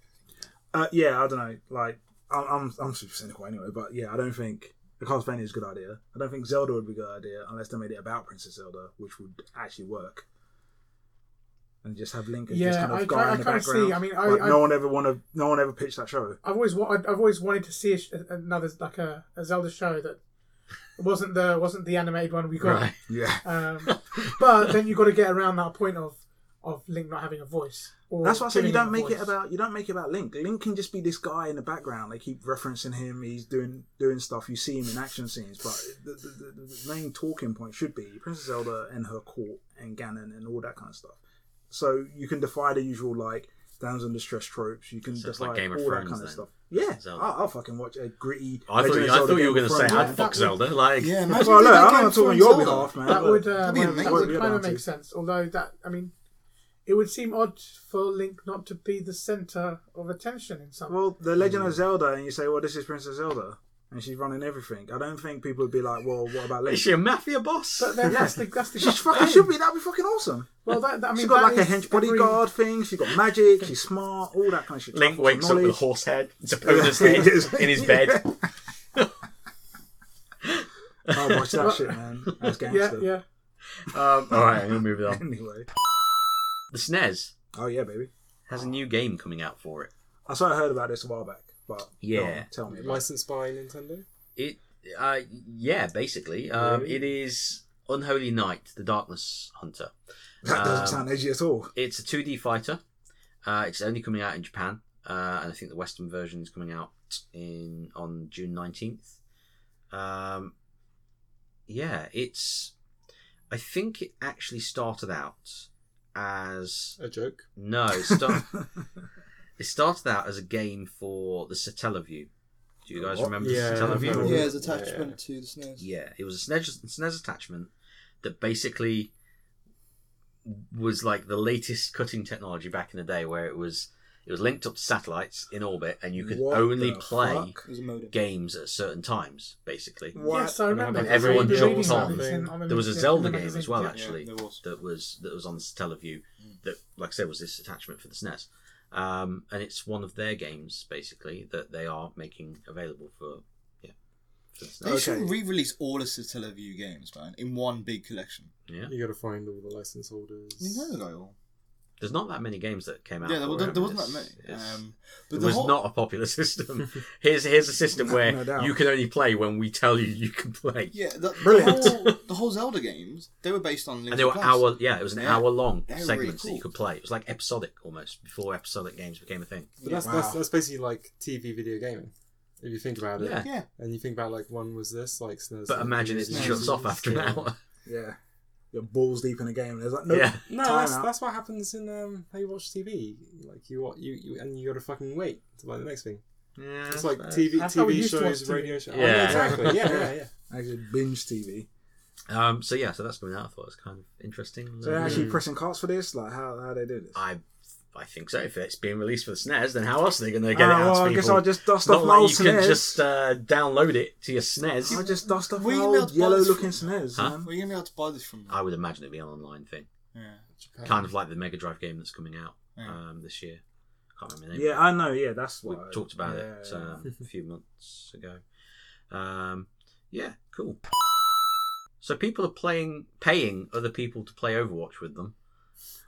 Speaker 2: Uh, yeah, I don't know. Like, I'm, I'm, I'm super cynical anyway, but yeah, I don't think the Castlevania is a good idea. I don't think Zelda would be a good idea unless they made it about Princess Zelda, which would actually work. And just have Link as
Speaker 5: Yeah,
Speaker 2: just kind of
Speaker 5: I
Speaker 2: guy
Speaker 5: can't-
Speaker 2: in the
Speaker 5: I can't see.
Speaker 2: background.
Speaker 5: I mean, I-
Speaker 2: Like,
Speaker 5: I-
Speaker 2: no one ever want to. No one ever pitched that show.
Speaker 5: I've always wa- I've always wanted to see a sh- another like a, a Zelda show that wasn't the wasn't the animated one we got.
Speaker 1: Right.
Speaker 2: Yeah,
Speaker 5: Um, but then you've got to get around that point of of Link not having a voice. Or
Speaker 2: that's why I said you
Speaker 5: giving him
Speaker 2: don't
Speaker 5: a
Speaker 2: make it
Speaker 5: voice.
Speaker 2: about you don't make it about Link. Link can just be this guy in the background. They keep referencing him. He's doing doing stuff. You see him in action scenes, but the, the, the, the main talking point should be Princess Zelda and her court and Ganon and all that kind of stuff. So you can defy the usual like downs and distress tropes. You can
Speaker 1: So it's
Speaker 2: just
Speaker 1: like
Speaker 2: like,
Speaker 1: Game of
Speaker 2: all that
Speaker 1: Thrones,
Speaker 2: kind of
Speaker 1: then.
Speaker 2: stuff. Yeah,
Speaker 1: Zelda.
Speaker 2: I'll, I'll fucking watch a gritty.
Speaker 1: I thought,
Speaker 2: Legend
Speaker 1: you,
Speaker 2: of
Speaker 1: I
Speaker 2: Zelda
Speaker 1: thought you were
Speaker 2: Game
Speaker 1: going
Speaker 2: of
Speaker 1: to say
Speaker 2: Thrones.
Speaker 1: I'd fuck Zelda. Like, [LAUGHS]
Speaker 4: Yeah,
Speaker 2: Well,
Speaker 4: imagine
Speaker 2: look,
Speaker 4: if they
Speaker 2: I'm
Speaker 4: came
Speaker 2: not
Speaker 4: from
Speaker 2: talking on your
Speaker 4: Zelda.
Speaker 2: behalf, man.
Speaker 5: That
Speaker 2: but
Speaker 5: would uh,
Speaker 4: That'd be
Speaker 5: well, that
Speaker 4: amazing.
Speaker 5: would
Speaker 2: That'd be
Speaker 5: kind of
Speaker 2: amazing.
Speaker 5: make sense. Although that I mean, it would seem odd for Link not to be the center of attention in some.
Speaker 2: Well, the Legend of Zelda, and you say, "Well, this is Princess Zelda, and she's running everything." I don't think people would be like, "Well, what about Link?"
Speaker 1: is [LAUGHS] she a mafia boss?
Speaker 5: but then that's the that's the.
Speaker 2: She fucking should be. That'd be fucking awesome.
Speaker 5: Well, that, that I mean,
Speaker 2: she's got
Speaker 5: that
Speaker 2: like a
Speaker 5: is
Speaker 2: hench
Speaker 5: every-
Speaker 2: bodyguard thing. She's got magic. She's smart. All that kind of shit.
Speaker 1: Link
Speaker 2: Some
Speaker 1: wakes up with a
Speaker 2: knowledge.
Speaker 1: horse
Speaker 2: [LAUGHS]
Speaker 1: head, its opponent's
Speaker 2: Yeah.
Speaker 1: head in his
Speaker 2: [LAUGHS]
Speaker 1: bed.
Speaker 2: Oh, watch that shit, man. That's
Speaker 5: Yeah,
Speaker 2: gangster.
Speaker 5: yeah.
Speaker 1: Um, all right, I'm gonna move it on.
Speaker 2: Anyway.
Speaker 1: The SNES
Speaker 2: Oh yeah, baby.
Speaker 1: has a new game coming out for it.
Speaker 2: I sort of heard about this a while back, but go
Speaker 1: Yeah.
Speaker 2: on, tell me. About it.
Speaker 3: Licensed by Nintendo.
Speaker 1: It, uh, yeah, basically, um, it is Unholy Knight, the Darkness Hunter.
Speaker 2: [LAUGHS] That doesn't
Speaker 1: Um,
Speaker 2: sound edgy at all.
Speaker 1: It's a 2D fighter. Uh, it's only coming out in Japan, uh, and I think the Western version is coming out in on June 19th. Um, yeah, it's. I think it actually started out as
Speaker 3: A joke.
Speaker 1: no. It,
Speaker 2: [LAUGHS]
Speaker 1: start, it started out as a game for the Satellaview. Do you guys
Speaker 2: What?
Speaker 1: remember
Speaker 3: Yeah,
Speaker 1: the Satellaview?
Speaker 3: I've
Speaker 4: Yeah,
Speaker 3: Yeah,
Speaker 4: his
Speaker 3: his
Speaker 4: attachment
Speaker 3: attachment
Speaker 4: to the snares.
Speaker 1: Yeah, it was a SNES, SNES attachment that basically was like the latest cutting technology back in the day, where it was it was linked up to satellites in orbit, and [LAUGHS] you could
Speaker 2: What
Speaker 1: only
Speaker 2: the
Speaker 1: play
Speaker 2: fuck?
Speaker 4: It was a modem.
Speaker 1: games at certain times. Basically,
Speaker 2: What?
Speaker 5: Yes, I
Speaker 3: And
Speaker 5: remember.
Speaker 3: then
Speaker 5: this.
Speaker 1: everyone
Speaker 5: I remember
Speaker 1: jumped
Speaker 5: reading about
Speaker 1: on.
Speaker 5: this in- on the-
Speaker 1: there was a
Speaker 5: yeah,
Speaker 1: Zelda
Speaker 5: in the
Speaker 1: game as
Speaker 5: magazine,
Speaker 1: well,
Speaker 5: yeah.
Speaker 1: actually,
Speaker 4: there was.
Speaker 1: that was that was on this Teleview. That, like I said, was this attachment for the SNES, um, and it's one of their games basically that they are making available for yeah It's
Speaker 4: They
Speaker 1: not-
Speaker 4: should
Speaker 2: Okay.
Speaker 4: re-release all of Satellaview games, man, in one big collection.
Speaker 1: yeah.
Speaker 3: You got to find all the license holders.
Speaker 4: No, no, no.
Speaker 1: There's not that many games that came out.
Speaker 4: Yeah, there,
Speaker 1: for
Speaker 4: there,
Speaker 1: it.
Speaker 4: there wasn't that
Speaker 1: It's-
Speaker 4: many.
Speaker 1: it's-
Speaker 4: Um, but
Speaker 1: it
Speaker 4: the
Speaker 1: was
Speaker 4: whole,
Speaker 1: not a popular [LAUGHS] system. here's here's a system
Speaker 2: [LAUGHS] No,
Speaker 1: where
Speaker 2: no doubt.
Speaker 1: you can only play when we tell you you can play.
Speaker 4: Yeah, the,
Speaker 2: Brilliant.
Speaker 4: The whole,
Speaker 1: [LAUGHS]
Speaker 4: the whole Zelda games they were based on.
Speaker 1: And they were
Speaker 4: limited plans.
Speaker 1: hour, yeah, it was an
Speaker 4: Yeah.
Speaker 1: hour long
Speaker 4: They're really
Speaker 1: segments that
Speaker 4: cool.
Speaker 1: you could play. It was like episodic almost before episodic games became a thing.
Speaker 3: But that's,
Speaker 2: Wow.
Speaker 3: that's that's basically like TV video gaming. If you think about it,
Speaker 1: Yeah.
Speaker 4: Yeah,
Speaker 3: and you think about like one was this, like Snares
Speaker 1: But imagine it
Speaker 4: Yeah.
Speaker 1: shuts off after
Speaker 2: [LAUGHS]
Speaker 1: an
Speaker 3: Yeah.
Speaker 1: hour.
Speaker 2: Yeah. You're balls deep in a game. There's like no.
Speaker 1: Yeah.
Speaker 3: No,
Speaker 2: Time
Speaker 3: that's,
Speaker 2: out.
Speaker 3: that's what happens in um, how you watch TV. Like you, wa- you, you, and you got to fucking wait to like the next thing. It's like TV,
Speaker 5: That's how we
Speaker 3: TV
Speaker 5: used to
Speaker 3: shows,
Speaker 5: watch TV.
Speaker 3: radio shows. Oh,
Speaker 1: Yeah.
Speaker 3: exactly. Yeah, yeah, yeah.
Speaker 2: Actually, binge TV.
Speaker 1: Um, so yeah, so that's coming out. I thought it was kind of interesting.
Speaker 2: So they're actually
Speaker 3: Mm.
Speaker 2: pressing carts for this. Like how how they do this?
Speaker 1: I I think so. If it's being released for the SNES, then how else are they going to get it
Speaker 2: Ah,
Speaker 1: out
Speaker 2: well,
Speaker 1: to
Speaker 2: I guess
Speaker 1: people?
Speaker 2: I'll just dust
Speaker 1: Not
Speaker 2: off my
Speaker 1: like
Speaker 2: old
Speaker 1: you can
Speaker 2: SNES.
Speaker 1: just uh, download it to your E SNES.
Speaker 2: E I'll just dust off
Speaker 4: We
Speaker 2: my
Speaker 4: emailed
Speaker 2: old
Speaker 4: both
Speaker 2: yellow-looking
Speaker 4: from-
Speaker 2: SNES.
Speaker 1: Huh?
Speaker 2: man.
Speaker 4: we're gonna be able to buy this from.
Speaker 1: I would imagine it'd be an online thing,
Speaker 4: yeah.
Speaker 3: Japan.
Speaker 1: kind of like the Mega Drive game that's coming out
Speaker 4: Yeah.
Speaker 1: um, this year. Can't remember the name.
Speaker 2: Yeah, I know. Yeah, that's
Speaker 1: we
Speaker 2: what I-
Speaker 1: talked about it
Speaker 2: yeah.
Speaker 1: um, a few months ago. Um, yeah, cool. So people are playing, paying other people to play Overwatch with them.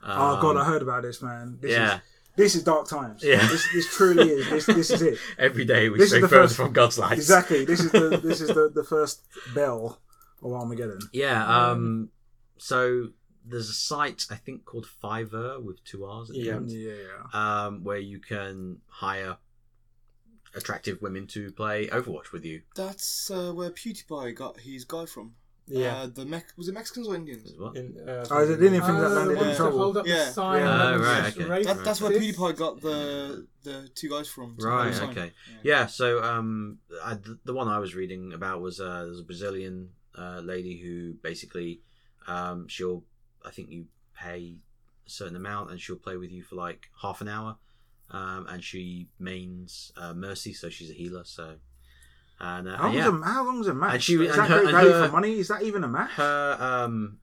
Speaker 2: oh god, I
Speaker 1: Um,
Speaker 2: heard about this, man. This
Speaker 1: yeah.
Speaker 2: is this is dark times.
Speaker 1: Yeah.
Speaker 2: this, this truly is. This this is
Speaker 1: [LAUGHS]
Speaker 2: it.
Speaker 1: Every day we
Speaker 2: This is
Speaker 1: stray
Speaker 2: the
Speaker 1: further
Speaker 2: first-
Speaker 1: from God's light.
Speaker 2: Exactly. This is the this is the, the first bell of Armageddon.
Speaker 1: Yeah. Um. So there's a site I think called Fiverr with two R's. at the
Speaker 3: Yeah.
Speaker 1: end,
Speaker 2: Yeah.
Speaker 1: Um, where you can hire attractive women to play Overwatch with you.
Speaker 4: That's uh, where PewDiePie got his guy from.
Speaker 3: yeah.
Speaker 4: Uh, the Mex was it Mexicans or Indians?
Speaker 1: Is what?
Speaker 3: In, uh,
Speaker 2: Oh, is it in
Speaker 3: yeah.
Speaker 2: anything that landed
Speaker 4: yeah.
Speaker 2: in trouble?
Speaker 5: Hold up
Speaker 4: Yeah.
Speaker 5: the sign.
Speaker 2: Yeah.
Speaker 5: and
Speaker 1: Oh,
Speaker 5: then
Speaker 1: right,
Speaker 5: it's
Speaker 1: okay.
Speaker 5: raised.
Speaker 4: That, that's where
Speaker 5: This-
Speaker 4: PewDiePie got the the two guys from. to
Speaker 1: Right.
Speaker 4: sign.
Speaker 1: Okay.
Speaker 4: Yeah.
Speaker 1: Yeah. So um, I, th- the one I was reading about was uh, there's a Brazilian uh, lady who basically um, she'll I think you pay a certain amount and she'll play with you for like half an hour, um, and she mains uh, Mercy, so she's a healer. So and uh,
Speaker 2: How
Speaker 1: and
Speaker 2: long's
Speaker 1: yeah,
Speaker 2: a how long's a match?
Speaker 1: And she-
Speaker 2: is
Speaker 1: and
Speaker 2: that
Speaker 1: her-
Speaker 2: great
Speaker 1: and
Speaker 2: value
Speaker 1: her-
Speaker 2: for money? Is that even a match?
Speaker 1: her um,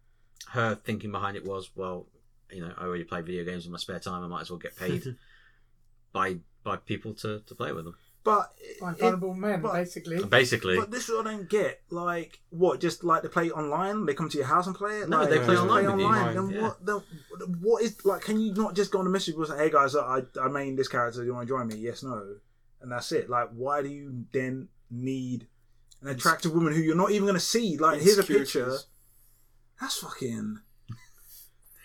Speaker 1: her thinking behind it was well, you know, I already play video games in my spare time. I might as well get [LAUGHS]
Speaker 3: [LAUGHS]
Speaker 2: [LAUGHS]
Speaker 1: paid by by people to, to play with them.
Speaker 2: but
Speaker 5: Fine,
Speaker 2: it-
Speaker 5: vulnerable men,
Speaker 2: but-
Speaker 5: basically.
Speaker 1: Basically,
Speaker 2: But this is what I don't get. Like, what? Just like they play online? They come to your house and play it?
Speaker 1: No,
Speaker 2: like,
Speaker 1: they
Speaker 3: play online with you.
Speaker 2: Then
Speaker 1: Yeah.
Speaker 2: what? The, what is like? Can you not just go on a message and say, "Hey guys, I I made this character. Do you want to join me? Yes, no, and that's it. Like, why do you then need an attractive woman who you're not even going to see? Like, here's a picture.
Speaker 4: Insecurities.
Speaker 2: That's fucking.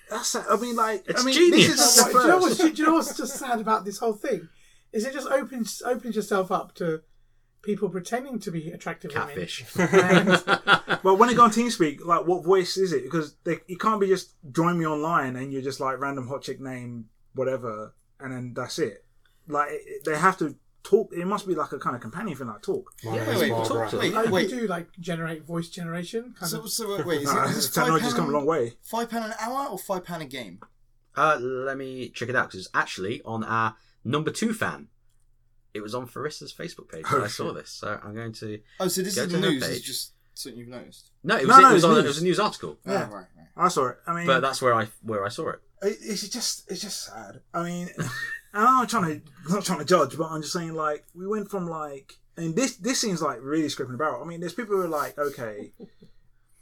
Speaker 2: That's. I mean, like,
Speaker 1: It's
Speaker 2: I mean,
Speaker 1: genius.
Speaker 2: This is the
Speaker 5: do, you know what's,
Speaker 2: first.
Speaker 5: do you know what's just sad about this whole thing? Is it just opens opens yourself up to people pretending to be attractive
Speaker 1: catfish. [LAUGHS]
Speaker 5: women. And
Speaker 2: But when they go on TeamSpeak, like, what voice is it? Because they, it can't be just join me online and you're just like random hot chick name, whatever, and then that's it. Like, it- it- they have to talk. It must be like a kind of companion thing, like talk.
Speaker 3: My
Speaker 4: Yeah,
Speaker 3: name's
Speaker 4: wait,
Speaker 3: Barbara.
Speaker 4: talk to me.
Speaker 5: I
Speaker 4: Wait.
Speaker 5: do like generate voice generation kind
Speaker 4: So
Speaker 5: of.
Speaker 4: so uh, wait, is
Speaker 2: Nah, [LAUGHS]
Speaker 4: it,
Speaker 2: this
Speaker 4: is it five
Speaker 2: technology's
Speaker 4: pound
Speaker 2: come a long way.
Speaker 4: Five pound an hour or five pound a game?
Speaker 1: Uh, let me check it out because it's actually on our number two fan. It was on Farissa's Facebook page. that I saw this, so I'm going to.
Speaker 4: Oh, so this
Speaker 1: Go
Speaker 4: is
Speaker 1: to
Speaker 4: the
Speaker 1: her
Speaker 4: news.
Speaker 1: page.
Speaker 4: It's just something you've noticed.
Speaker 1: No, it was,
Speaker 2: No,
Speaker 1: it,
Speaker 2: no,
Speaker 1: was
Speaker 2: it's
Speaker 1: on,
Speaker 2: news.
Speaker 1: it was a news article,
Speaker 2: Yeah.
Speaker 4: Oh, right, right.
Speaker 2: I saw it. I mean,
Speaker 1: but that's where I where I saw it.
Speaker 2: it, it's just it's just sad. I mean, and I'm not trying to I'm not trying to judge, but I'm just saying like we went from like and this this seems like really scraping the barrel. I mean, there's people who are like, okay,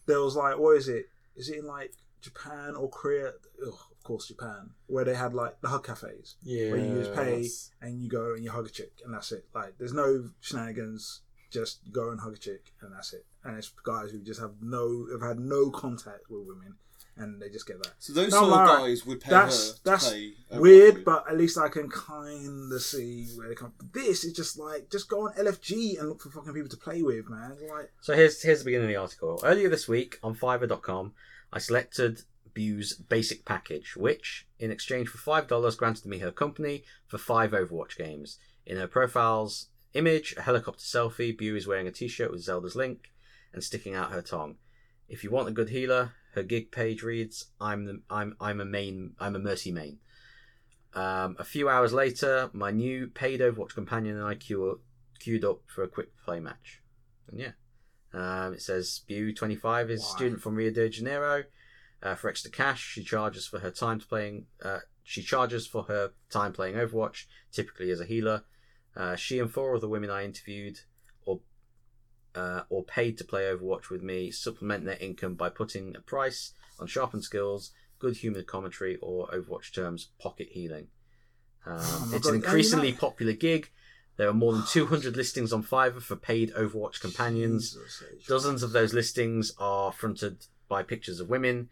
Speaker 2: there was like, what is it? Is it in like Japan or Korea? Ugh, of course, Japan, where they had like the hug cafes
Speaker 3: Yeah.
Speaker 2: where you just pay
Speaker 3: that's-
Speaker 2: and you go and you hug a chick and that's it. Like there's no shenanigans. Just go and hug a chick and that's it. And it's guys who just have no have had no contact with women and they just get that.
Speaker 4: So those
Speaker 2: No,
Speaker 4: sort of
Speaker 2: Lara,
Speaker 4: guys would pay
Speaker 2: that's-
Speaker 4: her to
Speaker 2: that's
Speaker 4: play uh, Overwatch
Speaker 2: weird,
Speaker 4: with.
Speaker 2: but at least I can kind of see where they come. But this is just like just go on LFG and look for fucking people to play with, man. Like
Speaker 1: So here's here's the beginning of the article. Earlier this week on Fiverr.com, I selected Bew's basic package, which, in exchange for five dollars, granted me her company for five Overwatch games. In her profile's image, a helicopter selfie, Bew is wearing a T-shirt with Zelda's link and sticking out her tongue. If you want a good healer, her gig page reads, "I'm the, I'm I'm a main I'm a mercy main." Um, a few hours later, my new paid Overwatch companion and I queue, queued up for a quick play match, and yeah. Um, it says Bu 25 is a
Speaker 2: Why?
Speaker 1: student from Rio de Janeiro. Uh, for extra cash, she charges for her time playing. Uh, she charges for her time playing Overwatch, typically as a healer. Uh, she and four other women I interviewed, or uh, or paid to play Overwatch with me supplement their income by putting a price on sharpened skills, good humoured commentary, or Overwatch terms, pocket healing. Um,
Speaker 2: Oh my
Speaker 1: it's
Speaker 2: God,
Speaker 1: an
Speaker 2: and you
Speaker 1: increasingly
Speaker 2: know-
Speaker 1: popular gig. There are more than 200 listings on Fiverr for paid Overwatch companions.
Speaker 2: Jesus, H.
Speaker 1: Dozens of those listings are fronted by pictures of women.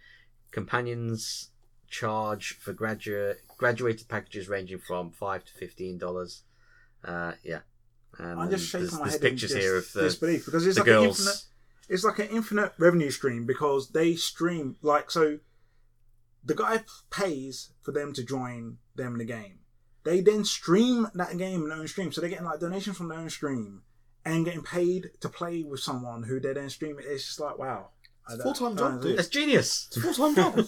Speaker 1: Companions charge for graduate graduated packages ranging from five to fifteen dollars. Uh, yeah, and
Speaker 2: I'm just shaking
Speaker 1: there's,
Speaker 2: my
Speaker 1: there's
Speaker 2: head
Speaker 1: pictures
Speaker 2: in dis-
Speaker 1: here of the,
Speaker 2: disbelief because it's
Speaker 1: the
Speaker 2: like an
Speaker 1: girls.
Speaker 2: infinite, it's like an infinite revenue stream because they stream like so. The guy pays for them to join them in the game. They then stream that game in their own stream, so they're getting like donations from their own stream and getting paid to play with someone who they then stream it. It's just like wow, I don't-
Speaker 4: Full-time
Speaker 2: I
Speaker 4: job,
Speaker 2: don't know.
Speaker 4: dude.
Speaker 1: That's genius.
Speaker 2: [LAUGHS]
Speaker 4: Full [LAUGHS] time job.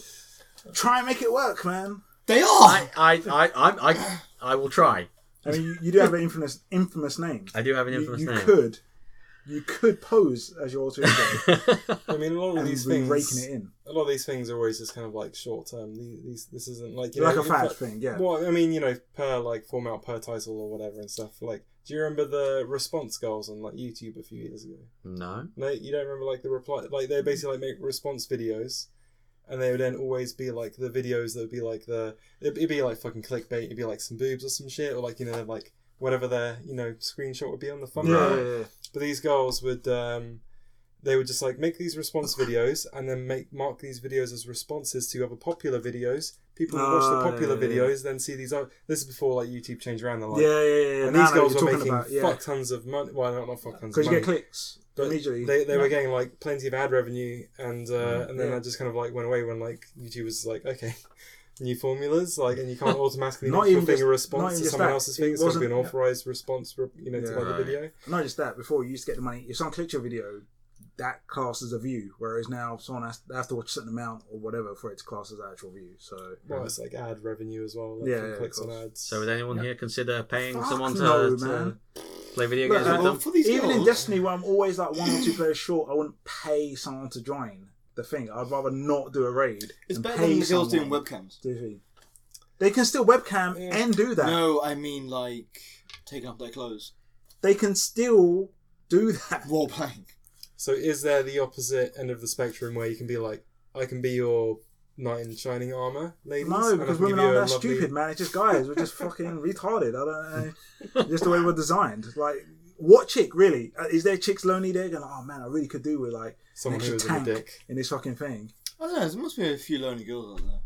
Speaker 2: Try and make it work, man.
Speaker 4: They
Speaker 1: I
Speaker 4: are.
Speaker 1: I I I'm- I I will try. [LAUGHS]
Speaker 2: I mean, you, you do have an infamous infamous name.
Speaker 1: I do have an
Speaker 2: You-
Speaker 1: infamous
Speaker 2: you,
Speaker 1: name.
Speaker 2: could, you could pose as your
Speaker 1: [LAUGHS]
Speaker 2: alter ego
Speaker 3: I mean, a lot of
Speaker 2: and
Speaker 3: these
Speaker 2: be
Speaker 3: things.
Speaker 2: raking it in.
Speaker 3: a lot of these things are always just kind of like short term. These, these this isn't like you
Speaker 2: Like
Speaker 3: know,
Speaker 2: a
Speaker 3: in
Speaker 2: fad
Speaker 3: fact-
Speaker 2: thing, yeah.
Speaker 3: Well, I mean, you know, per like form out per title or whatever and stuff. Like, do you remember the response goals on like YouTube a few years ago?
Speaker 1: No.
Speaker 3: No, you don't remember like the reply. Like they basically like make response videos, and they would then always be like the videos that would be like the it'd, it'd be like fucking clickbait. It'd be like some boobs or some shit, or like you know like whatever their you know screenshot would be on the thumbnail. But these girls would um, they would just like make
Speaker 2: [LAUGHS]
Speaker 3: these response videos and then make mark these videos as responses to other popular videos. People would watch
Speaker 2: Ah,
Speaker 3: the popular
Speaker 2: yeah, yeah, yeah.
Speaker 3: videos, then see these. Other, this is before like YouTube changed around the line.
Speaker 2: yeah, yeah, yeah.
Speaker 3: And
Speaker 2: Now I
Speaker 3: these
Speaker 2: know what
Speaker 3: girls
Speaker 2: you're
Speaker 3: were
Speaker 2: talking
Speaker 3: making
Speaker 2: about, yeah.
Speaker 3: fuck tons of money. Well, not, not fuck tons.
Speaker 2: Because
Speaker 3: of
Speaker 2: you
Speaker 3: money.
Speaker 2: get clicks
Speaker 3: But
Speaker 2: immediately. Mm,
Speaker 3: They,
Speaker 2: [LAUGHS]
Speaker 3: they were getting like plenty of ad revenue, and uh, and then
Speaker 2: Yeah.
Speaker 3: that just kind of like went away when like YouTube was like, okay, [LAUGHS] new formulas, like, and you can't
Speaker 2: [LAUGHS]
Speaker 3: automatically
Speaker 2: Not
Speaker 3: make your
Speaker 2: even
Speaker 3: thing
Speaker 2: just-
Speaker 3: a
Speaker 2: not
Speaker 3: response
Speaker 2: even
Speaker 3: to
Speaker 2: just
Speaker 3: someone
Speaker 2: that.
Speaker 3: else's
Speaker 2: It
Speaker 3: thing. It's got to be an
Speaker 2: wasn't- yeah.
Speaker 3: authorized response, you know, to
Speaker 2: Yeah.
Speaker 3: like the
Speaker 1: Right.
Speaker 3: video.
Speaker 2: Not just that. Before you used to get the money. If someone clicked your video, that class as a view. Whereas now, someone has they have to watch a certain amount or whatever for it to class as actual view. So
Speaker 3: Well, it's like ad revenue as well. Like
Speaker 2: Yeah,
Speaker 3: from
Speaker 2: yeah, of
Speaker 3: clicks on
Speaker 2: course.
Speaker 3: ads.
Speaker 1: So would anyone here consider paying
Speaker 2: Fuck
Speaker 1: someone to,
Speaker 2: no,
Speaker 1: to
Speaker 2: man.
Speaker 1: play video
Speaker 2: Look,
Speaker 1: games
Speaker 2: I-
Speaker 1: with them?
Speaker 4: for these
Speaker 2: even in
Speaker 4: girls-
Speaker 2: Destiny, where I'm always like one or two players short, I wouldn't pay someone to join the thing. I'd rather not do a raid.
Speaker 4: It's
Speaker 2: and
Speaker 4: better
Speaker 2: pay
Speaker 4: than the girls doing
Speaker 2: someone
Speaker 4: webcams.
Speaker 2: to do it. They can still webcam
Speaker 3: Yeah.
Speaker 2: and do that.
Speaker 4: No, I mean like taking off their clothes,
Speaker 2: They can still do that.
Speaker 3: [LAUGHS]
Speaker 4: role playing.
Speaker 3: So is there the opposite end of the spectrum where you can be like, I can be your knight in shining armor, ladies? and I
Speaker 2: No, because
Speaker 3: can
Speaker 2: women
Speaker 3: give you
Speaker 2: aren't
Speaker 3: a
Speaker 2: that
Speaker 3: lovely-
Speaker 2: stupid, man. It's just guys. We're just fucking [LAUGHS] retarded. I don't know. Just the way we're designed. Like, what chick, really? Uh, Is there chicks lonely there going, oh man, I really could do with like an
Speaker 3: Someone
Speaker 2: extra
Speaker 3: who is a
Speaker 2: tank
Speaker 3: dick.
Speaker 2: in this fucking thing?
Speaker 4: [LAUGHS] I don't know. There must be a few lonely girls out there.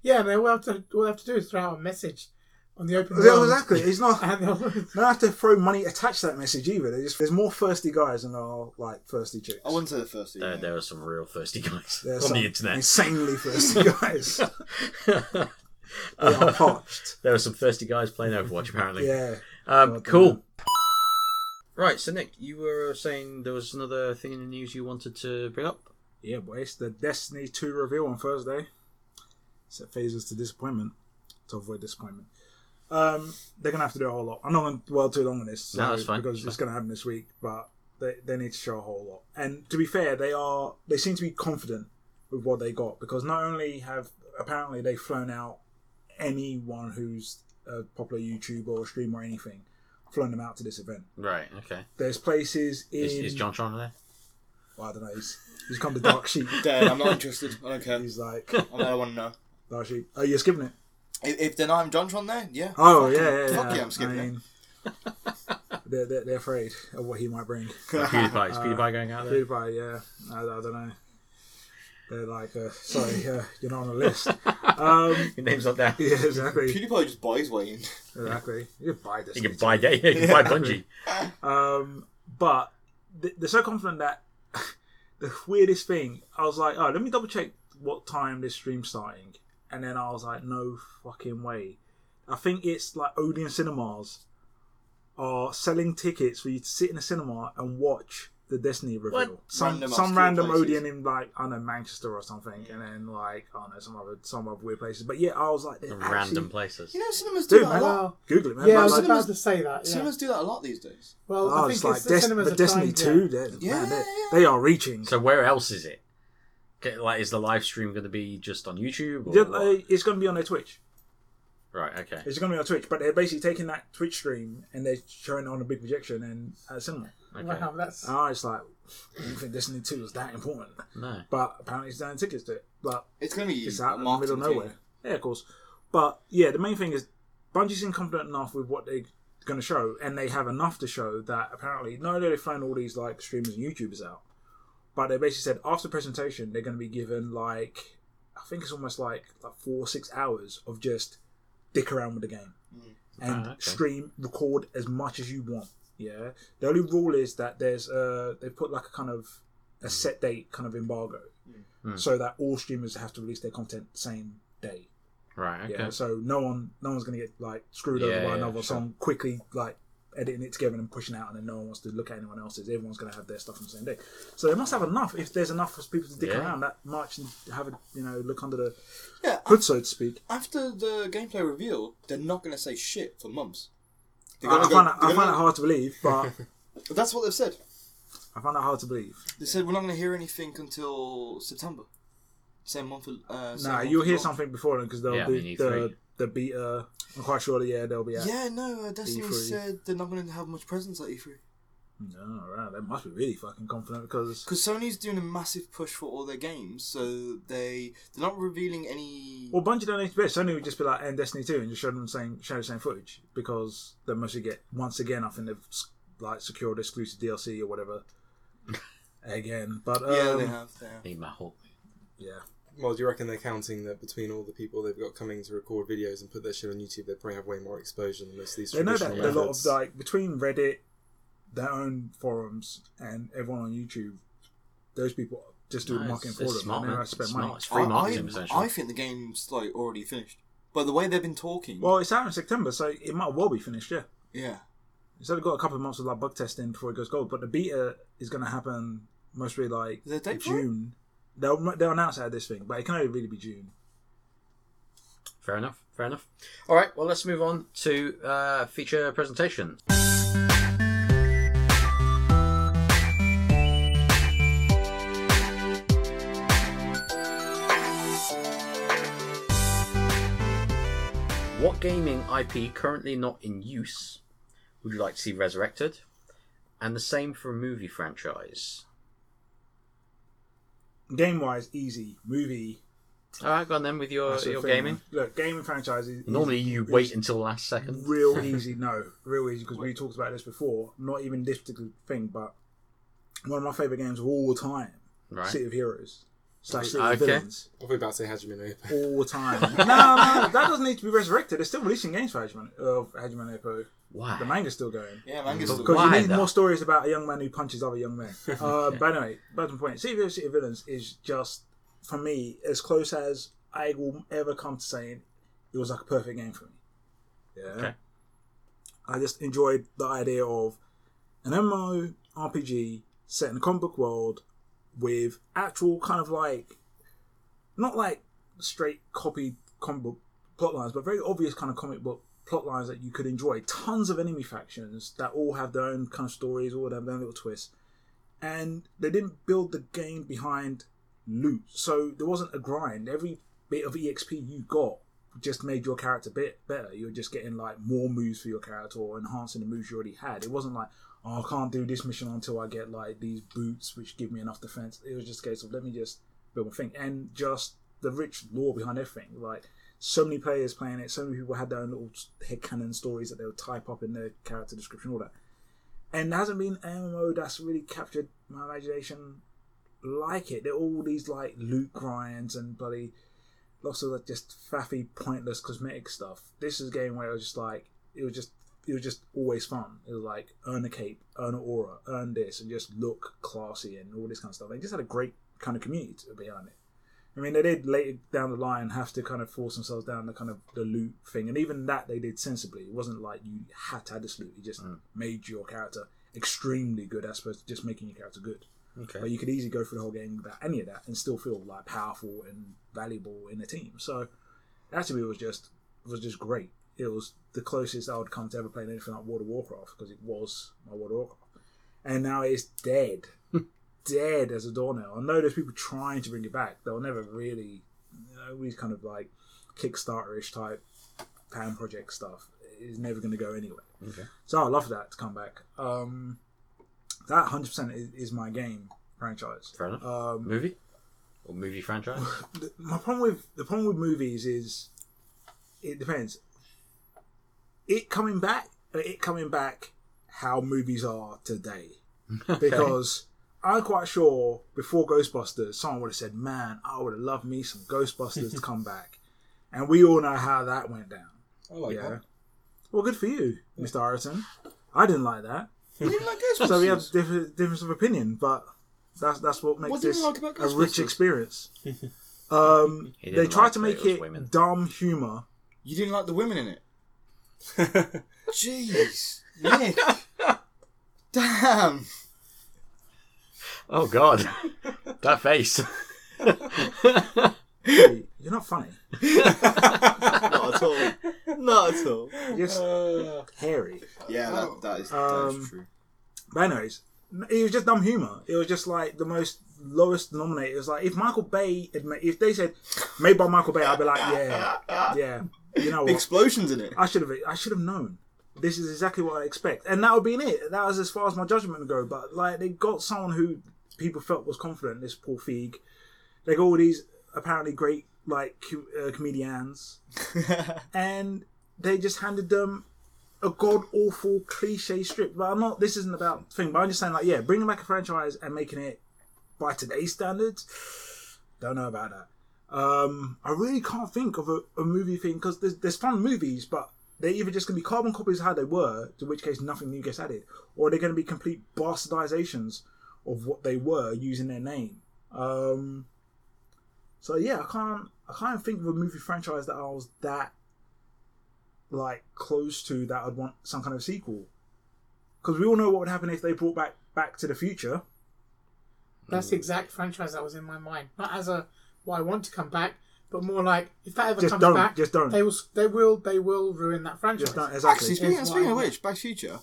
Speaker 5: Yeah, and then we'll have to all they have to do is throw out a message on the open
Speaker 2: Yeah,
Speaker 5: world.
Speaker 2: exactly. It's not.
Speaker 5: [LAUGHS] And they'll-
Speaker 2: They don't have to throw money attached to that message either. They just, there's more thirsty guys than there are like thirsty chicks.
Speaker 4: I wouldn't say the first.
Speaker 1: There, there are some real thirsty guys
Speaker 2: There's
Speaker 1: on
Speaker 2: some
Speaker 1: the internet.
Speaker 2: Insanely thirsty [LAUGHS] guys.
Speaker 1: [LAUGHS]
Speaker 4: [LAUGHS]
Speaker 2: they are parched.
Speaker 1: there are some thirsty guys playing Overwatch apparently.
Speaker 2: Yeah.
Speaker 1: Um,
Speaker 2: God
Speaker 1: cool.
Speaker 2: damn.
Speaker 1: Right, so Nick, you were saying there was another thing in the news you wanted to bring up.
Speaker 2: Yeah, boy, it's the Destiny 2 reveal on Thursday. Set phases to disappointment. To avoid disappointment. Um, they're going to have to do a whole lot. I'm not going to dwell too long on this.
Speaker 1: No, that's fine.
Speaker 2: Because it's going to happen this week, but they, they need to show a whole lot. And to be fair, they are they seem to be confident with what they got because not only have apparently they've flown out anyone who's a popular YouTuber or streamer or anything, flown them out to this event.
Speaker 1: Right. Okay.
Speaker 2: There's places in.
Speaker 1: Is, is John Tron there?
Speaker 2: well, I don't know. He's, he's come to
Speaker 1: [LAUGHS]
Speaker 2: Dark Sheep.
Speaker 4: Dead. I'm not [LAUGHS] interested. I don't care.
Speaker 2: He's like,
Speaker 4: I don't want to know.
Speaker 2: Dark Sheep. Oh, you're skipping it.
Speaker 4: If, if they're not having Jontron there, yeah.
Speaker 2: Oh
Speaker 4: Fuck
Speaker 2: yeah, yeah,
Speaker 4: Fuck
Speaker 2: yeah.
Speaker 4: yeah, I'm skipping
Speaker 2: I mean, [LAUGHS] they're, they're, they're afraid of what he might bring.
Speaker 1: Like PewDiePie.
Speaker 4: Uh,
Speaker 1: Is PewDiePie going out there?
Speaker 2: PewDiePie, yeah, I, I don't know. They're like, uh, sorry, uh, you're not on
Speaker 1: [LAUGHS]
Speaker 2: the list. Um,
Speaker 1: Your name's not there.
Speaker 2: [LAUGHS] yeah, exactly,
Speaker 4: [LAUGHS] PewDiePie just buys his way in.
Speaker 2: exactly. You can buy this.
Speaker 1: You can buy that. You can buy
Speaker 4: [LAUGHS]
Speaker 1: Bungie.
Speaker 2: Um, but th- they're so confident that [LAUGHS] the weirdest thing, I was like, oh, let me double check what time this stream's starting. And then I was like, no fucking way. I think it's like Odeon Cinemas are selling tickets for you to sit in a cinema and watch the Destiny reveal.
Speaker 1: What?
Speaker 2: Some
Speaker 4: Random
Speaker 2: some
Speaker 4: obscure
Speaker 2: random
Speaker 4: places.
Speaker 2: Odeon in like I don't know Manchester or something, and then like I don't know some other some other weird places. But yeah, I was like, they're
Speaker 1: Random
Speaker 2: actually-
Speaker 1: places.
Speaker 4: You know, cinemas do
Speaker 2: Dude,
Speaker 4: that a
Speaker 2: man,
Speaker 4: lot.
Speaker 5: Wow.
Speaker 2: Google it, man.
Speaker 5: yeah,
Speaker 2: But,
Speaker 5: I was
Speaker 2: like,
Speaker 5: about to say that. Yeah.
Speaker 4: Cinemas do that a lot these days.
Speaker 5: Well,
Speaker 2: Oh,
Speaker 5: I
Speaker 2: it's
Speaker 5: think
Speaker 2: like
Speaker 5: it's the
Speaker 2: Des-
Speaker 5: cinemas
Speaker 2: but
Speaker 5: are
Speaker 2: Destiny
Speaker 5: trying to-
Speaker 2: Two. they're- man,
Speaker 4: Yeah,
Speaker 2: they're-
Speaker 4: yeah.
Speaker 2: they are reaching.
Speaker 1: So where else is it? Okay, Like, is the live stream going to be just on YouTube? Or
Speaker 2: Yeah,
Speaker 1: what?
Speaker 2: like, it's going to be on their Twitch.
Speaker 1: Right. Okay.
Speaker 2: It's going to be on Twitch, but they're basically taking that Twitch stream and they're showing it on a big projection and at cinema.
Speaker 1: Okay.
Speaker 5: Wow, that's
Speaker 2: And I was like, you think Destiny Two is that important?
Speaker 1: No.
Speaker 2: But apparently, it's down tickets to it. But
Speaker 4: It's going to be
Speaker 2: it's out
Speaker 4: a
Speaker 2: in the middle
Speaker 4: marketing
Speaker 2: of nowhere. Yeah, of course. But yeah, the main thing is Bungie seem confident enough with what they're going to show, and they have enough to show that apparently not only they've thrown all these like streamers and YouTubers out, but they basically said after presentation they're going to be given like I think it's almost like like four six hours of just dick around with the game and
Speaker 1: Ah, okay.
Speaker 2: stream record as much as you want. Yeah, the only rule is that there's uh they put like a kind of a set date kind of embargo,
Speaker 1: Hmm.
Speaker 2: so that all streamers have to release their content the same day.
Speaker 1: Right. Okay.
Speaker 2: Yeah, so no one, no one's gonna get like screwed over
Speaker 1: Yeah,
Speaker 2: by
Speaker 1: yeah,
Speaker 2: another
Speaker 1: sure.
Speaker 2: song quickly, like editing it together and pushing out, and then no one wants to look at anyone else's. Everyone's gonna have their stuff on the same day. So they must have enough if there's enough for people to dick
Speaker 1: Yeah.
Speaker 2: around that much and have a you know look under the
Speaker 4: Yeah,
Speaker 2: hood, so to speak.
Speaker 4: after the gameplay reveal, they're not going to say shit for months.
Speaker 2: I,
Speaker 4: They're gonna
Speaker 2: I
Speaker 4: go-
Speaker 2: find, that, I
Speaker 4: they're
Speaker 2: find
Speaker 4: gonna-
Speaker 2: that hard to believe,
Speaker 1: [LAUGHS]
Speaker 2: but
Speaker 4: That's what they've said.
Speaker 2: I find that hard to believe.
Speaker 4: They said we're not going to hear anything until September. Same month. Uh, same
Speaker 2: Nah,
Speaker 4: month
Speaker 2: you'll
Speaker 4: as
Speaker 2: hear
Speaker 4: well.
Speaker 2: something before then because they'll
Speaker 1: Yeah, I
Speaker 2: do
Speaker 1: mean,
Speaker 2: the
Speaker 1: E3.
Speaker 2: the beta. I'm quite sure, yeah, E they'll be out.
Speaker 4: Yeah, no, uh, Destiny
Speaker 2: E3.
Speaker 4: said they're not going to have much presence at E E3
Speaker 2: No, right, they Mm, must be really fucking confident because
Speaker 4: because Sony's doing a massive push for all their games, so they they're not revealing any.
Speaker 2: Well, Bungie don't need to be. Sony would just be like, and Destiny 2, and just show them the same, show the same footage because they mostly get, once again, I think they've s- like secured exclusive DLC or whatever
Speaker 1: [LAUGHS]
Speaker 2: again. But um,
Speaker 4: yeah, they have. They have.
Speaker 1: Need my whole.
Speaker 2: Yeah.
Speaker 3: Well, do you reckon they're counting that between all the people they've got coming to record videos and put their shit on YouTube, they probably have way more exposure than most of these
Speaker 2: They know that
Speaker 3: traditional
Speaker 2: a lot of
Speaker 3: methods?
Speaker 2: like between Reddit, their own forums, and everyone on YouTube, those people just do
Speaker 1: No,
Speaker 2: the
Speaker 1: it's-
Speaker 2: marketing
Speaker 1: it's
Speaker 2: for them.
Speaker 1: smart,
Speaker 2: and they
Speaker 1: man.
Speaker 2: don't spend
Speaker 1: It's
Speaker 2: money.
Speaker 1: smart. It's free
Speaker 4: I-
Speaker 1: marketing,
Speaker 4: I,
Speaker 1: essentially.
Speaker 4: I think the game's like already finished. By the way they've been talking,
Speaker 2: Well, it's out in September, so it might well be finished. Yeah.
Speaker 4: yeah,
Speaker 2: It's only got a couple of months of like bug testing before it goes gold, but the beta is going to happen mostly like
Speaker 4: Is there a date for it?
Speaker 2: June. They'll they'll announce out this thing, but it can only really be June.
Speaker 1: Fair enough. Fair enough. All right. Well, let's move on to uh, feature presentation. What gaming IP currently not in use would you like to see resurrected? And the same for a movie franchise.
Speaker 2: Game wise, easy. Movie.
Speaker 1: All right, go on then with your,
Speaker 2: that sort of
Speaker 1: Uh, your
Speaker 2: thing.
Speaker 1: gaming.
Speaker 2: Look, gaming franchises. is
Speaker 1: Normally, you wait until the last second. [LAUGHS]
Speaker 2: real easy. No, real easy because we talked about this before. Not even this particular thing, but one of my favorite games of all time,
Speaker 1: Right.
Speaker 2: City of Heroes slash City of
Speaker 1: Okay.
Speaker 2: Villains,
Speaker 3: I'll be about to say Hajime no Ippo.
Speaker 2: all the time. [LAUGHS] no, no, that doesn't need to be resurrected. They're still releasing games for Hajime, of Hajime no
Speaker 1: Why?
Speaker 2: Ippo. The manga's still going.
Speaker 4: yeah, Manga's
Speaker 1: But
Speaker 4: still.
Speaker 2: Because
Speaker 1: Why,
Speaker 2: you need
Speaker 1: though?
Speaker 2: more stories about a young man who punches other young [LAUGHS] men. Uh, But anyway, back to my point. City of City of Villains is just, for me, as close as I will ever come to saying it was like a perfect game for me. Yeah.
Speaker 1: Okay.
Speaker 2: I just enjoyed the idea of an MMO RPG set in a comic book world with actual kind of like, not like straight copied comic book plot lines, but very obvious kind of comic book plot lines that you could enjoy. Tons of enemy factions that all have their own kind of stories, all have their own little twists. And they didn't build the game behind loot, so there wasn't a grind. Every bit of EXP you got just made your character bit better. You're just getting like more moves for your character or enhancing the moves you already had. It wasn't like oh, I can't do this mission until I get like these boots which give me enough defense. It was just a case of let me just build my thing and just the rich lore behind everything. Like so many players playing it, so many people had their own little headcanon stories that they would type up in their character description, all that. And there hasn't been an MMO that's really captured my imagination like it. They're all these like loot grinds and bloody lots of like just faffy, pointless cosmetic stuff. This is a game where it was just like it was just it was just always fun. It was like earn a cape, earn an aura, earn this, and just look classy and all this kind of stuff. They just had a great kind of community behind it. I mean, they did later down the line have to kind of force themselves down the kind of the loot thing, and even that they did sensibly. It wasn't like you had to have this loot; it just made your character extremely good, as opposed to just making your character good.
Speaker 1: Okay.
Speaker 2: But you could easily go through the whole game without any of that and still feel like powerful and valuable in the team. So that to me was just was just great. It was the closest I would come to ever playing anything like World of Warcraft because it was my World of Warcraft, and now it's dead, dead as a doornail. I know there's people trying to bring it back. They'll never really, you know, all these kind of like Kickstarter-ish type Pan Project stuff is never going to go anywhere. So I love that to come back. Um, that 100% is, is my game franchise.
Speaker 1: Fair enough.
Speaker 2: Um,
Speaker 1: movie or movie franchise?
Speaker 2: the- my problem with the problem with movies is it depends. It coming back, uh, it coming back, how movies are
Speaker 4: [LAUGHS]
Speaker 2: today, because I'm quite sure before Ghostbusters, someone would have said, "Man, I would have loved me some Ghostbusters to come
Speaker 4: [LAUGHS]
Speaker 2: back," and we all know how that went down.
Speaker 3: I
Speaker 4: Oh,
Speaker 3: like
Speaker 2: yeah.
Speaker 3: that.
Speaker 2: Well, good for you, Mr. Ireton. I didn't like that.
Speaker 4: You didn't like
Speaker 2: So we have
Speaker 4: Ghostbusters?
Speaker 2: different difference of opinion, but that's that's what makes
Speaker 4: What do you
Speaker 2: this
Speaker 4: like about
Speaker 2: a rich
Speaker 4: Ghostbusters? [LAUGHS]
Speaker 2: experience. um,
Speaker 1: He
Speaker 2: they
Speaker 1: didn't
Speaker 2: tried
Speaker 1: like
Speaker 2: to
Speaker 1: that
Speaker 2: make
Speaker 1: it was
Speaker 2: it,
Speaker 1: women.
Speaker 2: dumb humor.
Speaker 4: [LAUGHS] You didn't like the women in it. [LAUGHS] Jeez, Nick. Damn.
Speaker 1: [LAUGHS] Oh God, that face.
Speaker 2: Hey, You're not funny.
Speaker 4: [LAUGHS] Not at all. Not at all.
Speaker 2: You're just
Speaker 3: Uh,
Speaker 2: hairy.
Speaker 4: Yeah, that, that is that
Speaker 2: Um,
Speaker 4: is true.
Speaker 2: But anyways, it was just dumb humor. It was just like the most lowest denominator. It was like if Michael Bay, had ma- if they said made by Michael Bay, I'd be like,
Speaker 4: [LAUGHS]
Speaker 2: yeah, yeah. You know
Speaker 4: The
Speaker 2: what?
Speaker 4: explosions in it.
Speaker 2: I should have. I should have known. This is exactly what I expect, and that would been it. That was as far as my judgment would go. But like, they got someone who people felt was confident. This Paul Feig. They got all these apparently great like com- uh, comedians, and they just handed them a god awful cliche strip. But I'm not. This isn't about thing. But I'm just saying like, yeah, bringing back a franchise and making it by today's standards. Don't know about that. Um, I really can't think of a, a movie thing because there's, there's fun movies, but they're either just going to be carbon copies of how they were, to which case nothing new gets added, or they're going to be complete bastardizations of what they were using their name. Um, so yeah, I can't I can't think of a movie franchise that I was that like close to that I'd want some kind of sequel. Because we all know what would happen if they brought back Back to the Future.
Speaker 5: That's the exact franchise that was in my mind. Not as a well, I want to come back, but more like if that ever
Speaker 2: Just
Speaker 5: comes
Speaker 2: don't,
Speaker 5: back,
Speaker 2: just don't.
Speaker 5: They will. s- They will. They will ruin that franchise.
Speaker 2: Just not exactly.
Speaker 4: Actually, speaking,
Speaker 5: It's
Speaker 4: speaking of
Speaker 5: wild.
Speaker 4: which, Back to the Future,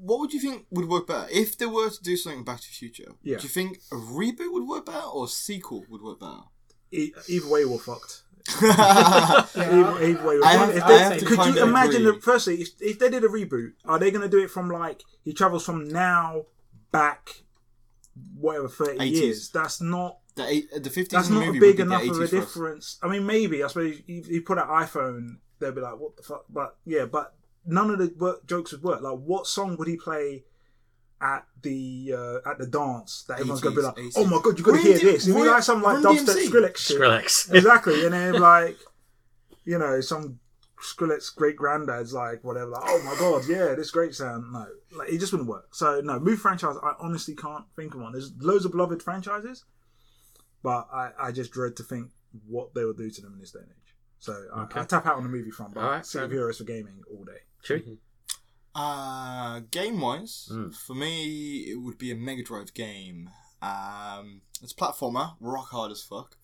Speaker 4: what would you think would work better? If they were to do something Back to the Future,
Speaker 2: Yeah.
Speaker 4: do you think a reboot would work better or a sequel would
Speaker 2: [LAUGHS]
Speaker 4: work better? [LAUGHS]
Speaker 2: E- either way, we're fucked.
Speaker 4: I
Speaker 5: Yeah,
Speaker 2: Either, either way,
Speaker 4: I have-
Speaker 2: if
Speaker 5: I
Speaker 2: they,
Speaker 5: have to
Speaker 2: could
Speaker 4: kind
Speaker 2: you
Speaker 4: of
Speaker 2: imagine?
Speaker 4: agree.
Speaker 2: The, firstly, if, if they did a reboot, are they going to do it from like he travels from now back, whatever thirty
Speaker 4: 80s.
Speaker 2: years? That's not
Speaker 4: The, eight, the 50s
Speaker 2: that's
Speaker 4: in the
Speaker 2: not
Speaker 4: movie
Speaker 2: big
Speaker 4: would be
Speaker 2: enough
Speaker 4: the
Speaker 2: of a
Speaker 4: 80s for us.
Speaker 2: difference. I mean, maybe I suppose you, you put out iPhone, they'd be like, "What the fuck?" But yeah, but none of the work, jokes would work. Like, what song would he play? At the uh, at the dance, that everyone's gonna be
Speaker 4: 80s,
Speaker 2: like, "Oh my god, you gotta
Speaker 4: Run
Speaker 2: hear
Speaker 4: D-
Speaker 2: this!" It'd be
Speaker 4: Run-
Speaker 2: like some like
Speaker 4: Run
Speaker 2: dubstep
Speaker 4: DMC.
Speaker 2: Skrillex shit
Speaker 1: [LAUGHS] Skrillex.
Speaker 2: [LAUGHS] exactly. And then like, you know, some Skrillex great granddad's like, whatever. Like, oh my god, yeah, this great sound. No, like it just wouldn't work. So no, move franchise. I honestly can't think of one. There's loads of beloved franchises, but I, I just dread to think what they will do to them in this day and age. So I, I tap out on the movie front, but
Speaker 1: All right,
Speaker 2: City of
Speaker 1: fair
Speaker 2: Heroes for gaming all day.
Speaker 1: Chewy.
Speaker 4: Uh, game wise,
Speaker 2: Hmm.
Speaker 1: Mm.
Speaker 4: for me, it would be a Mega Drive game. Um, it's a platformer, rock hard as fuck.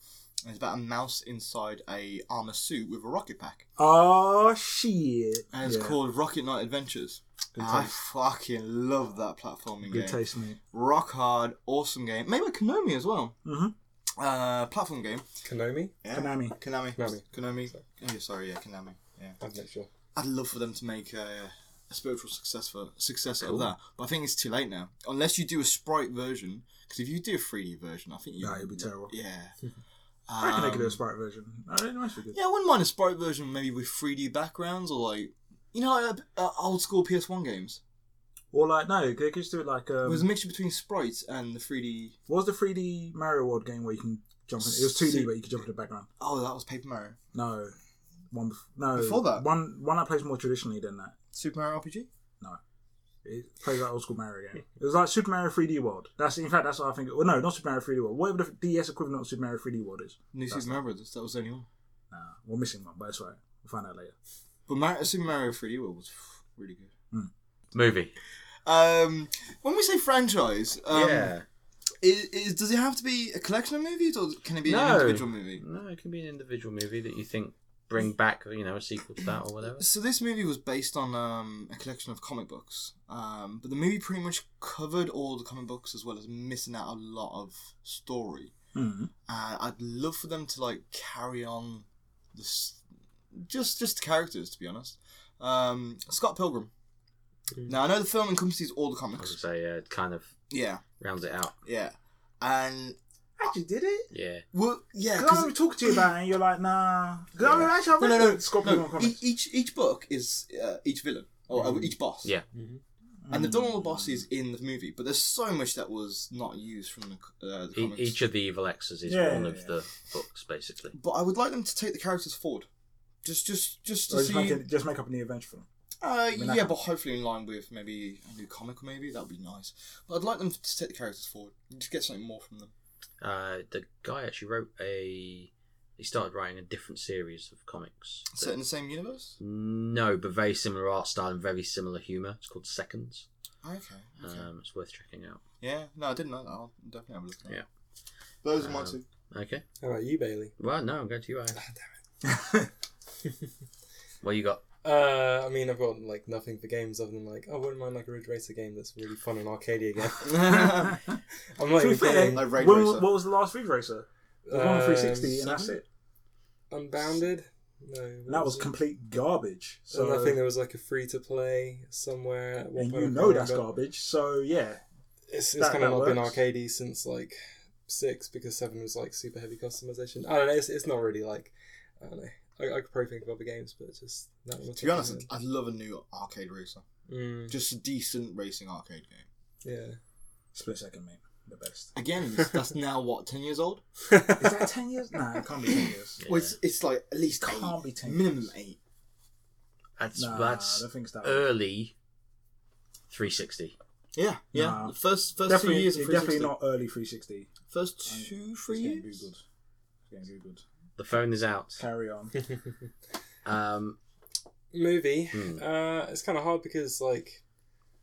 Speaker 4: And it's about a mouse inside a armor suit with a rocket pack.
Speaker 2: Oh shit!
Speaker 4: And it's
Speaker 2: Yeah.
Speaker 4: called Rocket Knight Adventures. I fucking love that platforming
Speaker 2: Good
Speaker 4: game.
Speaker 2: taste, mate.
Speaker 4: Rock hard, awesome game. Made by Konami as well.
Speaker 2: Mhm.
Speaker 4: Uh, platform game.
Speaker 3: Konami?
Speaker 2: Konami.
Speaker 4: Konami.
Speaker 3: Konami.
Speaker 4: Konami. Oh, yeah, sorry, yeah, Konami. Yeah.
Speaker 3: I'd make sure.
Speaker 4: I'd love for them to make a, a spiritual success for, success out of that, but I think it's too late now. Unless you do a sprite version, because if you do a 3D version, I think you.
Speaker 2: Nah, it'd be terrible.
Speaker 4: Yeah.
Speaker 2: [LAUGHS] I reckon they could do a
Speaker 4: Um,
Speaker 2: sprite version. I don't know. Actually, good.
Speaker 4: Yeah, I wouldn't mind a sprite version, maybe with 3D backgrounds or like. You know, like, uh, uh, old school PS1 games.
Speaker 2: Or like no, they could just do it like
Speaker 4: It
Speaker 2: um,
Speaker 4: was a mixture between sprites and the 3D.
Speaker 2: What was the 3D Mario World game where you can jump in? It was 2D, but you could jump in the background.
Speaker 4: Oh, that was Paper Mario.
Speaker 2: No, one bef- no
Speaker 4: Before that?
Speaker 2: one one that plays more traditionally than that.
Speaker 4: Super Mario RPG?
Speaker 2: It plays that old school Mario
Speaker 4: [LAUGHS]
Speaker 2: game. It was like Super Mario 3D World. That's in fact that's what I think. Well, no, not Super Mario 3D World. Whatever the DS equivalent of Super Mario 3D World is.
Speaker 4: New Super Mario Brothers, that was the only one.
Speaker 2: Nah, we're missing one, but that's right. We'll find out later.
Speaker 4: But Mario, Super Mario 3D World was really good.
Speaker 1: Movie.
Speaker 4: Um, when we say franchise, um, Is, is, does it have to be a collection of movies, or can it be an
Speaker 1: No.
Speaker 4: individual movie?
Speaker 1: No, it can be an individual movie that you think bring back, you know, a sequel to that or whatever.
Speaker 4: So this movie was based on um, a collection of comic books, um, but the movie pretty much covered all the comic books as well as missing out a lot of story.
Speaker 2: Mhm.
Speaker 4: Hmm. Uh, I'd love for them to like carry on this just just the characters to be honest. Um, Scott Pilgrim.
Speaker 1: Mm.
Speaker 4: Now I know the film encompasses all the
Speaker 1: I was
Speaker 4: comics.
Speaker 1: gonna say, yeah, it kind of
Speaker 4: Yeah,
Speaker 1: rounds it out.
Speaker 4: yeah, and
Speaker 2: Actually, did it?
Speaker 1: Yeah,
Speaker 4: well, yeah,
Speaker 2: Because I remember
Speaker 4: 'cause-
Speaker 2: talking to you about it, and you're like,
Speaker 4: [LAUGHS]
Speaker 2: nah. 'Cause I remember, actually, I've
Speaker 4: [CLEARS THROAT] no,
Speaker 2: read
Speaker 4: no, no,
Speaker 2: Scorpion
Speaker 4: no,
Speaker 2: on
Speaker 4: e-
Speaker 2: comics.
Speaker 4: each each book is uh, each villain or uh, each boss.
Speaker 1: Mm-hmm. yeah.
Speaker 2: Mm-hmm.
Speaker 4: and
Speaker 2: Mm. Hmm.
Speaker 4: they've done all the bosses in the movie, but there's so much that was not used from the, c- uh, the
Speaker 1: E-
Speaker 4: comics.
Speaker 1: each of the evil X's is
Speaker 2: Yeah,
Speaker 1: one
Speaker 2: yeah,
Speaker 1: of
Speaker 2: yeah.
Speaker 1: the books, basically.
Speaker 4: But I would like them to take the characters forward. Just, just, just to
Speaker 2: Or just,
Speaker 4: see.
Speaker 2: make it, just make up a new adventure for them.
Speaker 4: Uh,
Speaker 2: mean, that
Speaker 4: yeah,
Speaker 2: can-
Speaker 4: but hopefully in line with maybe a new comic, maybe that would be nice. But I'd like them to take the characters forward, and just get something more from them.
Speaker 1: Uh, the guy actually wrote a. He started writing a different series of comics.
Speaker 4: Set in the same universe.
Speaker 1: No, but very similar art style and very similar humour. It's called Seconds.
Speaker 4: Okay. okay.
Speaker 1: Um, it's worth checking out.
Speaker 4: yeah. No, I didn't know that. I'll definitely have a look. At that.
Speaker 1: Yeah.
Speaker 4: Those are my
Speaker 1: Um,
Speaker 4: two.
Speaker 1: Okay.
Speaker 3: How about you, Bailey?
Speaker 1: Well, no, I'm going to you. Ian.
Speaker 4: [LAUGHS]
Speaker 2: [LAUGHS]
Speaker 1: What you got?
Speaker 3: Uh, I mean, I've got like nothing for games other than like, I wouldn't mind like a Ridge Racer game that's really fun and
Speaker 2: [LAUGHS]
Speaker 3: arcadey again. [LAUGHS] I'm not
Speaker 2: to be
Speaker 3: even
Speaker 2: fair,
Speaker 3: kidding.
Speaker 4: Like Raid
Speaker 2: when,
Speaker 4: Racer.
Speaker 2: what was the last Ridge Racer? It was one on
Speaker 3: Um,
Speaker 2: 360, and that's
Speaker 3: seven?
Speaker 2: it.
Speaker 3: Unbounded. No, what
Speaker 2: And that was
Speaker 3: it?
Speaker 2: complete garbage. So
Speaker 3: and I think there was like a free to play somewhere. At one
Speaker 2: and
Speaker 3: point
Speaker 2: you
Speaker 3: I
Speaker 2: know
Speaker 3: can't
Speaker 2: that's
Speaker 3: remember.
Speaker 2: garbage. So yeah,
Speaker 3: It's, it's
Speaker 2: That-
Speaker 3: kind of
Speaker 2: that
Speaker 3: not been
Speaker 2: works.
Speaker 3: arcadey since like six because seven was like super heavy customization. I don't know. It's, it's not really like I don't know. I, I could probably think of other games, but it's just that was
Speaker 4: To be honest, I'd love a new arcade racer.
Speaker 3: Mm,
Speaker 4: Just a decent racing arcade game.
Speaker 2: [LAUGHS]
Speaker 3: yeah.
Speaker 2: split second, mate, the best.
Speaker 4: Again, that's- that's now what ten years old.
Speaker 2: Is [LAUGHS] that ten years? Nah, it can't be ten [LAUGHS] years.
Speaker 4: [LAUGHS] Well, it's, it's like at least
Speaker 2: Can't
Speaker 4: eight.
Speaker 2: be ten
Speaker 4: minimum
Speaker 2: years.
Speaker 4: eight.
Speaker 1: That's
Speaker 2: Nah, I
Speaker 1: that's
Speaker 2: don't think
Speaker 3: Uh,
Speaker 2: it's that.
Speaker 1: early 360.
Speaker 4: Yeah, yeah.
Speaker 2: Nah.
Speaker 4: The first first
Speaker 2: definitely,
Speaker 4: two years,
Speaker 2: yeah,
Speaker 4: of
Speaker 2: definitely
Speaker 4: 360.
Speaker 2: not early 360.
Speaker 4: First two, three
Speaker 2: It's getting
Speaker 4: years.
Speaker 2: googled. It's getting googled.
Speaker 1: The phone is out.
Speaker 2: Carry on.
Speaker 1: Um,
Speaker 3: Movie.
Speaker 1: Hmm.
Speaker 3: Uh, it's kind of hard because like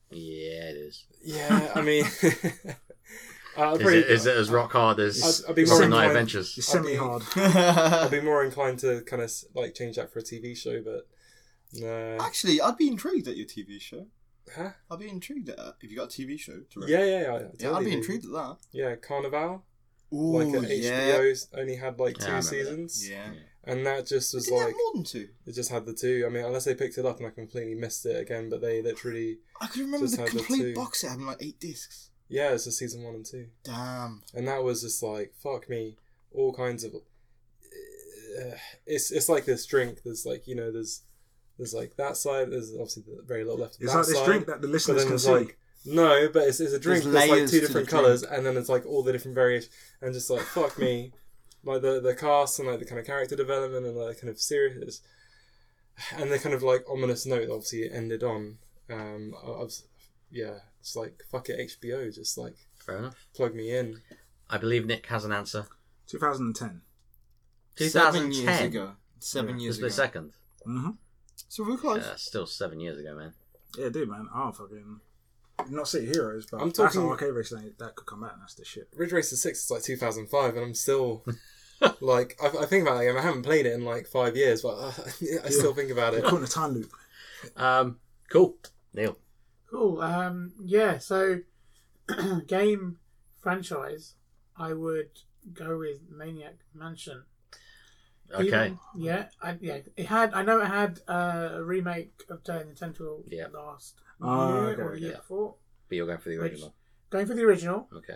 Speaker 1: yeah, it is.
Speaker 3: yeah.
Speaker 4: [LAUGHS]
Speaker 3: I mean, [LAUGHS] I'll
Speaker 1: Is
Speaker 3: probably,
Speaker 1: it, is it as rock hard as
Speaker 3: I'd- I'd be more
Speaker 1: Night
Speaker 3: inclined-
Speaker 1: Adventures?
Speaker 2: It's semi hard.
Speaker 4: [LAUGHS]
Speaker 3: I'll be more inclined to kind of like change that for a TV show, but no.
Speaker 4: Actually, I'd be intrigued at your TV show.
Speaker 3: Huh?
Speaker 4: I'd be intrigued at if you got a TV show. To rate.
Speaker 3: Yeah, yeah, yeah.
Speaker 4: yeah. I'd
Speaker 3: totally
Speaker 4: be
Speaker 3: do.
Speaker 4: intrigued at that.
Speaker 3: Yeah, Carnival.
Speaker 4: Ooh,
Speaker 3: like at HBO's only had like
Speaker 1: Yeah, I
Speaker 3: two
Speaker 1: remember that.
Speaker 3: seasons,
Speaker 4: Yeah.
Speaker 3: and that just was
Speaker 4: Didn't it have
Speaker 3: like
Speaker 4: more than two.
Speaker 3: it just had the two. I mean, unless they picked it up and I completely missed it again, but they literally
Speaker 4: I could remember
Speaker 3: Just
Speaker 4: the
Speaker 3: had the
Speaker 4: complete
Speaker 3: two.
Speaker 4: box set having like eight discs.
Speaker 3: yeah, it's just season one and two,
Speaker 4: Damn.
Speaker 3: and that was just like fuck me, all kinds of. Uh, it's it's like this drink. There's like you know there's there's like that side. There's obviously very little left. Of
Speaker 2: It's
Speaker 3: that
Speaker 2: like this
Speaker 3: side.
Speaker 2: drink that the
Speaker 3: But
Speaker 2: listeners
Speaker 3: then
Speaker 2: can
Speaker 3: there's
Speaker 2: see.
Speaker 3: like no, but it's, it's a drink.
Speaker 4: There's
Speaker 3: There's, like
Speaker 4: layers to
Speaker 3: two
Speaker 4: the
Speaker 3: different
Speaker 4: drink.
Speaker 3: colors, and then it's like all the different variations, and just like fuck me, like the the cast and like the kind of character development and like kind of serious, and the kind of like ominous note. Obviously, it ended on. Um, I, I was, yeah, it's like fuck it, HBO, just like
Speaker 1: Fair enough.
Speaker 3: plug me in.
Speaker 1: I believe Nick has an answer.
Speaker 2: 2010.
Speaker 4: Seven
Speaker 1: 2010
Speaker 4: years ago. Seven
Speaker 1: was
Speaker 4: years
Speaker 1: the
Speaker 4: ago.
Speaker 1: second.
Speaker 2: Mm-hmm.
Speaker 4: So we're close.
Speaker 1: Yeah, still seven years ago, man.
Speaker 2: Yeah, dude, man. I don't fucking. Not City Heroes, but
Speaker 3: I'm
Speaker 2: that's
Speaker 3: talking-
Speaker 2: an arcade race thing that could come out. and That's the shit.
Speaker 3: Ridge Racer Six is like 2005, and
Speaker 2: [LAUGHS]
Speaker 3: I'm still. like I, I think about it, I haven't played it in like five years, but uh, [LAUGHS] I still think about
Speaker 2: They're [LAUGHS]
Speaker 3: it.
Speaker 2: caught in a time loop.
Speaker 1: Um, cool. Neil.
Speaker 5: Cool. Um, yeah. So, [CLEARS THROAT] game franchise, I would go with Maniac Mansion.
Speaker 1: Okay.
Speaker 5: Even- yeah. I, yeah. It had. I know it had uh, a remake of Day of the Tentacle
Speaker 1: Yeah.
Speaker 5: last
Speaker 4: Ah,
Speaker 2: Oh,
Speaker 5: year
Speaker 2: okay,
Speaker 5: or the year
Speaker 1: okay.
Speaker 5: before.
Speaker 1: But you're going for the
Speaker 5: Which-
Speaker 1: original.
Speaker 5: Going for the original
Speaker 1: Okay.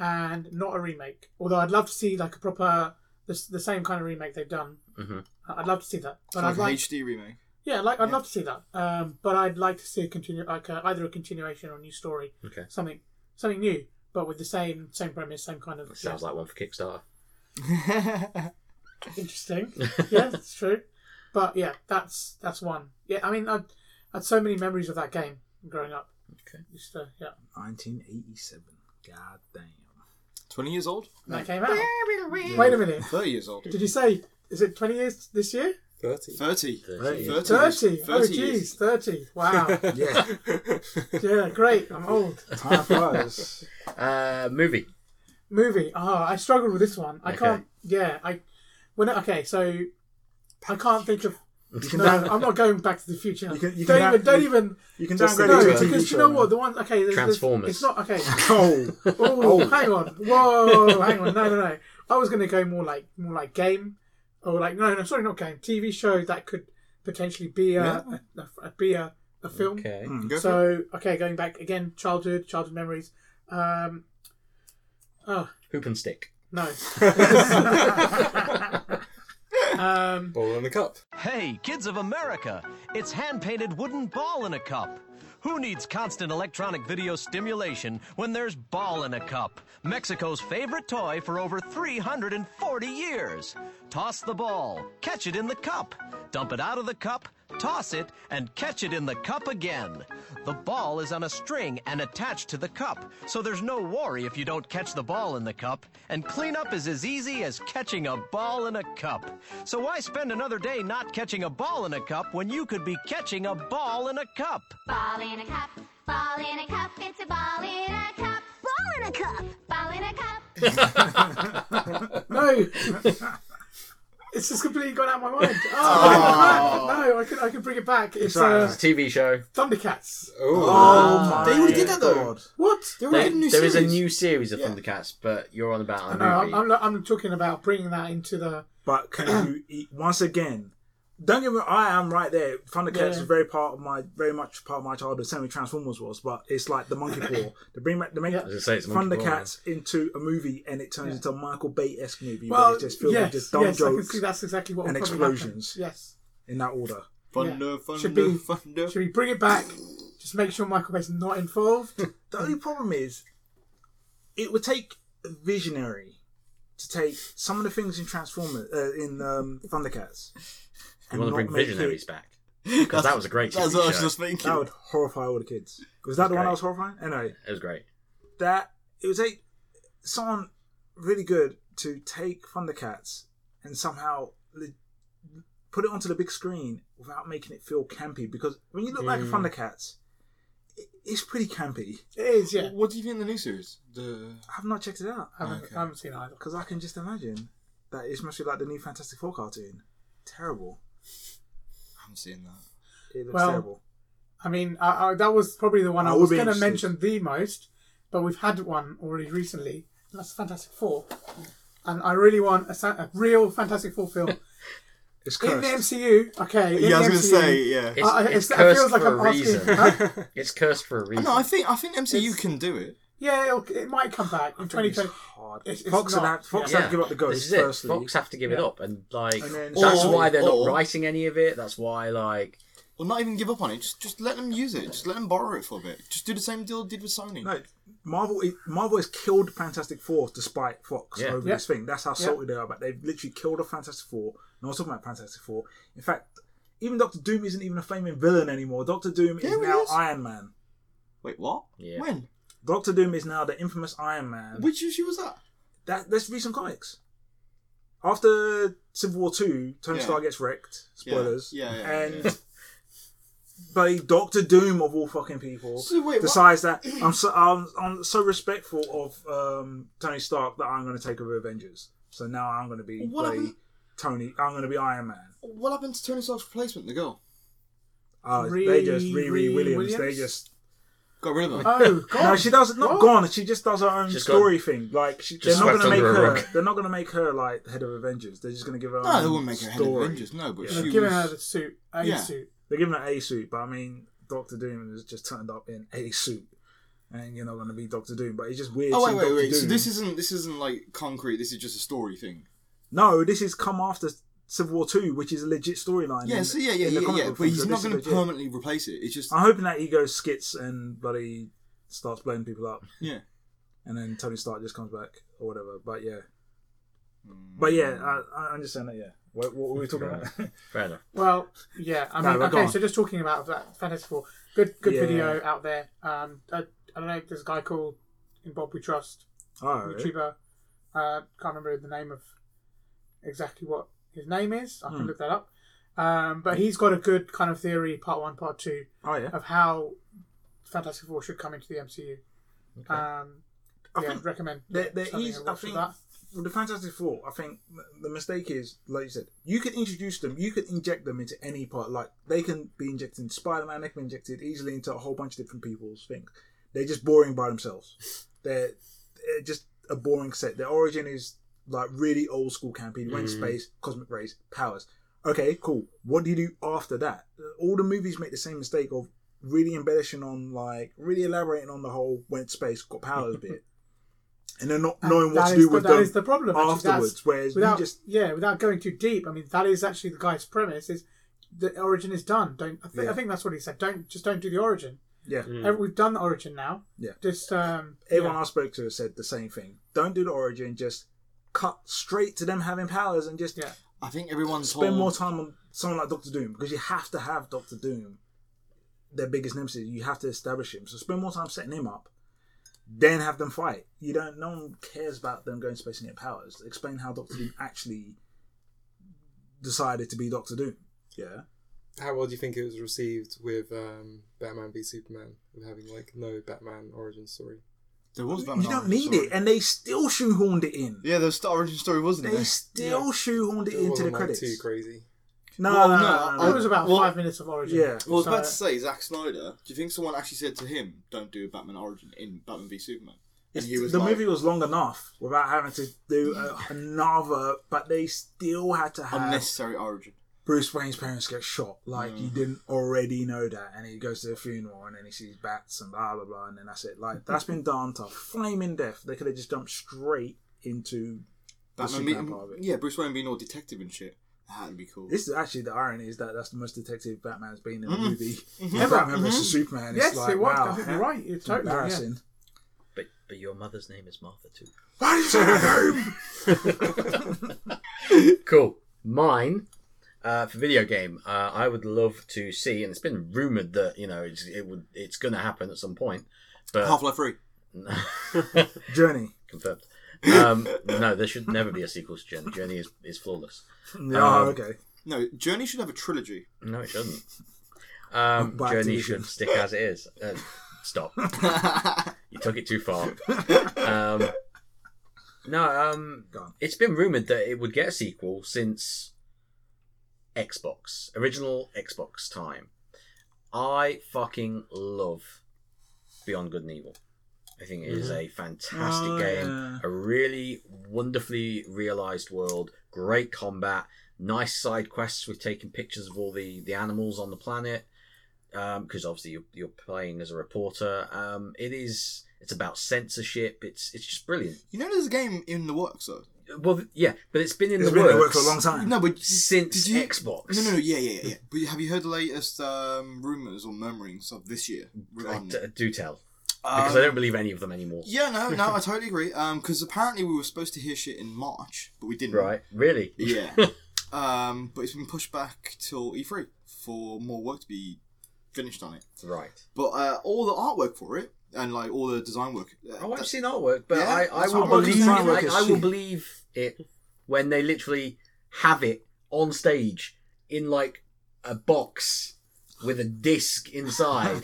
Speaker 5: and not a remake. Although I'd love to see like a proper the, s- the same kind of remake they've done.
Speaker 1: Mhm.
Speaker 5: I- I'd love to see that.
Speaker 4: It's
Speaker 5: But
Speaker 4: like
Speaker 5: I'd
Speaker 4: an
Speaker 5: like
Speaker 4: HD remake.
Speaker 5: yeah, like I'd
Speaker 4: Yeah.
Speaker 5: love to see that. Um, but I'd like to see a continue like a, either a continuation or a new story.
Speaker 1: Okay.
Speaker 5: Something something new, but with the same same premise, same kind of
Speaker 1: Sounds like one for Kickstarter.
Speaker 5: interesting. yeah, it's true. But yeah, that's that's one. Yeah, I mean, I had so many memories of that game growing up.
Speaker 1: Okay.
Speaker 5: Just, uh, yeah,
Speaker 2: 1987. God damn.
Speaker 4: Twenty years old.
Speaker 5: that came out. Wait a minute.
Speaker 4: Thirty years old.
Speaker 5: Did you say is it twenty years this year?
Speaker 3: Thirty.
Speaker 4: Thirty.
Speaker 1: Thirty.
Speaker 4: Thirty.
Speaker 5: Thirty. Oh,
Speaker 4: years.
Speaker 5: jeez, thirty. Wow.
Speaker 3: [LAUGHS]
Speaker 2: Yeah,
Speaker 5: yeah, great. I'm old.
Speaker 2: time flies.
Speaker 1: Uh, movie.
Speaker 5: movie. Ah, I struggled with this one. I
Speaker 1: Okay.
Speaker 5: can't. Yeah, I. When okay, so I can't think of.
Speaker 2: You can,
Speaker 5: [LAUGHS] No,
Speaker 2: down,
Speaker 5: I'm not going back to the future.
Speaker 2: You can- you
Speaker 5: don't
Speaker 2: can
Speaker 5: even.
Speaker 2: now-
Speaker 5: Don't
Speaker 2: you-
Speaker 5: even.
Speaker 2: you can
Speaker 3: Just
Speaker 2: downgrade
Speaker 5: No,
Speaker 2: it to a
Speaker 3: it.
Speaker 2: TV
Speaker 5: because you
Speaker 2: show,
Speaker 5: know
Speaker 2: man.
Speaker 5: what the [LAUGHS] one. Okay, there's, there's-
Speaker 1: Transformers.
Speaker 5: It's
Speaker 2: [LAUGHS]
Speaker 5: not okay.
Speaker 2: Oh,
Speaker 5: Oh, hang on. Whoa, hang on. No, no, no. I was gonna go more like more like game or like no, no, sorry, not game, TV show that could potentially be a, a, a- be a, a film.
Speaker 6: Okay.
Speaker 2: Mm,
Speaker 4: Go for
Speaker 5: So okay, going back again, childhood, childhood memories. Um, oh
Speaker 1: Hoop and stick.
Speaker 5: no. um,
Speaker 3: Ball in the cup.
Speaker 9: Hey, kids of America! It's hand painted wooden ball in a cup. Who needs constant electronic video stimulation when there's Ball in a Cup, Mexico's favorite toy for over 340 years? Toss the ball, catch it in the cup, dump it out of the cup, toss it, and catch it in the cup again. The ball is on a string and attached to the cup, so there's no worry if you don't catch the ball in the cup, and cleanup is as easy as catching a ball in a cup. So why spend another day not catching a ball in a cup when you could be catching a ball in a cup?
Speaker 10: Ball in a cup, ball in a cup, it's a ball in a cup. Ball in a cup, ball in a cup.
Speaker 5: No. [LAUGHS] It's just completely gone out of
Speaker 2: [LAUGHS]
Speaker 5: my mind. Oh, I can't. No, I could, I could bring it back. It's uh,
Speaker 1: It's a TV show.
Speaker 5: Thundercats.
Speaker 2: Oh my
Speaker 4: They already did that though.
Speaker 2: God.
Speaker 5: What?
Speaker 4: They
Speaker 1: There-
Speaker 4: already did a new
Speaker 1: there
Speaker 4: series.
Speaker 1: is a new series of
Speaker 4: Yeah.
Speaker 1: Thundercats, but you're on about a
Speaker 5: No,
Speaker 1: movie.
Speaker 5: I'm, I'm, I'm talking about bringing that into the.
Speaker 2: But can
Speaker 5: [CLEARS THROAT]
Speaker 2: you eat once again? Don't get me. I am right there. Thundercats
Speaker 5: Yeah.
Speaker 2: is very part of my, very much part of my childhood. Same with Transformers was, but it's like the Monkey Paw. They bring back, they make
Speaker 5: Yeah. I
Speaker 1: was gonna say, it's Monkey Paw,
Speaker 2: Thundercats into a movie, and it turns into a Michael Bay esque movie. where
Speaker 5: Well,
Speaker 2: it's just filled with
Speaker 5: yes,
Speaker 2: just dumb
Speaker 5: yes, I can
Speaker 2: jokes
Speaker 5: see that's exactly what
Speaker 2: and
Speaker 5: will probably happen.
Speaker 2: explosions.
Speaker 5: Yes.
Speaker 2: in that order.
Speaker 4: Thunder,
Speaker 5: Yeah.
Speaker 4: thunder,
Speaker 5: Should be-
Speaker 4: thunder.
Speaker 5: Should we bring it back? Just make sure Michael Bay's not involved.
Speaker 2: The only problem is, it would take a visionary to take some of the things in Transformers uh, in um, Thundercats.
Speaker 1: you want to
Speaker 2: not
Speaker 1: bring
Speaker 2: make
Speaker 1: visionaries
Speaker 2: it-
Speaker 1: back?
Speaker 4: Because
Speaker 1: that was a great
Speaker 4: [LAUGHS] That's
Speaker 1: TV
Speaker 4: what I was
Speaker 1: show.
Speaker 4: just thinking.
Speaker 2: That would horrify all the kids. Was that the one
Speaker 1: great.
Speaker 2: I was horrifying? Anyway,
Speaker 1: It was great.
Speaker 2: that it would take someone really good to take Thundercats and somehow le- put it onto the big screen without making it feel campy. Because when you look back
Speaker 1: Mm.
Speaker 2: at Thundercats, it, it's pretty campy.
Speaker 5: It is, yeah.
Speaker 4: What do you think of the new series? The
Speaker 2: I've not checked it out.
Speaker 5: I haven't,
Speaker 4: Okay.
Speaker 5: I haven't seen it either.
Speaker 2: Because I can just imagine that it's mostly like the new Fantastic Four cartoon. Terrible.
Speaker 4: I haven't seen that.
Speaker 2: It looks
Speaker 5: Well,
Speaker 2: terrible.
Speaker 5: I mean, I, I, that was probably the one I,
Speaker 2: I would
Speaker 5: was
Speaker 2: be
Speaker 5: going to
Speaker 2: interested.
Speaker 5: mention the most, but we've had one already recently. And that's Fantastic Four. And I really want a, sa- a real Fantastic
Speaker 2: [LAUGHS]
Speaker 5: Four film.
Speaker 2: It's cursed.
Speaker 5: in the MCU, okay. in
Speaker 4: Yeah, I was
Speaker 5: the
Speaker 4: gonna
Speaker 5: MCU,
Speaker 4: say yeah.
Speaker 1: It's,
Speaker 5: I-
Speaker 1: it's
Speaker 5: it's- it
Speaker 1: cursed
Speaker 5: feels like
Speaker 1: for
Speaker 5: I'm
Speaker 1: a
Speaker 5: asking- [LAUGHS]
Speaker 1: reason. it's cursed for a reason.
Speaker 4: No, I think I think MCU can do it.
Speaker 5: Yeah, it'll, it might come back in 2020.
Speaker 2: hard.
Speaker 5: It's- it's
Speaker 2: Fox,
Speaker 5: not-
Speaker 2: and have, Fox
Speaker 1: Yeah.
Speaker 2: have to give up the ghost.
Speaker 1: This is it.
Speaker 2: firstly.
Speaker 1: Fox have to give it
Speaker 5: Yeah.
Speaker 1: up, and like
Speaker 2: And then-
Speaker 1: that's
Speaker 4: Or-
Speaker 1: why they're
Speaker 4: or-
Speaker 1: not writing any of it. That's why like
Speaker 4: Well, not even give up on it. Just just let them use it. Just let them borrow it for a bit. Just do the same deal did with Sony.
Speaker 2: No, Marvel. is- Marvel has killed Fantastic Four despite Fox
Speaker 1: Yeah.
Speaker 2: over
Speaker 5: Yeah.
Speaker 2: this thing. That's how salty they are. But they've literally killed a Fantastic Four. No one's talking about Fantastic Four. In fact, even Doctor Doom isn't even a flaming villain anymore. Doctor Doom
Speaker 4: Yeah,
Speaker 2: is
Speaker 4: he
Speaker 2: now
Speaker 4: is.
Speaker 2: Iron Man.
Speaker 4: Wait, what?
Speaker 1: Yeah.
Speaker 4: When?
Speaker 2: Doctor Doom is now the infamous Iron
Speaker 5: Um,
Speaker 2: Man.
Speaker 4: Which issue was that?
Speaker 2: that that's recent comics. After Civil War Two, Tony
Speaker 4: Yeah.
Speaker 2: Stark gets wrecked. Spoilers.
Speaker 4: Yeah, yeah,
Speaker 2: and
Speaker 4: yeah.
Speaker 2: buddy Doctor Doom of all fucking people
Speaker 4: So wait, what-
Speaker 2: decides
Speaker 4: [CLEARS THROAT]
Speaker 2: that I'm so I'm, I'm so respectful of um, Tony Stark that I'm going to take over Avengers. So now I'm going to be
Speaker 4: What
Speaker 2: bloody
Speaker 4: happened-
Speaker 2: Tony. I'm going to be Iron Man.
Speaker 4: What happened to Tony Stark's replacement? The girl
Speaker 2: Oh,
Speaker 5: Riri
Speaker 2: they just Riri Williams.
Speaker 5: Williams?
Speaker 2: They just
Speaker 4: got rid of her.
Speaker 5: Oh,
Speaker 2: [LAUGHS]
Speaker 5: God.
Speaker 2: no, she does not
Speaker 5: What?
Speaker 2: gone. She just does her own
Speaker 1: She's
Speaker 2: story thing. Like she, they're
Speaker 1: Just
Speaker 2: not going to
Speaker 1: swept
Speaker 2: make
Speaker 1: under a
Speaker 2: her.
Speaker 1: rug.
Speaker 2: They're not going to make her like head of Avengers. They're just going to give her.
Speaker 4: no,
Speaker 2: own
Speaker 4: they wouldn't make her head of
Speaker 2: story.
Speaker 4: Avengers. No, but
Speaker 5: They've
Speaker 4: she
Speaker 5: given
Speaker 4: was.
Speaker 5: her the suit, a
Speaker 4: Yeah.
Speaker 5: suit.
Speaker 2: They're giving her a suit, but I mean, Doctor Doom has just turned up in a suit, and you're not going to be Doctor Doom. But it's just weird.
Speaker 4: Oh wait,
Speaker 2: seeing
Speaker 4: wait,
Speaker 2: Doctor
Speaker 4: wait. So
Speaker 2: Doom.
Speaker 4: this isn't this isn't like concrete. This is just a story thing.
Speaker 2: no, this is come after Civil War Two, which is a legit storyline.
Speaker 4: Yeah,
Speaker 2: in-
Speaker 4: so yeah, yeah,
Speaker 2: in the
Speaker 4: yeah,
Speaker 2: comic
Speaker 4: yeah.
Speaker 2: book
Speaker 4: But
Speaker 2: film,
Speaker 4: he's
Speaker 2: so
Speaker 4: not
Speaker 2: this is
Speaker 4: going to
Speaker 2: legit. Uh,
Speaker 4: permanently replace it. It's just
Speaker 2: I'm hoping that he goes skits and bloody starts blowing people up,
Speaker 4: yeah.
Speaker 2: and then Tony Stark just comes back or whatever. But yeah, but yeah, I, I understand that. Yeah, what, what were we talking about? [LAUGHS]
Speaker 1: fair enough.
Speaker 5: Well, yeah, I
Speaker 2: No,
Speaker 5: mean,
Speaker 2: but go
Speaker 5: okay,
Speaker 2: on.
Speaker 5: so just talking about that Fantastic Four, good good
Speaker 2: Yeah.
Speaker 5: video out there. Um, I, I don't know, there's a guy called In Bob We Trust,
Speaker 2: oh,
Speaker 5: YouTuber. Uh, can't remember the name of exactly what his name is. I can
Speaker 2: Hmm.
Speaker 5: look that up. Um, but he's got a good kind of theory, part one, part two,
Speaker 2: oh yeah.
Speaker 5: of how Fantastic Four should come into the MCU. Um,
Speaker 2: I
Speaker 5: yeah,
Speaker 2: think
Speaker 5: recommend.
Speaker 2: There, there
Speaker 5: having a
Speaker 2: is, I
Speaker 5: watch of
Speaker 2: think,
Speaker 5: that.
Speaker 2: with the Fantastic Four, I think th- the mistake is, like you said, you could introduce them, you could inject them into any part. Like, they can be injected into Spider Man, they can be injected easily into a whole bunch of different people's things. They're just boring by themselves. They're, they're just a boring set. Their origin is like really old school campaign. You
Speaker 5: Mm.
Speaker 2: went to space, cosmic rays, powers. Okay, cool. What do you do after that? All the movies make the same mistake of really embellishing on like really elaborating on the whole went to space, got
Speaker 5: [LAUGHS]
Speaker 2: powers bit. And then not
Speaker 5: And
Speaker 2: knowing what
Speaker 5: that
Speaker 2: to
Speaker 5: is
Speaker 2: do
Speaker 5: the-
Speaker 2: with
Speaker 5: that
Speaker 2: them
Speaker 5: is the problem actually. That's-
Speaker 2: afterwards. Whereas
Speaker 5: without
Speaker 2: you just
Speaker 5: yeah, without going too deep. I mean, that is actually the guy's premise: is the origin is done. Don't I think,
Speaker 2: Yeah.
Speaker 5: I think that's what he said. Don't just don't do the origin.
Speaker 2: yeah.
Speaker 3: Mm.
Speaker 5: Ev- We've done the origin now.
Speaker 2: Yeah.
Speaker 5: Just um.
Speaker 2: Everyone
Speaker 5: yeah.
Speaker 2: I spoke to said the same thing. Don't do the origin, just cut straight to them having powers and just
Speaker 5: Yeah.
Speaker 4: I think everyone's
Speaker 2: spend
Speaker 4: whole-
Speaker 2: more time on someone like Doctor Doom because you have to have Doctor Doom, their biggest nemesis. You have to establish him. So spend more time setting him up, then have them fight. You don't. No one cares about them going to space and get powers. Explain how Doctor Doom actually decided to be Doctor Doom. Yeah.
Speaker 3: How well do you think it was received with um, Batman v Superman, with having like no Batman origin story?
Speaker 4: There was
Speaker 2: You don't need it, and they still shoehorned it in.
Speaker 4: yeah, there was the origin story, wasn't
Speaker 2: They
Speaker 4: there?
Speaker 2: still
Speaker 5: Yeah.
Speaker 2: shoehorned it,
Speaker 3: It
Speaker 2: into the
Speaker 3: wasn't, like,
Speaker 2: credits.
Speaker 3: Too crazy.
Speaker 2: No,
Speaker 4: Well,
Speaker 2: no,
Speaker 4: no,
Speaker 2: no, no,
Speaker 4: I-
Speaker 5: it was about
Speaker 4: Well-
Speaker 5: five minutes of origin.
Speaker 2: Yeah.
Speaker 4: Well, I was about to
Speaker 5: So-
Speaker 4: say, Zack Snyder. Do you think someone actually said to him, "Don't do Batman Origin in Batman v Superman"? And he was
Speaker 2: the
Speaker 4: like,
Speaker 2: movie was long enough without having to do a, another, but they still had to have
Speaker 4: unnecessary Origin.
Speaker 2: Bruce Wayne's parents get shot. Like
Speaker 5: Mm.
Speaker 2: you didn't already know that, and he goes to the funeral, and then he sees bats and blah blah blah, and then that's it.
Speaker 5: [LAUGHS]
Speaker 2: Like that's been done to flaming death. They could have just jumped straight into the
Speaker 4: Batman,
Speaker 2: Superman
Speaker 4: being-
Speaker 2: part of it.
Speaker 4: yeah, Bruce Wayne being all detective and shit. That'd be cool.
Speaker 2: This is actually the irony is that that's the most detective Batman's been in a movie.
Speaker 5: Mm. [LAUGHS] Yeah, but- mm-hmm.
Speaker 2: Batman versus Superman. It's
Speaker 5: Yes,
Speaker 2: like,
Speaker 5: it was.
Speaker 2: Wow,
Speaker 5: I think you're right. It's
Speaker 2: It's
Speaker 5: totally
Speaker 2: embarrassing.
Speaker 5: Yeah. [LAUGHS]
Speaker 1: But but your mother's name is Martha too.
Speaker 2: Why did you say my name?
Speaker 1: cool. Mine uh, for video game. Uh, I would love to see, and it's been rumored that you know it's, it would it's going to happen at some point. [LAUGHS] But
Speaker 4: Half Life Three.
Speaker 2: [LAUGHS] Journey.
Speaker 1: confirmed. Um, no, there should never be a sequel to Journey. Journey is, is flawless.
Speaker 2: Yeah, Oh, okay.
Speaker 4: No, Journey should have a trilogy. [LAUGHS]
Speaker 1: No, it shouldn't. Um,
Speaker 2: Back to
Speaker 1: Journey
Speaker 2: the
Speaker 1: should
Speaker 2: game.
Speaker 1: stick as it is. Uh, stop. you took it too far.
Speaker 4: [LAUGHS]
Speaker 1: Um, no, um,
Speaker 2: Go on.
Speaker 1: it's been rumored that it would get a sequel since Xbox, original Xbox time. I fucking love Beyond Good and Evil. I think it
Speaker 2: Mm-hmm.
Speaker 1: is a fantastic
Speaker 2: Oh,
Speaker 1: game,
Speaker 2: yeah.
Speaker 1: a really wonderfully realized world, great combat, nice side quests with taking pictures of all the, the animals on the planet, because obviously you're, you're playing as a reporter. Um, it is it's about censorship. It's it's just brilliant.
Speaker 4: You know, there's a game in the works though.
Speaker 1: Well, th- yeah, but it's been in
Speaker 2: It's
Speaker 1: the
Speaker 2: been
Speaker 1: works
Speaker 2: in the works for a long time.
Speaker 4: No, but
Speaker 1: since
Speaker 4: did you-
Speaker 1: Xbox.
Speaker 4: No, no, no, yeah, yeah, yeah.
Speaker 1: [LAUGHS]
Speaker 4: But have you heard the latest um, rumors or murmurings of this year?
Speaker 1: I
Speaker 4: regarding
Speaker 1: d-
Speaker 4: it?
Speaker 1: do tell because I
Speaker 4: Um,
Speaker 1: don't believe any of them anymore.
Speaker 4: Yeah, no,
Speaker 1: [LAUGHS]
Speaker 4: no, I totally agree. Because apparently we were supposed to hear shit in March, but we didn't.
Speaker 1: Right? Really?
Speaker 4: Yeah.
Speaker 1: [LAUGHS]
Speaker 4: um, but it's been pushed back till E3 for more work to be finished on it.
Speaker 1: Right.
Speaker 4: But uh, all the artwork for it and like all the design work. Uh,
Speaker 1: Oh, I've
Speaker 4: that-
Speaker 1: seen artwork, but
Speaker 4: Yeah,
Speaker 1: I, I
Speaker 4: that's
Speaker 1: will
Speaker 4: artwork is
Speaker 1: believe
Speaker 4: fine,
Speaker 1: I,
Speaker 4: artwork is
Speaker 1: I will
Speaker 4: shit.
Speaker 1: believe it when they literally have it on stage in like a box with a disc
Speaker 4: [LAUGHS]
Speaker 1: inside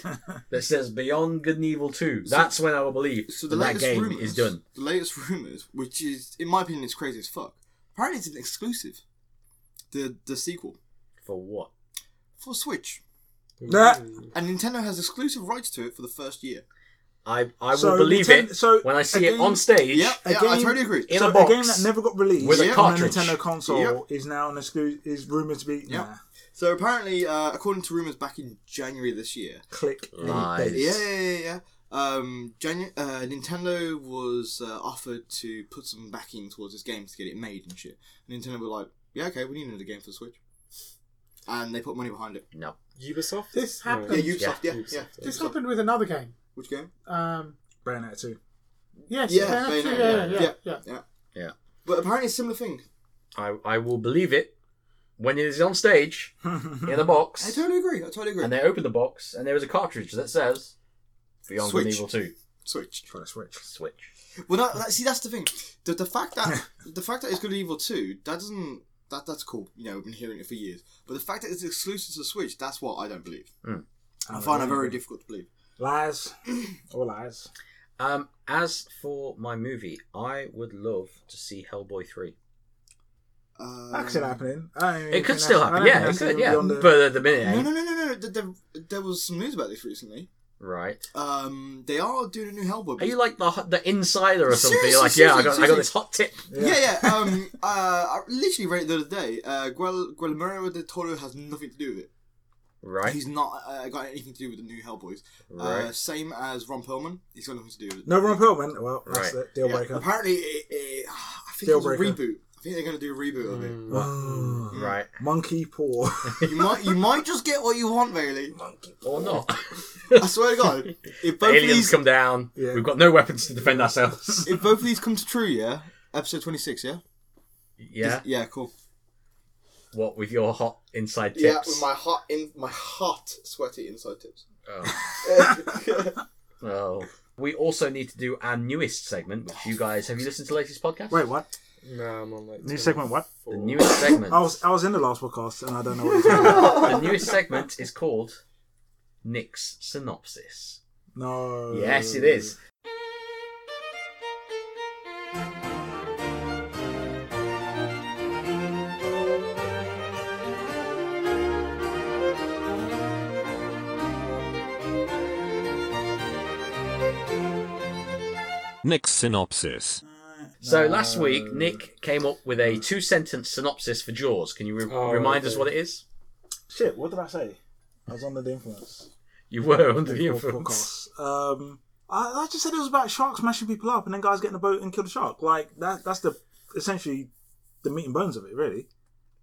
Speaker 1: that says Beyond Good and Evil Two. That's when I will believe
Speaker 4: so the
Speaker 1: that, that
Speaker 4: latest
Speaker 1: game
Speaker 4: rumors,
Speaker 1: is done.
Speaker 4: The latest rumors, which is in my opinion, it's crazy as fuck. Apparently, it's an exclusive. The the sequel
Speaker 1: For what?
Speaker 4: for Switch,
Speaker 2: Nah.
Speaker 4: and Nintendo has exclusive rights to it for the first year.
Speaker 1: I I
Speaker 2: So
Speaker 1: will believe
Speaker 2: Nintendo-
Speaker 1: it
Speaker 2: so
Speaker 1: when I see it
Speaker 2: again-
Speaker 1: on stage.
Speaker 4: Yeah, yeah, I
Speaker 2: game-
Speaker 4: totally agree.
Speaker 1: in
Speaker 2: so
Speaker 1: a box
Speaker 2: game that never got released
Speaker 1: with a
Speaker 2: on a
Speaker 1: cartridge.
Speaker 2: Nintendo console
Speaker 4: Yep.
Speaker 2: is now an exclu- is rumored to be
Speaker 4: Yep.
Speaker 2: nah,
Speaker 4: So apparently, uh, according to rumors back in January this year,
Speaker 2: click any
Speaker 1: Lies.
Speaker 2: date.
Speaker 4: yeah, yeah, yeah. yeah. Um, Janu- uh, Nintendo was uh, offered to put some backing towards this game to get it made and shit. And Nintendo were like, "Yeah, okay, we need another game for the Switch," and they put money behind it.
Speaker 1: No.
Speaker 3: Ubisoft.
Speaker 5: This
Speaker 3: No.
Speaker 5: happened.
Speaker 4: Yeah,
Speaker 5: Um,
Speaker 4: Ubisoft. Yeah, yeah.
Speaker 3: Ubisoft, yeah.
Speaker 5: This happened with another game.
Speaker 4: Which game?
Speaker 5: Um.
Speaker 2: Bayonetta [LAUGHS] two.
Speaker 5: Yes.
Speaker 4: Yeah,
Speaker 5: Yeah. Yeah.
Speaker 4: Bayonetta,
Speaker 5: Yeah.
Speaker 4: yeah.
Speaker 5: Yeah. yeah,
Speaker 4: Yeah.
Speaker 1: Yeah.
Speaker 4: But apparently, it's a similar thing.
Speaker 1: I I will believe it when it is on stage in a box.
Speaker 4: [LAUGHS] I totally agree. I totally agree.
Speaker 1: and they open the box and there is a cartridge that says Beyond Good and
Speaker 4: Switch.
Speaker 1: Evil Two
Speaker 4: Switch.
Speaker 2: For the Switch.
Speaker 1: Switch.
Speaker 4: Well, that, that, see, that's the thing. The, the fact [LAUGHS] that the fact that it's Good and Evil Two, that doesn't that that's cool. You know, we've been hearing it for years. But the fact that it's exclusive to Switch, that's what I don't believe. I find that very difficult to believe. [LAUGHS]
Speaker 2: Lies. All lies.
Speaker 1: Um, as for my movie, I would love to see Hellboy three.
Speaker 4: Um,
Speaker 2: That could happen. I don't even
Speaker 1: It
Speaker 2: think
Speaker 1: could still
Speaker 2: that's- I
Speaker 1: happen,
Speaker 2: don't
Speaker 1: yeah. It
Speaker 2: think that's
Speaker 1: could,
Speaker 2: even
Speaker 1: yeah.
Speaker 2: beyond the-
Speaker 1: But at the minute, eh? it
Speaker 4: No,
Speaker 1: ain't.
Speaker 4: no, no, no, no. There, there, there was some news about this recently.
Speaker 1: Right.
Speaker 4: Um, they are doing a new Hellboy.
Speaker 1: Are
Speaker 4: book.
Speaker 1: you like the the insider or something?
Speaker 4: Seriously,
Speaker 1: You're like, yeah, I got, I
Speaker 4: seriously,
Speaker 1: got
Speaker 4: seriously.
Speaker 1: this hot tip.
Speaker 4: yeah, yeah. Um, [LAUGHS] uh, I literally read it the other day. Uh, Guil- Guillermo del Toro has nothing to do with it.
Speaker 1: Right.
Speaker 4: He's not uh, got anything to do with the new Hellboys. Uh,
Speaker 1: Right.
Speaker 4: same as Ron Perlman. He's got nothing to do with it.
Speaker 2: No, Ron Perlman. Well, that's
Speaker 1: Right.
Speaker 2: it. Deal
Speaker 4: Yeah,
Speaker 2: breaker.
Speaker 4: apparently, it, it, I think
Speaker 2: Deal
Speaker 4: it's a
Speaker 2: breaker.
Speaker 4: reboot. I think they're going to do a reboot of it.
Speaker 1: [SIGHS]
Speaker 2: Mm.
Speaker 4: hmm.
Speaker 1: Right.
Speaker 2: Monkey paw. [LAUGHS]
Speaker 4: You
Speaker 1: [LAUGHS]
Speaker 4: might, you might just get what you want, Bailey.
Speaker 1: Or not. [LAUGHS]
Speaker 4: I swear to God, if
Speaker 1: The
Speaker 4: both of
Speaker 1: aliens
Speaker 4: these,
Speaker 1: come down.
Speaker 2: Yeah.
Speaker 1: We've got no weapons to defend
Speaker 4: [LAUGHS]
Speaker 1: ourselves. [LAUGHS]
Speaker 4: if both of these comes true, yeah. Episode twenty six, yeah.
Speaker 1: yeah.
Speaker 4: Yeah, cool.
Speaker 1: What with your hot inside
Speaker 4: Yeah,
Speaker 1: tips?
Speaker 4: with my hot, in my hot, sweaty inside tips. [LAUGHS]
Speaker 1: Oh. oh. We also need to do our newest segment, which you guys have you listened to the latest podcast?
Speaker 2: Wait, what?
Speaker 3: No, I'm on like.
Speaker 2: New segment, what?
Speaker 3: 24.
Speaker 1: The newest segment.
Speaker 2: I was I was in the last podcast and I don't know what you're talking
Speaker 4: [LAUGHS]
Speaker 2: about.
Speaker 1: The newest segment is called Nick's Synopsis.
Speaker 2: No.
Speaker 1: Yes, it is.
Speaker 11: Nick's synopsis.
Speaker 1: So last week, Nick came up with a two sentence synopsis for Jaws. Can you re-
Speaker 3: Oh,
Speaker 1: remind
Speaker 3: okay.
Speaker 1: us what it is?
Speaker 2: Shit, what did I say? I was under the influence.
Speaker 1: You were under [LAUGHS] the
Speaker 2: Before
Speaker 1: influence.
Speaker 2: podcast. Um, I, I just said it was about sharks smashing people up and then guys getting a boat and kill the shark. Like that. That's the essentially the meat and bones of it, really.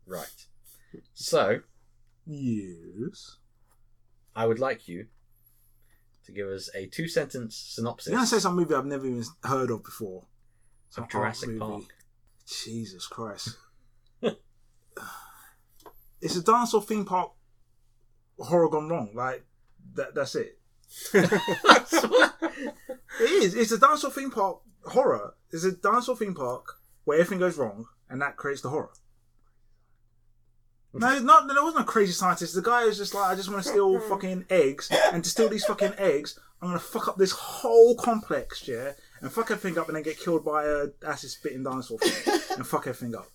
Speaker 1: Right. So
Speaker 2: Yes.
Speaker 1: I would like you to give us a two sentence synopsis
Speaker 2: You're gonna say some movie I've never even heard of before. Some
Speaker 1: of
Speaker 2: art
Speaker 1: Jurassic
Speaker 2: movie.
Speaker 1: Park.
Speaker 2: Jesus Christ.
Speaker 1: [LAUGHS]
Speaker 2: [SIGHS] it's a dinosaur theme park horror gone wrong. Like that that's
Speaker 1: [LAUGHS]
Speaker 2: it. It is. It's a dinosaur theme park horror. It's a dinosaur theme park where everything goes wrong and that creates the horror. No, it's not there wasn't a crazy scientist. The guy was just like, I just want to steal [LAUGHS] fucking eggs, and to steal these fucking eggs, I'm gonna fuck up this whole complex, yeah, and fuck everything up, and then get killed by a acid spitting dinosaur [LAUGHS] thing, and fuck everything up.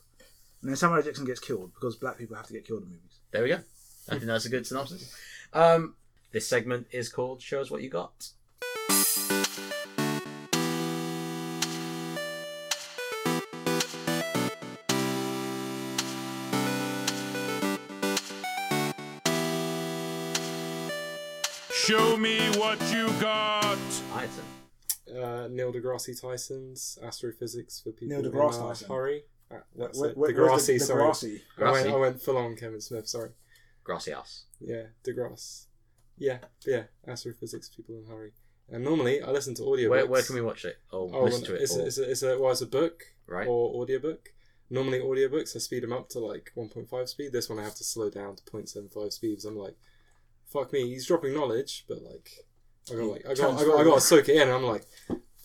Speaker 2: And then Samuel L. Jackson gets killed because black people have to get killed in movies.
Speaker 1: There we go. I think that's a good synopsis. Um, this segment is called "Show Us What You Got."
Speaker 11: Show me what you got.
Speaker 1: Item.
Speaker 3: Uh, Neil deGrasse Tyson's Astrophysics for People
Speaker 2: Neil
Speaker 3: in
Speaker 2: deGrasse
Speaker 3: a
Speaker 2: Tyson.
Speaker 3: Hurry. Uh, that's
Speaker 2: Where-
Speaker 3: it.
Speaker 2: where- where's
Speaker 3: deGrasse,
Speaker 2: the-
Speaker 3: sorry.
Speaker 2: Degrassi?
Speaker 3: I, went,
Speaker 1: Degrassi.
Speaker 3: I went full on Kevin Smith, sorry.
Speaker 1: Grassy ass.
Speaker 3: Yeah, DeGrasse. Yeah, yeah, Astrophysics for People in a Hurry. And normally I listen to audiobooks.
Speaker 1: Where, where can we watch it or
Speaker 3: Oh,
Speaker 1: listen to it?
Speaker 3: it's,
Speaker 1: or-
Speaker 3: a, it's, a, it's, a, well, it's a book
Speaker 1: Right.
Speaker 3: or audiobook. Normally, audiobooks, I speed them up to like 1.5 speed. This one, I have to slow down to 0.75 speed because I'm like, fuck me, he's dropping knowledge, but like, I got like, I got, I got, I got to soak it in. I'm like,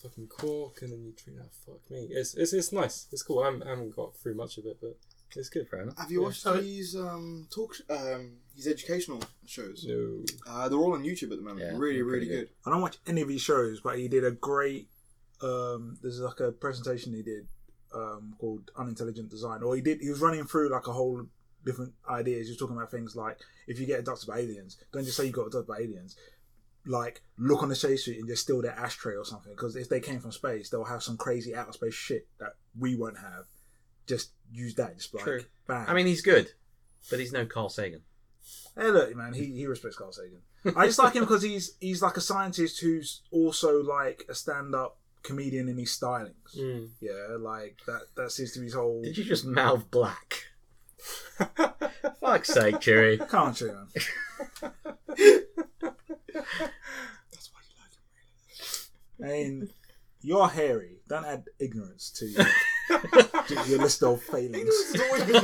Speaker 3: fucking cork, and then you treat that, fuck me. It's, it's, it's nice. It's cool. I haven't, I haven't got through much of it, but it's good.
Speaker 1: Fair enough.
Speaker 4: Have you
Speaker 3: Yeah.
Speaker 4: watched
Speaker 5: Oh, it-
Speaker 4: these um talk, sh- um these educational shows?
Speaker 3: No.
Speaker 4: Uh, they're all on YouTube at the moment.
Speaker 1: Yeah,
Speaker 4: really,
Speaker 1: they're
Speaker 4: really
Speaker 1: pretty
Speaker 4: good.
Speaker 2: I don't watch any of his shows, but he did a great. Um, there's like a presentation he did um, called "Unintelligent Design," or he did. He was running through like a whole different ideas. He was talking about things like if you get abducted by aliens, don't just say you got abducted by aliens. Like look on the shade sheet and just steal their ashtray or something. Because if they came from space, they'll have some crazy outer space shit that we won't have. Just use that. Just like
Speaker 1: True.
Speaker 2: bang.
Speaker 1: I mean, he's good, but he's no Carl Sagan.
Speaker 2: Hey, look, man, he, he respects Carl Sagan. I just like him because he's he's like a scientist who's also like a stand up comedian in his stylings.
Speaker 3: Mm.
Speaker 2: Yeah, like that that seems to be his whole
Speaker 1: Did you just mouth
Speaker 2: [LAUGHS]
Speaker 1: black? Fuck's sake, Cheery.
Speaker 2: country, man. I mean, you're hairy. Don't add ignorance to your, to your list of failings.
Speaker 4: It's always [LAUGHS] been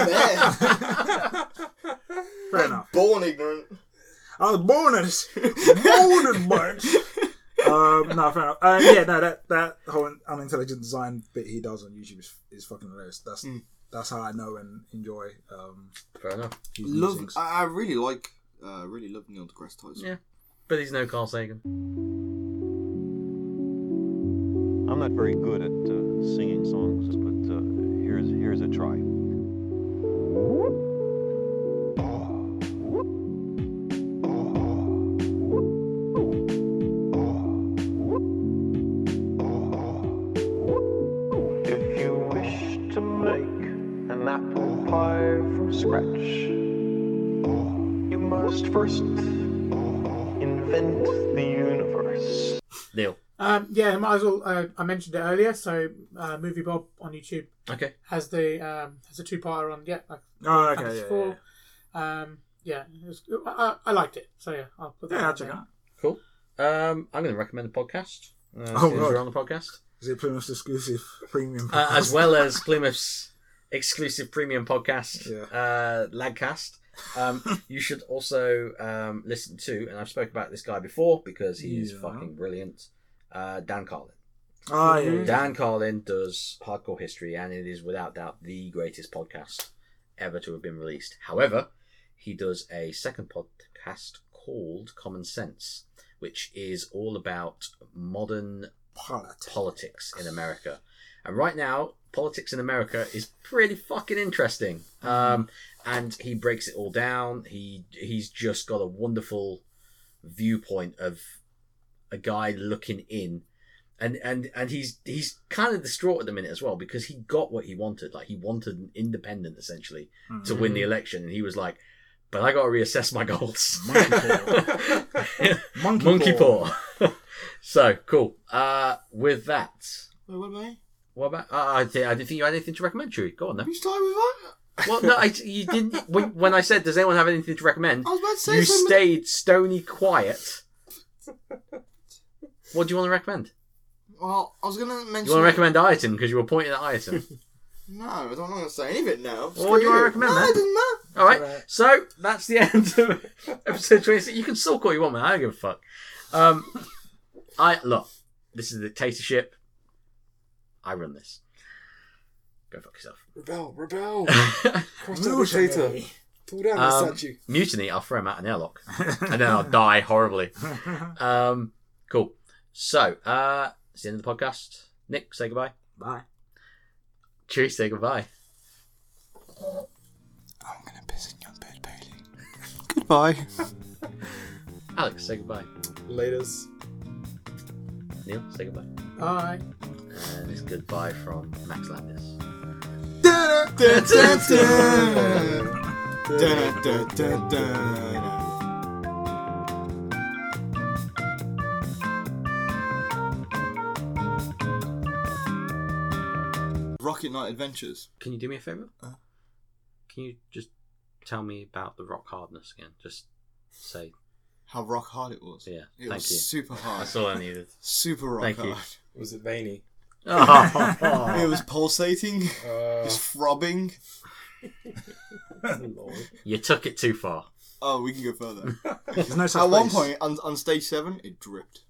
Speaker 4: there.
Speaker 2: Fair enough.
Speaker 4: Born ignorant.
Speaker 1: [LAUGHS]
Speaker 2: I was born in this born in March. Um, no, fair enough. Uh, yeah, no, that that whole unintelligent design bit he does on YouTube is, is fucking hilarious. That's
Speaker 4: Mm.
Speaker 2: that's how I know and enjoy. Um,
Speaker 1: Fair enough.
Speaker 2: his
Speaker 4: Love.
Speaker 2: musings.
Speaker 4: I, I really like. Uh, really love Neil deGrasse Tyson.
Speaker 1: Yeah. But he's no Carl Sagan.
Speaker 11: I'm not very good at uh, singing songs, but uh, here's here's a try.
Speaker 12: apple pie from scratch. You must first invent the universe.
Speaker 1: Neil.
Speaker 5: Um, yeah, might as well. Uh, I mentioned it earlier. So, uh, movie Bob on YouTube.
Speaker 1: Okay.
Speaker 5: Has the um, has a two parter on. Yeah. Like,
Speaker 2: Oh, okay,
Speaker 5: Fantastic
Speaker 2: yeah,
Speaker 5: Four. Um, yeah, it was, I, I I liked it. So yeah, I'll put that.
Speaker 2: Yeah, I'll
Speaker 5: on
Speaker 2: check it
Speaker 5: there.
Speaker 2: out.
Speaker 1: Cool. Um, I'm going to recommend the podcast. Uh,
Speaker 2: Oh,
Speaker 1: oh,
Speaker 2: God.
Speaker 1: we're on the podcast.
Speaker 2: Is it Plymouth's exclusive premium?
Speaker 1: Uh, as
Speaker 2: podcast?
Speaker 1: well as Plymouth's exclusive premium podcast,
Speaker 2: Yeah.
Speaker 1: uh, Lagcast.
Speaker 2: [LAUGHS]
Speaker 1: Um, you should also um, listen to, and I've spoken about this guy before because he is
Speaker 2: Yeah.
Speaker 1: fucking brilliant, uh, Dan Carlin.
Speaker 2: [LAUGHS] Ah, yeah, yeah.
Speaker 4: Mm-hmm.
Speaker 1: Dan Carlin does hardcore history, and it is without doubt the greatest podcast ever to have been released. However, he does a second podcast called Common Sense, which is all about modern
Speaker 2: Politics.
Speaker 1: politics in America. And right now, politics in America is pretty fucking interesting. Um, and he breaks it all down. He he's just got a wonderful viewpoint of a guy looking in. And, and and he's he's kind of distraught at the minute as well because he got what he wanted. Like he wanted an independent essentially to win the election, and he was like, "But I got to reassess my goals." [LAUGHS]
Speaker 2: Monkey,
Speaker 1: Monkey
Speaker 2: paw.
Speaker 1: paw. [LAUGHS] so cool. Uh, with that,
Speaker 4: Wait, what am I?
Speaker 1: what about? Uh, I, thi- I didn't think you had anything to recommend, Chewy. Go on then.
Speaker 4: [LAUGHS] You started with what?
Speaker 1: Well, no, I, you didn't. When, when I said, "Does anyone have anything to recommend?"
Speaker 4: I was about to say
Speaker 1: You
Speaker 4: something.
Speaker 1: stayed stony quiet. What do you want to recommend?
Speaker 4: Well, I was gonna mention.
Speaker 1: You want to recommend Ireton because you were pointing at Ireton.
Speaker 4: No, I don't want to say any of it now.
Speaker 1: Well, what do you want to recommend
Speaker 4: No,
Speaker 1: then?
Speaker 4: it doesn't matter.
Speaker 1: All right. So uh, that's the [LAUGHS] end of episode 26. You can sulk all you want, man. I don't give a fuck. Um, I look. This is a dictatorship. I run this. Go fuck [LAUGHS] yourself.
Speaker 3: Rebel,
Speaker 4: [LAUGHS]
Speaker 3: rebel! Cross the dictator! Pull down the
Speaker 1: Um,
Speaker 3: statue!
Speaker 1: mutiny. I'll throw him out an airlock, and then I'll die [LAUGHS] horribly. Um, cool. So uh, it's the end of the podcast. Nick, say goodbye.
Speaker 2: Bye.
Speaker 1: Chewy, say goodbye.
Speaker 4: I'm gonna piss in your bed, Bailey. Goodbye.
Speaker 1: Alex, say goodbye.
Speaker 3: Laters.
Speaker 1: Neil, say goodbye.
Speaker 5: Bye.
Speaker 1: And it's goodbye from Max Landis.
Speaker 4: Rocket Knight Adventures.
Speaker 1: Can you do me a favor? Can you just tell me about the rock hardness again? Just say
Speaker 4: How rock hard it was.
Speaker 1: Yeah,
Speaker 4: It
Speaker 1: thank
Speaker 4: was
Speaker 1: you.
Speaker 4: super
Speaker 1: [LAUGHS]
Speaker 4: hard.
Speaker 1: that's all I needed.
Speaker 4: Super rock
Speaker 1: Thank
Speaker 4: hard.
Speaker 1: you. Oh.
Speaker 3: Was it veiny?
Speaker 4: It was pulsating. It
Speaker 3: Uh,
Speaker 4: was throbbing.
Speaker 3: Lord.
Speaker 1: [LAUGHS] you took it too far.
Speaker 4: Oh, we can
Speaker 1: [LAUGHS]
Speaker 4: go further.
Speaker 2: There's no such
Speaker 4: At one
Speaker 2: place.
Speaker 4: point, on, on stage seven, it
Speaker 1: [LAUGHS]
Speaker 4: dripped.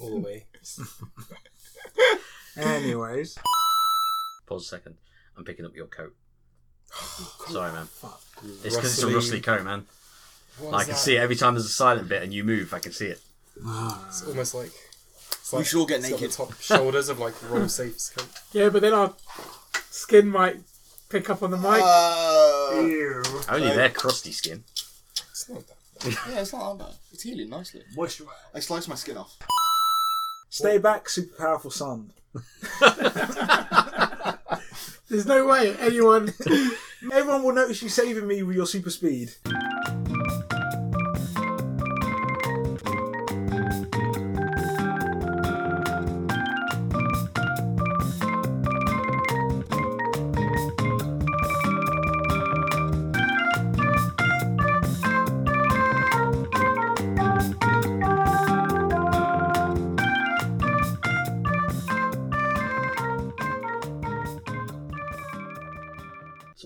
Speaker 3: All the way.
Speaker 2: Anyways.
Speaker 4: [LAUGHS]
Speaker 1: Pause a second. I'm picking up your coat. Sorry, man. It's 'cause it's a
Speaker 3: Rustling.
Speaker 1: rustly coat, man.
Speaker 3: What
Speaker 1: I
Speaker 3: is
Speaker 1: can
Speaker 3: that?
Speaker 1: see it every time there's a silent bit and you move. I can see it.
Speaker 3: It's almost like. It's
Speaker 4: We
Speaker 3: like
Speaker 4: should all get
Speaker 3: it's got
Speaker 4: naked.
Speaker 3: The top shoulders of like roll safe's coat.
Speaker 5: Yeah, but then our skin might pick up on the mic.
Speaker 4: Uh,
Speaker 2: Ew.
Speaker 1: Only their crusty skin.
Speaker 3: It's not that.
Speaker 4: yeah, it's not that bad. It's healing nicely. I sliced my skin off.
Speaker 2: Stay back, super powerful son.
Speaker 5: There's no way anyone.
Speaker 2: Everyone will notice you saving me with your super speed.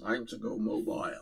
Speaker 13: Time to go mobile.